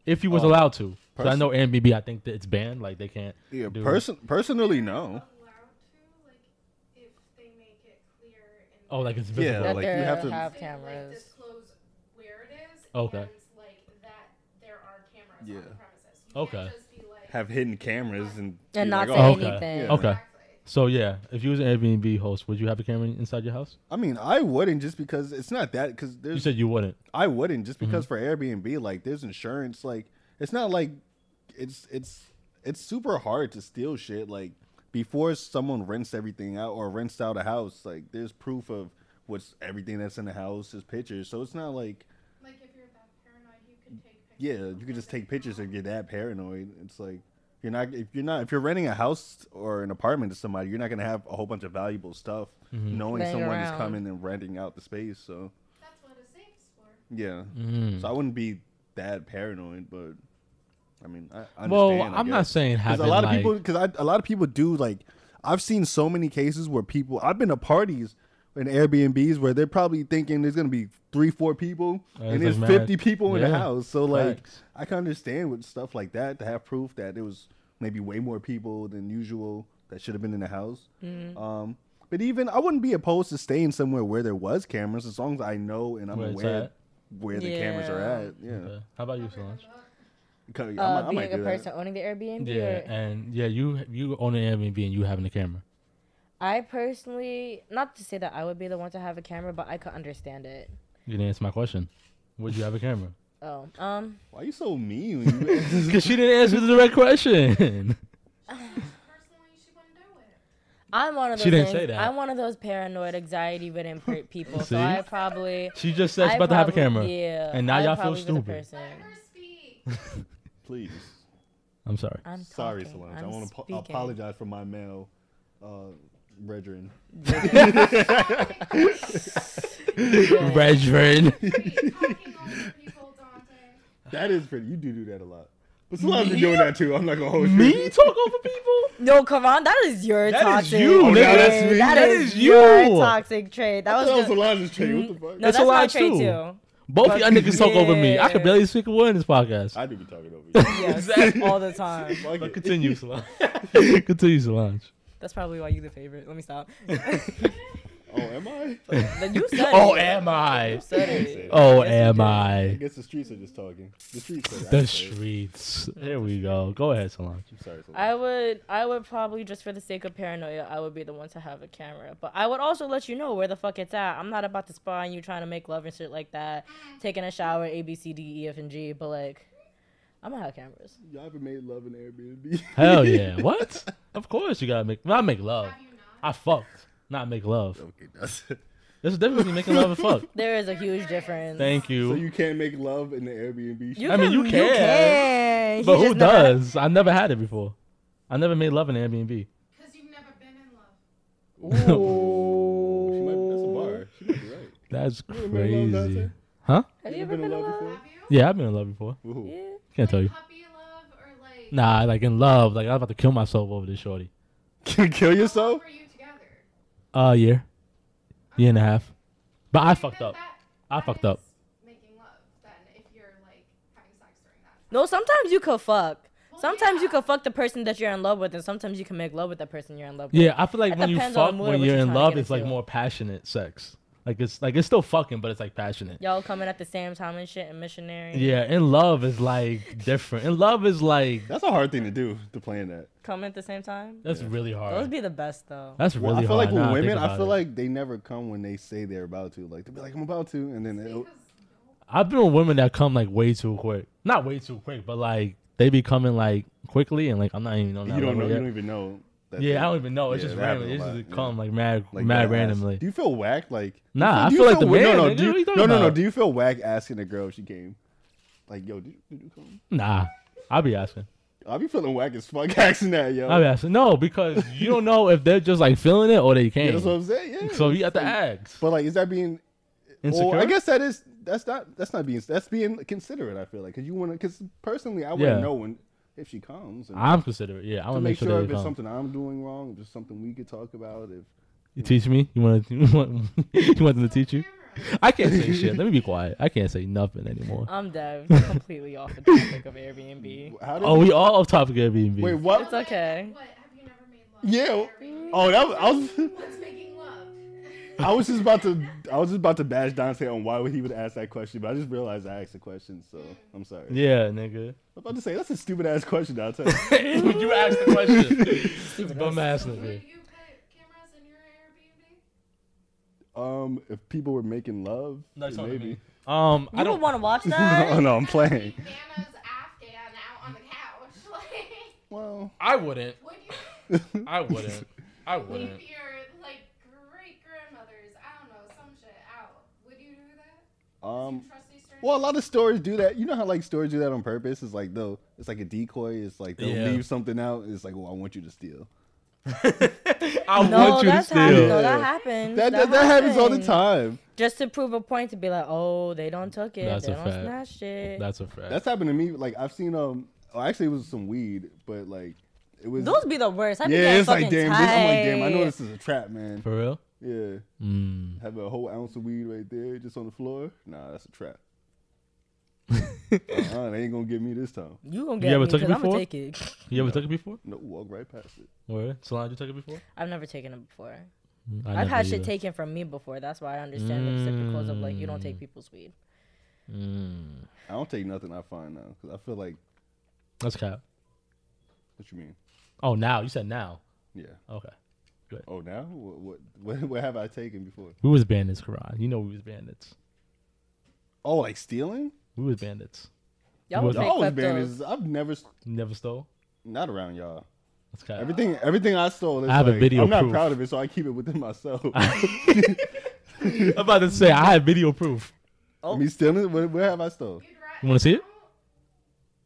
Speaker 1: If you was
Speaker 2: Oh,
Speaker 1: allowed to, 'Cause I
Speaker 2: person-
Speaker 1: know Airbnb, I think that it's banned. Like they can't.
Speaker 2: yeah.
Speaker 1: do-
Speaker 2: Person, personally, no.
Speaker 7: allowed to, like, if they make it clear in
Speaker 1: Oh, like it's
Speaker 2: Yeah,
Speaker 1: visible.
Speaker 2: like,
Speaker 3: That
Speaker 2: you
Speaker 3: they
Speaker 2: have to-
Speaker 7: They,
Speaker 3: have
Speaker 7: like,
Speaker 3: cameras.
Speaker 7: disclose where it is.
Speaker 1: Okay.
Speaker 7: And, like, that there are cameras on
Speaker 2: Yeah.
Speaker 7: the premises. You
Speaker 1: Okay.
Speaker 7: Can't just be like,
Speaker 2: Have hidden cameras and
Speaker 3: And
Speaker 2: be
Speaker 3: not
Speaker 2: like,
Speaker 3: say
Speaker 2: "Oh,
Speaker 1: okay.
Speaker 3: anything.
Speaker 2: Yeah.
Speaker 1: Okay.
Speaker 7: Exactly.
Speaker 1: So yeah, if you was an Airbnb host, would you have a camera inside your house?
Speaker 2: I mean, I wouldn't just because it's not that because
Speaker 1: You
Speaker 2: there's
Speaker 1: said you wouldn't.
Speaker 2: I wouldn't just because for Airbnb like there's insurance like it's not like it's it's it's super hard to steal shit like before someone rents everything out or rents out a house like there's proof of what's everything that's in the house is pictures so it's not like
Speaker 7: Like, if you're that paranoid, you could
Speaker 2: yeah, you could just take pictures and get that paranoid. It's like you're not if you're not if you're renting a house or an apartment to somebody, you're not gonna have a whole bunch of valuable stuff knowing
Speaker 3: Laying
Speaker 2: someone is
Speaker 3: around.
Speaker 2: coming and renting out the space. So
Speaker 7: That's what a safe's for.
Speaker 2: yeah, so I wouldn't be that paranoid, but I mean, I, I
Speaker 1: Mm.
Speaker 2: understand.
Speaker 1: Well,
Speaker 2: I
Speaker 1: I'm not
Speaker 2: guess.
Speaker 1: saying
Speaker 2: Because
Speaker 1: having
Speaker 2: a lot
Speaker 1: like,
Speaker 2: of people, because a lot of people do like. I've seen so many cases where people. I've been to parties in Airbnbs where they're probably thinking there's gonna be three, four people,
Speaker 1: Oh,
Speaker 2: and
Speaker 1: it's
Speaker 2: there's
Speaker 1: like mad.
Speaker 2: fifty people in the
Speaker 1: Yeah.
Speaker 2: house. So like,
Speaker 1: Facts.
Speaker 2: I can understand with stuff like that to have proof that there was maybe way more people than usual that should have been in the house. Um, but even I wouldn't be opposed to staying somewhere where there was cameras as long as I know and I'm
Speaker 1: Where it's
Speaker 2: aware
Speaker 1: at.
Speaker 2: where the cameras are
Speaker 3: Yeah.
Speaker 2: at. Yeah,
Speaker 1: Okay. How about you, Solange?
Speaker 2: Cut- I
Speaker 3: Uh,
Speaker 2: might- I might
Speaker 3: being a
Speaker 2: do that.
Speaker 3: person owning the Airbnb.
Speaker 1: Yeah,
Speaker 3: or-
Speaker 1: and yeah, you you own an Airbnb and you having the camera.
Speaker 3: I personally, not to say that I would be the one to have a camera, but I could understand it.
Speaker 1: You didn't answer my question. Would you have a camera?
Speaker 3: Oh, um,
Speaker 2: Why you so
Speaker 1: (laughs)
Speaker 2: mean? When you (laughs)
Speaker 1: Because she didn't answer the direct question.
Speaker 7: Personally, she wouldn't do it.
Speaker 3: I'm one of those.
Speaker 1: She didn't
Speaker 3: things-
Speaker 1: say that.
Speaker 3: I'm one of those paranoid, anxiety-ridden per- people.
Speaker 1: See?
Speaker 3: So I probably.
Speaker 1: she just said she's
Speaker 3: I
Speaker 1: about to have a
Speaker 3: probably-
Speaker 1: camera.
Speaker 3: Yeah.
Speaker 1: And now
Speaker 3: I'd
Speaker 1: y'all feel
Speaker 3: probably be the
Speaker 1: stupid.
Speaker 7: Let
Speaker 3: person.
Speaker 7: her speak.
Speaker 2: Please.
Speaker 1: I'm sorry.
Speaker 3: I'm
Speaker 2: Sorry,
Speaker 3: talking.
Speaker 2: Solange. i
Speaker 3: I'm
Speaker 2: want to
Speaker 3: speaking.
Speaker 2: apologize for my male uh, brethren.
Speaker 3: (laughs)
Speaker 1: Regin.
Speaker 7: Wait, talking over people, Dante.
Speaker 2: That is pretty. You do do that a lot. But Solange been doing that too. I'm not going to hold (laughs) you.
Speaker 1: Me talk over people?
Speaker 3: No, Karan, that is your
Speaker 1: That is
Speaker 3: toxic.
Speaker 1: you,
Speaker 2: Oh,
Speaker 1: nigga.
Speaker 2: now that's
Speaker 3: trait.
Speaker 2: me.
Speaker 3: That
Speaker 1: That
Speaker 3: is,
Speaker 1: is
Speaker 3: your
Speaker 1: you.
Speaker 3: toxic trait. That was,
Speaker 2: That was
Speaker 3: good.
Speaker 2: Solange's trait. What the fuck?
Speaker 3: No, that's,
Speaker 1: That's
Speaker 3: my
Speaker 1: Solange
Speaker 3: trait
Speaker 1: too.
Speaker 3: too.
Speaker 1: Both of y'all niggas talk over me. I could
Speaker 3: Yeah.
Speaker 1: barely speak a word in this podcast.
Speaker 2: I do be talking
Speaker 3: (laughs)
Speaker 2: over you.
Speaker 3: Yes,
Speaker 1: (laughs)
Speaker 3: all the time.
Speaker 2: Fuck
Speaker 1: But
Speaker 3: (laughs)
Speaker 2: it.
Speaker 1: continue, Solange. (laughs) continue, Solange.
Speaker 3: That's probably why you the favorite. Let me stop.
Speaker 2: Oh, am I?
Speaker 1: (laughs)
Speaker 3: Then you said
Speaker 1: Oh,
Speaker 3: it.
Speaker 1: am I?
Speaker 3: Said
Speaker 2: I
Speaker 3: it.
Speaker 2: said-
Speaker 1: Oh,
Speaker 3: Yes,
Speaker 1: am
Speaker 3: you did.
Speaker 2: I
Speaker 1: I?
Speaker 2: guess the streets are just talking. The streets are
Speaker 1: The
Speaker 2: I'm sorry.
Speaker 1: streets. There we go. Go ahead, Solange.
Speaker 2: I'm sorry, Solange.
Speaker 3: I would, I would probably just for the sake of paranoia, I would be the one to have a camera. But I would also let you know where the fuck it's at. I'm not about to spy on you trying to make love and shit like that, taking a shower, A B C D E F and G. But like, I'm gonna have cameras.
Speaker 2: Y'all ever made love in (laughs) Airbnb?
Speaker 1: Hell
Speaker 3: (laughs)
Speaker 1: yeah. What? Of course you gotta make. Not make love.
Speaker 7: Have you not?
Speaker 1: I fucked. Not make love.
Speaker 2: okay, that's it.
Speaker 1: There's a difference between making love and fuck.
Speaker 3: There is a huge difference.
Speaker 1: Thank you.
Speaker 2: So you can't make love in the Airbnb?
Speaker 1: I mean, you can.
Speaker 3: can.
Speaker 1: but
Speaker 3: You
Speaker 1: who
Speaker 3: just never-
Speaker 1: does? I never had it before. I never made love in an Airbnb.
Speaker 7: Because you've never been in love.
Speaker 2: (laughs) She might be, that's a bar. She might be right.
Speaker 1: That's
Speaker 2: ever made love,
Speaker 1: crazy.
Speaker 2: Dante?
Speaker 1: Huh?
Speaker 3: Have
Speaker 2: You ever been in love before?
Speaker 7: Have you?
Speaker 1: Yeah, I've been in love before.
Speaker 2: With who?
Speaker 3: Yeah.
Speaker 1: Can't tell you.
Speaker 7: Puppy love or like
Speaker 1: Nah, like in love. Like I was about to kill myself over this shorty.
Speaker 2: (laughs) Can you kill
Speaker 7: how long
Speaker 2: yourself?
Speaker 7: were you together?
Speaker 1: A year, year and a half. But I fucked
Speaker 7: Then
Speaker 1: up.
Speaker 7: that-
Speaker 1: I
Speaker 7: that
Speaker 1: fucked
Speaker 7: is
Speaker 1: up.
Speaker 7: Making love then if you're like having sex during that. time.
Speaker 3: No, sometimes you could fuck.
Speaker 7: Well,
Speaker 3: Sometimes you
Speaker 7: yeah.
Speaker 3: could fuck the person that you're in love with, and sometimes you can make love with the person you're in love with.
Speaker 1: Yeah, I feel like
Speaker 3: It
Speaker 1: when you
Speaker 3: depends on
Speaker 1: fuck,
Speaker 3: the mood
Speaker 1: when
Speaker 3: of what
Speaker 1: you're
Speaker 3: you're
Speaker 1: in
Speaker 3: trying to
Speaker 1: love,
Speaker 3: get
Speaker 1: it's like
Speaker 3: into.
Speaker 1: more passionate sex. Like it's like it's still fucking, but it's like passionate.
Speaker 3: Y'all coming at the same time and shit and missionary.
Speaker 1: Yeah, in love is like different. In love is like
Speaker 2: That's a hard thing to do, to plan that.
Speaker 3: Coming at the same time.
Speaker 1: that's really
Speaker 3: Those
Speaker 1: hard.
Speaker 3: be the best though.
Speaker 1: That's
Speaker 2: Well,
Speaker 1: really
Speaker 2: I feel
Speaker 1: hard.
Speaker 2: like
Speaker 1: now
Speaker 2: with
Speaker 1: that
Speaker 2: women,
Speaker 1: think
Speaker 2: I
Speaker 1: about
Speaker 2: feel
Speaker 1: it.
Speaker 2: like they never come when they say they're about to. Like they'll be like, "I'm about to," and then it'll,
Speaker 1: I've been with women that come like way too quick. Not way too quick, but like they be coming like quickly and like I'm not even on that
Speaker 2: you don't know.
Speaker 1: level
Speaker 2: You
Speaker 1: yet.
Speaker 2: don't even know. That
Speaker 1: yeah,
Speaker 2: they-
Speaker 1: I don't even know. It's
Speaker 2: Yeah,
Speaker 1: just
Speaker 2: that
Speaker 1: random. It's
Speaker 2: happens a
Speaker 1: just
Speaker 2: lot, yeah.
Speaker 1: come like mad,
Speaker 2: Like,
Speaker 1: mad
Speaker 2: they'll
Speaker 1: randomly.
Speaker 2: Ask, do you feel whack? Like
Speaker 1: Nah,
Speaker 2: do
Speaker 1: I feel
Speaker 2: you
Speaker 1: like the
Speaker 2: whack-
Speaker 1: women,
Speaker 2: No, no,
Speaker 1: nigga,
Speaker 2: do
Speaker 1: what you
Speaker 2: you,
Speaker 1: talking
Speaker 2: no, no, no.
Speaker 1: about?
Speaker 2: Do you feel whack asking a girl if she came? Like, yo, did you, did you come?
Speaker 1: Nah, I'll be asking.
Speaker 2: I be feeling whack as fuck (laughs) asking that, yo.
Speaker 1: I'll be asking. No, because you don't know if they're just like feeling it or they
Speaker 2: yeah,
Speaker 1: can't.
Speaker 2: that's what I'm saying. Yeah.
Speaker 1: so you have to ask.
Speaker 2: but like, is that being?
Speaker 1: Insecure.
Speaker 2: Well, I guess that is. That's not. That's not being. That's being considerate. I feel like because you want to. Because personally, I want to
Speaker 1: Yeah.
Speaker 2: know when if she comes. And,
Speaker 1: I'm considerate. Yeah, I
Speaker 2: to
Speaker 1: want
Speaker 2: make sure
Speaker 1: they
Speaker 2: if it's
Speaker 1: come.
Speaker 2: something I'm doing wrong, if it's something we could talk about. If
Speaker 1: You teach me. You want to? (laughs) You want, you want them to teach you?
Speaker 7: Camera.
Speaker 1: I can't say shit. Let me be quiet. I can't say nothing
Speaker 2: (laughs)
Speaker 1: anymore. (laughs)
Speaker 3: I'm dead. completely off the topic of Airbnb.
Speaker 2: how did
Speaker 1: Oh, we all off topic of Airbnb.
Speaker 2: wait what?
Speaker 3: It's okay.
Speaker 7: What have you never made love?
Speaker 2: Yeah.
Speaker 7: Very-
Speaker 2: Oh, that was, I was (laughs)
Speaker 7: What's making love?
Speaker 2: I was just about to I was just about to bash Dante on why would he would ask that question, but I just realized I asked the question, so I'm sorry. I
Speaker 1: Yeah, nigga.
Speaker 2: was about to say that's a stupid ass question,
Speaker 1: (laughs)
Speaker 2: Dante.
Speaker 1: Would you ask the question? Bum ass nigga.
Speaker 7: Would you put cameras in your Airbnb?
Speaker 2: um, if people were making love,
Speaker 1: No, it's not
Speaker 2: maybe.
Speaker 1: Um, I
Speaker 3: You don't
Speaker 1: don't.
Speaker 3: want to watch that.
Speaker 2: (laughs) no, no, I'm
Speaker 7: Gotta
Speaker 2: playing.
Speaker 7: be Nana's Afghan out on the couch. Like,
Speaker 2: Well,
Speaker 1: I wouldn't.
Speaker 7: would you
Speaker 1: I wouldn't. I
Speaker 7: leave
Speaker 3: (laughs)
Speaker 1: wouldn't.
Speaker 7: your like great grandmother's, I don't know, some shit out? Would you do that?
Speaker 2: um,
Speaker 7: Trusty stranger?
Speaker 2: Well, a lot of stores do that. You know how like stores do that on purpose. It's like though, it's like a decoy. It's like they'll
Speaker 1: Yeah.
Speaker 2: leave something out. It's like, well, I want you to steal.
Speaker 1: I
Speaker 3: No,
Speaker 1: want you to
Speaker 3: that's happened.
Speaker 1: steal.
Speaker 3: No, that
Speaker 2: Yeah.
Speaker 3: happens.
Speaker 2: That that, that happens all the
Speaker 3: happens.
Speaker 2: time.
Speaker 3: Just to prove a point, to be like, oh, they don't took it.
Speaker 1: That's
Speaker 3: they
Speaker 1: a
Speaker 3: don't
Speaker 1: fact.
Speaker 3: snatch it.
Speaker 1: That's a fact.
Speaker 2: That's happened to me. Like I've seen um. Oh, actually, it was some weed, but like it was.
Speaker 3: Those be the worst. I be
Speaker 2: yeah,
Speaker 3: getting
Speaker 2: it's like
Speaker 3: fucking
Speaker 2: damn. This, I'm like
Speaker 3: tight.
Speaker 2: damn. I know this is a trap, man.
Speaker 1: For real?
Speaker 2: Yeah,
Speaker 1: Mm.
Speaker 2: have a whole ounce of weed right there, just on the floor. Nah, that's a trap. uh-uh, they ain't gonna get me this time.
Speaker 3: You gonna
Speaker 1: You
Speaker 3: get
Speaker 1: ever
Speaker 3: me
Speaker 1: took it
Speaker 3: 'cause I'ma
Speaker 1: before?
Speaker 3: take it. (laughs)
Speaker 1: You ever took it before?
Speaker 2: No, walk right past it.
Speaker 1: Where? Solange, you took it before?
Speaker 3: I've never taken it before.
Speaker 1: I
Speaker 3: I've
Speaker 1: never
Speaker 3: had shit
Speaker 1: either.
Speaker 3: taken from me before. That's why I understand the reciprocals of like you don't take people's weed.
Speaker 1: Mm.
Speaker 2: I don't take nothing I find now because I feel like
Speaker 1: That's cap.
Speaker 2: what you mean.
Speaker 1: Oh, now you said now.
Speaker 2: Yeah.
Speaker 1: Okay.
Speaker 2: Oh, now what? What? (laughs) What, what have I taken before?
Speaker 1: We was bandits, Karan. You know we was bandits.
Speaker 2: Oh, like stealing?
Speaker 1: We was bandits.
Speaker 3: Y'all
Speaker 1: Well,
Speaker 3: was
Speaker 1: They
Speaker 2: I
Speaker 3: fake
Speaker 2: always
Speaker 3: kleptos.
Speaker 2: been is I've never s-
Speaker 1: Never stole.
Speaker 2: not around y'all.
Speaker 1: That's cap.
Speaker 2: Everything, everything I stole. Is
Speaker 1: I have a
Speaker 2: like,
Speaker 1: video
Speaker 2: I'm not
Speaker 1: proof.
Speaker 2: proud of it, so I keep it within
Speaker 1: (laughs)
Speaker 2: myself.
Speaker 1: I'm about to say I have video proof. Oh.
Speaker 2: (laughs) Me stealing? Where, where have I stole?
Speaker 7: You'd ra-
Speaker 1: You want to see it?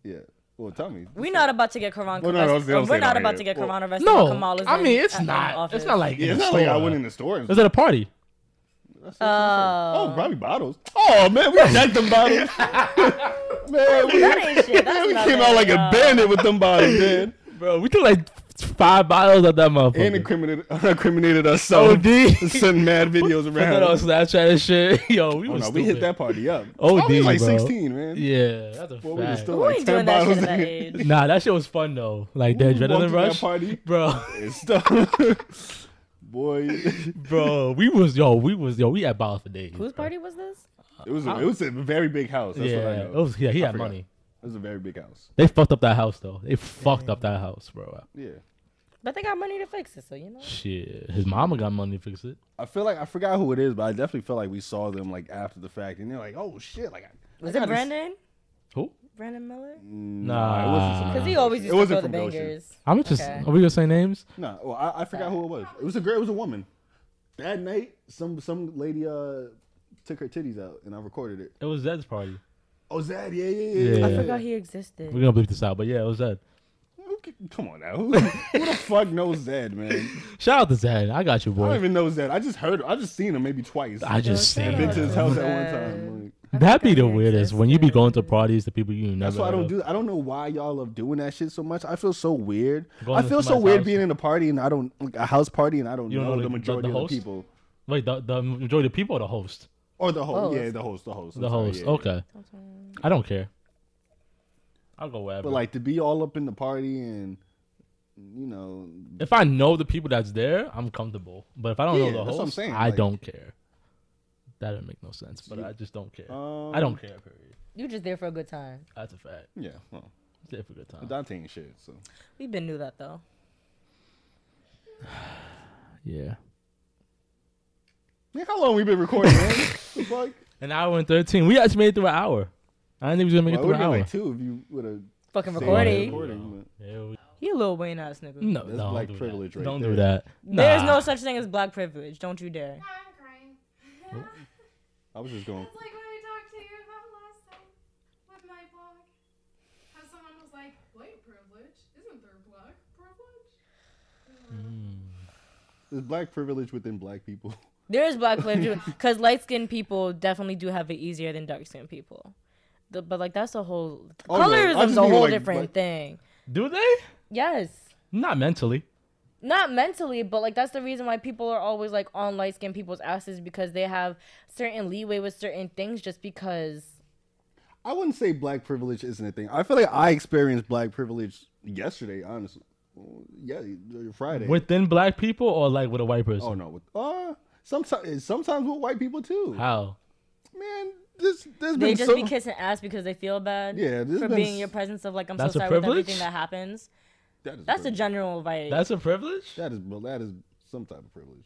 Speaker 2: Yeah. Well, tell me.
Speaker 3: We not about to get Karan.
Speaker 2: Well, no,
Speaker 3: arrested-
Speaker 2: don't say- don't
Speaker 3: uh,
Speaker 2: say
Speaker 3: we're
Speaker 2: it
Speaker 3: not
Speaker 2: on
Speaker 3: about to
Speaker 2: here.
Speaker 3: get
Speaker 2: Well,
Speaker 3: Karan arrested.
Speaker 1: No,
Speaker 3: Kamala's
Speaker 1: I
Speaker 3: in-
Speaker 1: mean it's
Speaker 3: at- in
Speaker 1: not.
Speaker 3: office.
Speaker 1: It's not like
Speaker 2: Yeah,
Speaker 1: in
Speaker 2: it's
Speaker 1: the
Speaker 2: not like I
Speaker 1: store.
Speaker 2: went in the store. And
Speaker 1: It was at a party.
Speaker 2: That's- that's- that's- oh, probably bottles.
Speaker 1: (laughs)
Speaker 2: Oh man, we jacked them bottles. man, we,
Speaker 3: That ain't
Speaker 2: (laughs)
Speaker 3: shit. That's
Speaker 2: we
Speaker 3: not
Speaker 2: came
Speaker 3: bad,
Speaker 2: out like
Speaker 1: Oh,
Speaker 3: y'all.
Speaker 2: a bandit with them
Speaker 1: (laughs)
Speaker 2: bottles, man.
Speaker 1: Bro, we took like five bottles of that motherfucker.
Speaker 2: And incriminated, (laughs) incriminated us. So (laughs)
Speaker 1: OD.
Speaker 2: sending mad
Speaker 1: (laughs)
Speaker 2: videos
Speaker 1: Put that
Speaker 2: around.
Speaker 1: on Snapchat and shit. (laughs) Yo, we
Speaker 2: Oh,
Speaker 1: was
Speaker 2: no, we hit
Speaker 1: stupid.
Speaker 2: that
Speaker 1: (laughs)
Speaker 2: party up.
Speaker 1: OD,
Speaker 2: I was like
Speaker 1: bro.
Speaker 2: 16, man.
Speaker 1: Yeah, that's a
Speaker 2: Well, we just
Speaker 1: fact.
Speaker 2: stole
Speaker 3: Who
Speaker 2: like
Speaker 3: ain't doing
Speaker 2: 10
Speaker 3: that
Speaker 2: bottles.
Speaker 3: shit at that
Speaker 2: and-
Speaker 3: age?
Speaker 1: Nah, that shit was fun though. Like the
Speaker 2: We (laughs) walked
Speaker 1: adrenaline
Speaker 2: through that
Speaker 1: rush,
Speaker 2: party.
Speaker 1: bro. (laughs)
Speaker 2: and stuff. Boy, (laughs) it
Speaker 1: Bro, we was yo, we was yo, we had bottles for days.
Speaker 3: Whose
Speaker 1: bro.
Speaker 3: party was this?
Speaker 2: was a, it was a very big house. That's what I
Speaker 1: Yeah,
Speaker 2: know.
Speaker 1: it was, yeah, he
Speaker 2: I
Speaker 1: had
Speaker 2: forgot.
Speaker 1: money.
Speaker 2: It was a very big house.
Speaker 1: They fucked up that house though. They fucked up that house, bro.
Speaker 2: Yeah,
Speaker 3: But they got money to fix it, so you know.
Speaker 1: Shit, his mama got money to fix it.
Speaker 2: I feel like I forgot who it is, but I definitely felt like we saw them like after the fact, and they're like, "Oh shit!" Like, I,
Speaker 3: Was
Speaker 2: I
Speaker 3: it
Speaker 2: gotta s-
Speaker 3: Brandon?
Speaker 1: Who?
Speaker 3: Brandon Miller?
Speaker 2: Nah, it wasn't.
Speaker 1: Nah.
Speaker 2: some-
Speaker 3: Because he always used
Speaker 2: it
Speaker 3: to
Speaker 2: wasn't
Speaker 3: throw the
Speaker 2: from Goshen.
Speaker 3: bangers.
Speaker 1: I'm just.
Speaker 3: Okay.
Speaker 1: Are we gonna say names?
Speaker 2: No, well, I, I forgot who it was. It was a girl. It was a woman. That night, some some lady uh took her titties out, and I recorded it.
Speaker 1: It was Zed's party.
Speaker 2: Oh, Zad, yeah, yeah, yeah.
Speaker 1: Yeah.
Speaker 3: I forgot he existed.
Speaker 1: We're gonna bleep this out, but yeah, it was Zed.
Speaker 2: Who c- Come on now, (laughs) who, who the fuck knows Zed, man?
Speaker 1: Shout out to Zed. I got you,
Speaker 2: I
Speaker 1: boy.
Speaker 2: don't
Speaker 1: I,
Speaker 2: even know Zed. I just heard. I just seen him maybe twice.
Speaker 1: just
Speaker 3: Yo,
Speaker 1: seen
Speaker 3: shout
Speaker 2: been to his
Speaker 1: him.
Speaker 2: house at one time. Like,
Speaker 1: That'd be
Speaker 3: That
Speaker 1: the
Speaker 3: guy
Speaker 1: weirdest when you be
Speaker 3: existed.
Speaker 1: going to parties to people you never.
Speaker 2: that's why I
Speaker 1: heard
Speaker 2: don't
Speaker 1: of.
Speaker 2: do. I don't know why y'all love doing that shit so much. I feel so weird.
Speaker 1: Going
Speaker 2: I
Speaker 1: to
Speaker 2: feel so
Speaker 1: somebody's
Speaker 2: weird
Speaker 1: house.
Speaker 2: being in a party and I don't like a house party and I don't
Speaker 1: You
Speaker 2: know,
Speaker 1: don't know
Speaker 2: the
Speaker 1: the- the-
Speaker 2: majority
Speaker 1: the
Speaker 2: of
Speaker 1: host?
Speaker 2: the people
Speaker 1: Wait, the, the majority of people are the host.
Speaker 2: or the host.
Speaker 3: Host.
Speaker 2: Yeah, the host. The host. I'm
Speaker 1: The
Speaker 2: sorry,
Speaker 1: host.
Speaker 2: yeah, yeah.
Speaker 1: Okay. I don't care. I'll go wherever.
Speaker 2: But like to be all up in the party and you know,
Speaker 1: if I know the people that's there, I'm comfortable. But if I don't
Speaker 2: Yeah,
Speaker 1: know the
Speaker 2: that's
Speaker 1: host,
Speaker 2: what I'm saying,
Speaker 1: I
Speaker 2: like-
Speaker 1: don't care. That doesn't make no sense. But I just don't care. I
Speaker 2: um,
Speaker 1: don't care. Period.
Speaker 3: You just there for a good time.
Speaker 1: That's a fact.
Speaker 2: yeah. Well,
Speaker 1: It's there for a good time.
Speaker 2: Dante ain't shit. So
Speaker 3: We've been knew that though.
Speaker 1: yeah.
Speaker 2: man, how long we been recording? man? The fuck?
Speaker 1: An hour and thirteen. We actually made it through an hour. I didn't think we was gonna make
Speaker 2: Well,
Speaker 1: it
Speaker 2: it
Speaker 1: through
Speaker 2: would
Speaker 1: an hour.
Speaker 2: have been like two if you would have
Speaker 3: Fucking
Speaker 1: Recording.
Speaker 3: recording.
Speaker 1: Yeah, we-
Speaker 3: You little Wayne ass nigga.
Speaker 1: no,
Speaker 2: That's
Speaker 1: don't
Speaker 2: black
Speaker 1: do
Speaker 2: privilege
Speaker 1: that.
Speaker 2: right
Speaker 1: Don't do
Speaker 2: there.
Speaker 1: that.
Speaker 3: There's
Speaker 1: Nah.
Speaker 3: no such thing as black privilege. Don't you dare.
Speaker 7: I'm crying.
Speaker 1: Oh.
Speaker 7: (laughs)
Speaker 2: I was just going.
Speaker 7: That's like what I talked to you about last time with my blog. How someone was like, white privilege? Isn't there black privilege?
Speaker 2: There's black privilege within black people. (laughs)
Speaker 3: There is black privilege because light skinned people definitely do have it easier than dark skinned people. The, but like that's a whole
Speaker 2: Oh, no, I
Speaker 3: colorism's
Speaker 2: just
Speaker 3: a
Speaker 2: mean,
Speaker 3: whole
Speaker 2: like,
Speaker 3: different
Speaker 2: like-
Speaker 3: thing.
Speaker 1: Do they?
Speaker 3: Yes.
Speaker 1: Not mentally.
Speaker 3: Not mentally, but like that's the reason why people are always like on light skinned people's asses because they have certain leeway with certain things just because
Speaker 2: I wouldn't say black privilege isn't a thing. I feel like I experienced black privilege yesterday, honestly. Well, Yeah, uh, Friday.
Speaker 1: Within black people or like with a white person?
Speaker 2: oh no, with, uh, sometimes sometimes with white people too.
Speaker 1: How?
Speaker 2: Man, this there's
Speaker 3: they
Speaker 2: been
Speaker 3: just
Speaker 2: so
Speaker 3: be kissing ass because they feel bad.
Speaker 2: Yeah, this
Speaker 3: for
Speaker 2: been
Speaker 3: being
Speaker 2: s-
Speaker 3: in your presence of like I'm
Speaker 1: That's a
Speaker 3: so sorry with everything
Speaker 1: privilege?
Speaker 3: that happens.
Speaker 2: (laughs) that is
Speaker 3: That's a
Speaker 2: privilege.
Speaker 3: general right.
Speaker 1: That's a privilege?
Speaker 2: that is well, that is some type of privilege.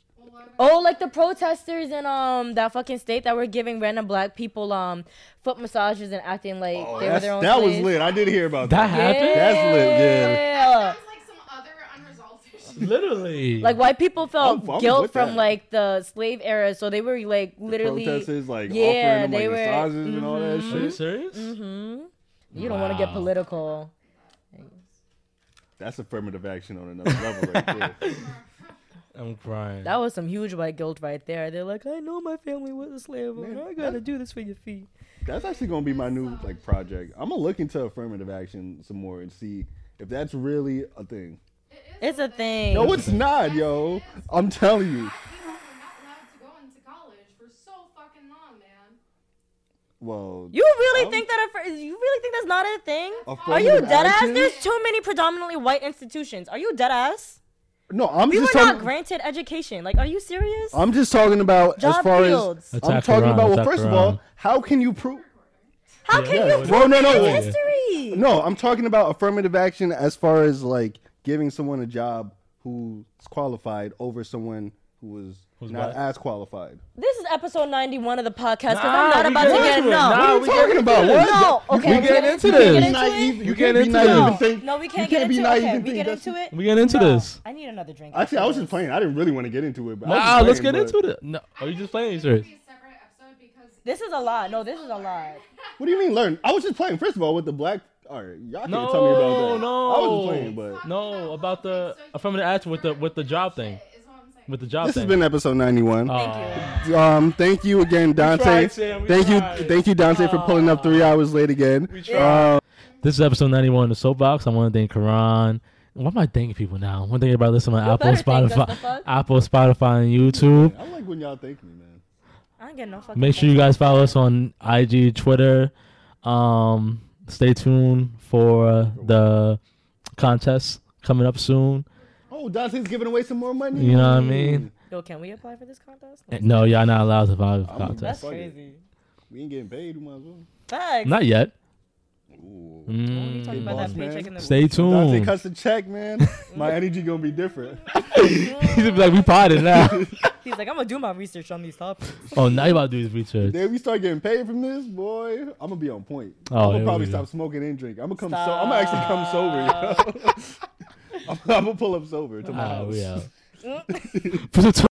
Speaker 3: oh, like the protesters in um that fucking state that were giving random black people um foot massages and acting like they were
Speaker 2: Oh, That's-
Speaker 3: their own.
Speaker 2: that was
Speaker 3: slaves.
Speaker 2: lit. I did hear about
Speaker 1: That
Speaker 2: that.
Speaker 1: happened?
Speaker 2: That's lit, yeah.
Speaker 1: Uh.
Speaker 3: Yeah.
Speaker 7: Sounds like some other unresolved (laughs) issue.
Speaker 1: Literally.
Speaker 3: Like white people felt
Speaker 2: I'm- I'm
Speaker 3: guilt
Speaker 2: with
Speaker 3: from
Speaker 2: that.
Speaker 3: like the slave era, so they were like literally.
Speaker 2: protesters like
Speaker 3: yeah,
Speaker 2: offering them
Speaker 3: they
Speaker 2: like
Speaker 3: were- mm-hmm.
Speaker 2: massages and all that
Speaker 1: Are you
Speaker 2: shit.
Speaker 1: serious?
Speaker 3: Mhm. You don't want to get
Speaker 1: Wow.
Speaker 3: political.
Speaker 2: That's affirmative action on another level
Speaker 1: (laughs)
Speaker 2: right there.
Speaker 1: I'm crying.
Speaker 3: That was some huge white guilt right there. They're like, I know my family was a slave owner. I gotta do this for your feet.
Speaker 2: That's actually gonna be my new like project. I'm gonna look into affirmative action some more and see if that's really a thing.
Speaker 3: It's a thing.
Speaker 2: No, it's not, yo. I'm telling you.
Speaker 7: You know, we're not allowed to go into college for so fucking long, man.
Speaker 2: Well,
Speaker 3: you really
Speaker 2: I'm-
Speaker 3: think that? Affir- you really think that's not a thing? Are
Speaker 2: affirmative
Speaker 3: you dead ass?
Speaker 2: action-
Speaker 3: There's too many predominantly white institutions. Are you dead ass?
Speaker 2: No, I'm
Speaker 3: We were
Speaker 2: just
Speaker 3: not
Speaker 2: talking. Oh,
Speaker 3: granted education. Like, are you serious?
Speaker 2: I'm just talking about as
Speaker 3: Job
Speaker 2: far
Speaker 3: fields.
Speaker 2: as I'm
Speaker 1: Attack
Speaker 2: talking
Speaker 1: around,
Speaker 2: about. Well,
Speaker 1: attack
Speaker 2: first of
Speaker 1: around.
Speaker 2: all, how can you prove?
Speaker 3: How can
Speaker 1: Yeah,
Speaker 3: you
Speaker 1: what-
Speaker 3: prove
Speaker 2: Well, no, no,
Speaker 1: Yeah.
Speaker 3: it's history?
Speaker 2: no. I'm talking about affirmative action as far as like giving someone a job who's qualified over someone who was
Speaker 1: Who's
Speaker 2: not
Speaker 1: black?
Speaker 2: as qualified.
Speaker 3: This is episode 91 of the podcast
Speaker 1: Nah,
Speaker 3: because I'm not
Speaker 1: we
Speaker 3: about to
Speaker 1: get
Speaker 3: get
Speaker 1: into
Speaker 3: no.
Speaker 1: it. Nah,
Speaker 2: What are
Speaker 1: we
Speaker 2: you talking about?
Speaker 1: into
Speaker 2: What?
Speaker 3: No,
Speaker 2: You-
Speaker 3: okay,
Speaker 2: we
Speaker 3: we
Speaker 2: get
Speaker 3: can't-
Speaker 2: into
Speaker 3: we
Speaker 2: this.
Speaker 3: can't
Speaker 2: You
Speaker 3: get
Speaker 2: can't
Speaker 3: into
Speaker 2: be
Speaker 3: it?
Speaker 2: naive.
Speaker 1: You
Speaker 2: You
Speaker 1: can't
Speaker 2: can't
Speaker 1: into
Speaker 2: be
Speaker 1: it.
Speaker 2: naive
Speaker 3: No,
Speaker 2: and think-
Speaker 3: no, we
Speaker 2: you
Speaker 3: can't,
Speaker 2: can't
Speaker 3: get
Speaker 2: be
Speaker 3: into it.
Speaker 2: naive
Speaker 3: Okay,
Speaker 2: and
Speaker 3: we
Speaker 2: think
Speaker 3: get
Speaker 2: that's-
Speaker 3: into it.
Speaker 1: We get into
Speaker 3: No,
Speaker 1: this.
Speaker 3: I need another drink.
Speaker 2: Actually, I was just
Speaker 3: after
Speaker 2: playing. I didn't really want to get into it. But I was
Speaker 1: Nah,
Speaker 2: just
Speaker 1: let's
Speaker 2: playing,
Speaker 1: get
Speaker 2: but-
Speaker 1: into it. No, are you just playing? Serious?
Speaker 7: Be a separate episode because
Speaker 3: This This is a lot. No, this is a lot.
Speaker 2: What do you mean learn? I was just playing. First of all, with the black. All right, y'all can't
Speaker 1: No,
Speaker 2: tell me about that. I was
Speaker 1: no.
Speaker 2: just playing, but
Speaker 1: No, about the affirmative action with the with the job thing,
Speaker 7: is what I'm saying.
Speaker 1: with the job
Speaker 2: this
Speaker 1: thing.
Speaker 2: has been episode ninety-one.
Speaker 1: Aw.
Speaker 2: Um, thank you again,
Speaker 1: Oh.
Speaker 2: Dante.
Speaker 1: tried, Sam, we
Speaker 2: thank you,
Speaker 1: tried. Ah.
Speaker 2: thank you, Dante, for pulling up three hours late again.
Speaker 1: We
Speaker 2: Um,
Speaker 1: This is episode 91 of the Soapbox. I want to thank Karan. Why am I thanking people now? One thing about listening on
Speaker 3: You
Speaker 1: Apple,
Speaker 3: better thank us, the
Speaker 1: Spotify,
Speaker 3: fuck.
Speaker 1: Apple, Spotify, and YouTube.
Speaker 2: I like when y'all thank me, man.
Speaker 3: I don't get no fucking.
Speaker 1: Make sure you guys follow us on IG, Twitter. Um, stay tuned for the contest coming up soon.
Speaker 2: Oh, Dante's giving away some more money.
Speaker 1: You know what I mean?
Speaker 3: Yo, can we apply for this contest?
Speaker 1: And No, y'all not allowed to follow the
Speaker 2: I'm-
Speaker 3: Oh, That's
Speaker 1: contest.
Speaker 2: Fuck it.
Speaker 3: crazy.
Speaker 2: We ain't getting paid. We might as well.
Speaker 3: Facts.
Speaker 1: Not yet.
Speaker 2: Ooh.
Speaker 3: When you
Speaker 1: Mm.
Speaker 3: talking about
Speaker 2: boss
Speaker 3: that
Speaker 2: man.
Speaker 3: paycheck in the
Speaker 1: Stay
Speaker 2: Dante
Speaker 1: tuned.
Speaker 2: cuts the check, man. My energy gonna be different.
Speaker 1: (laughs) He's gonna be like, we potted now.
Speaker 3: He's like, I'm gonna do my research on these topics.
Speaker 1: oh, now you about to do this research.
Speaker 2: Then we start getting paid from this, boy. I'm gonna be on point.
Speaker 1: Oh,
Speaker 2: I'm
Speaker 1: here
Speaker 2: gonna
Speaker 1: we
Speaker 2: probably
Speaker 1: go.
Speaker 2: stop smoking and drink. I'm gonna come. So- I'm gonna actually come (laughs) sober. yo. I'm, I'm gonna pull up sober to my
Speaker 1: Ah,
Speaker 3: (laughs)
Speaker 2: house.
Speaker 1: we out. Put the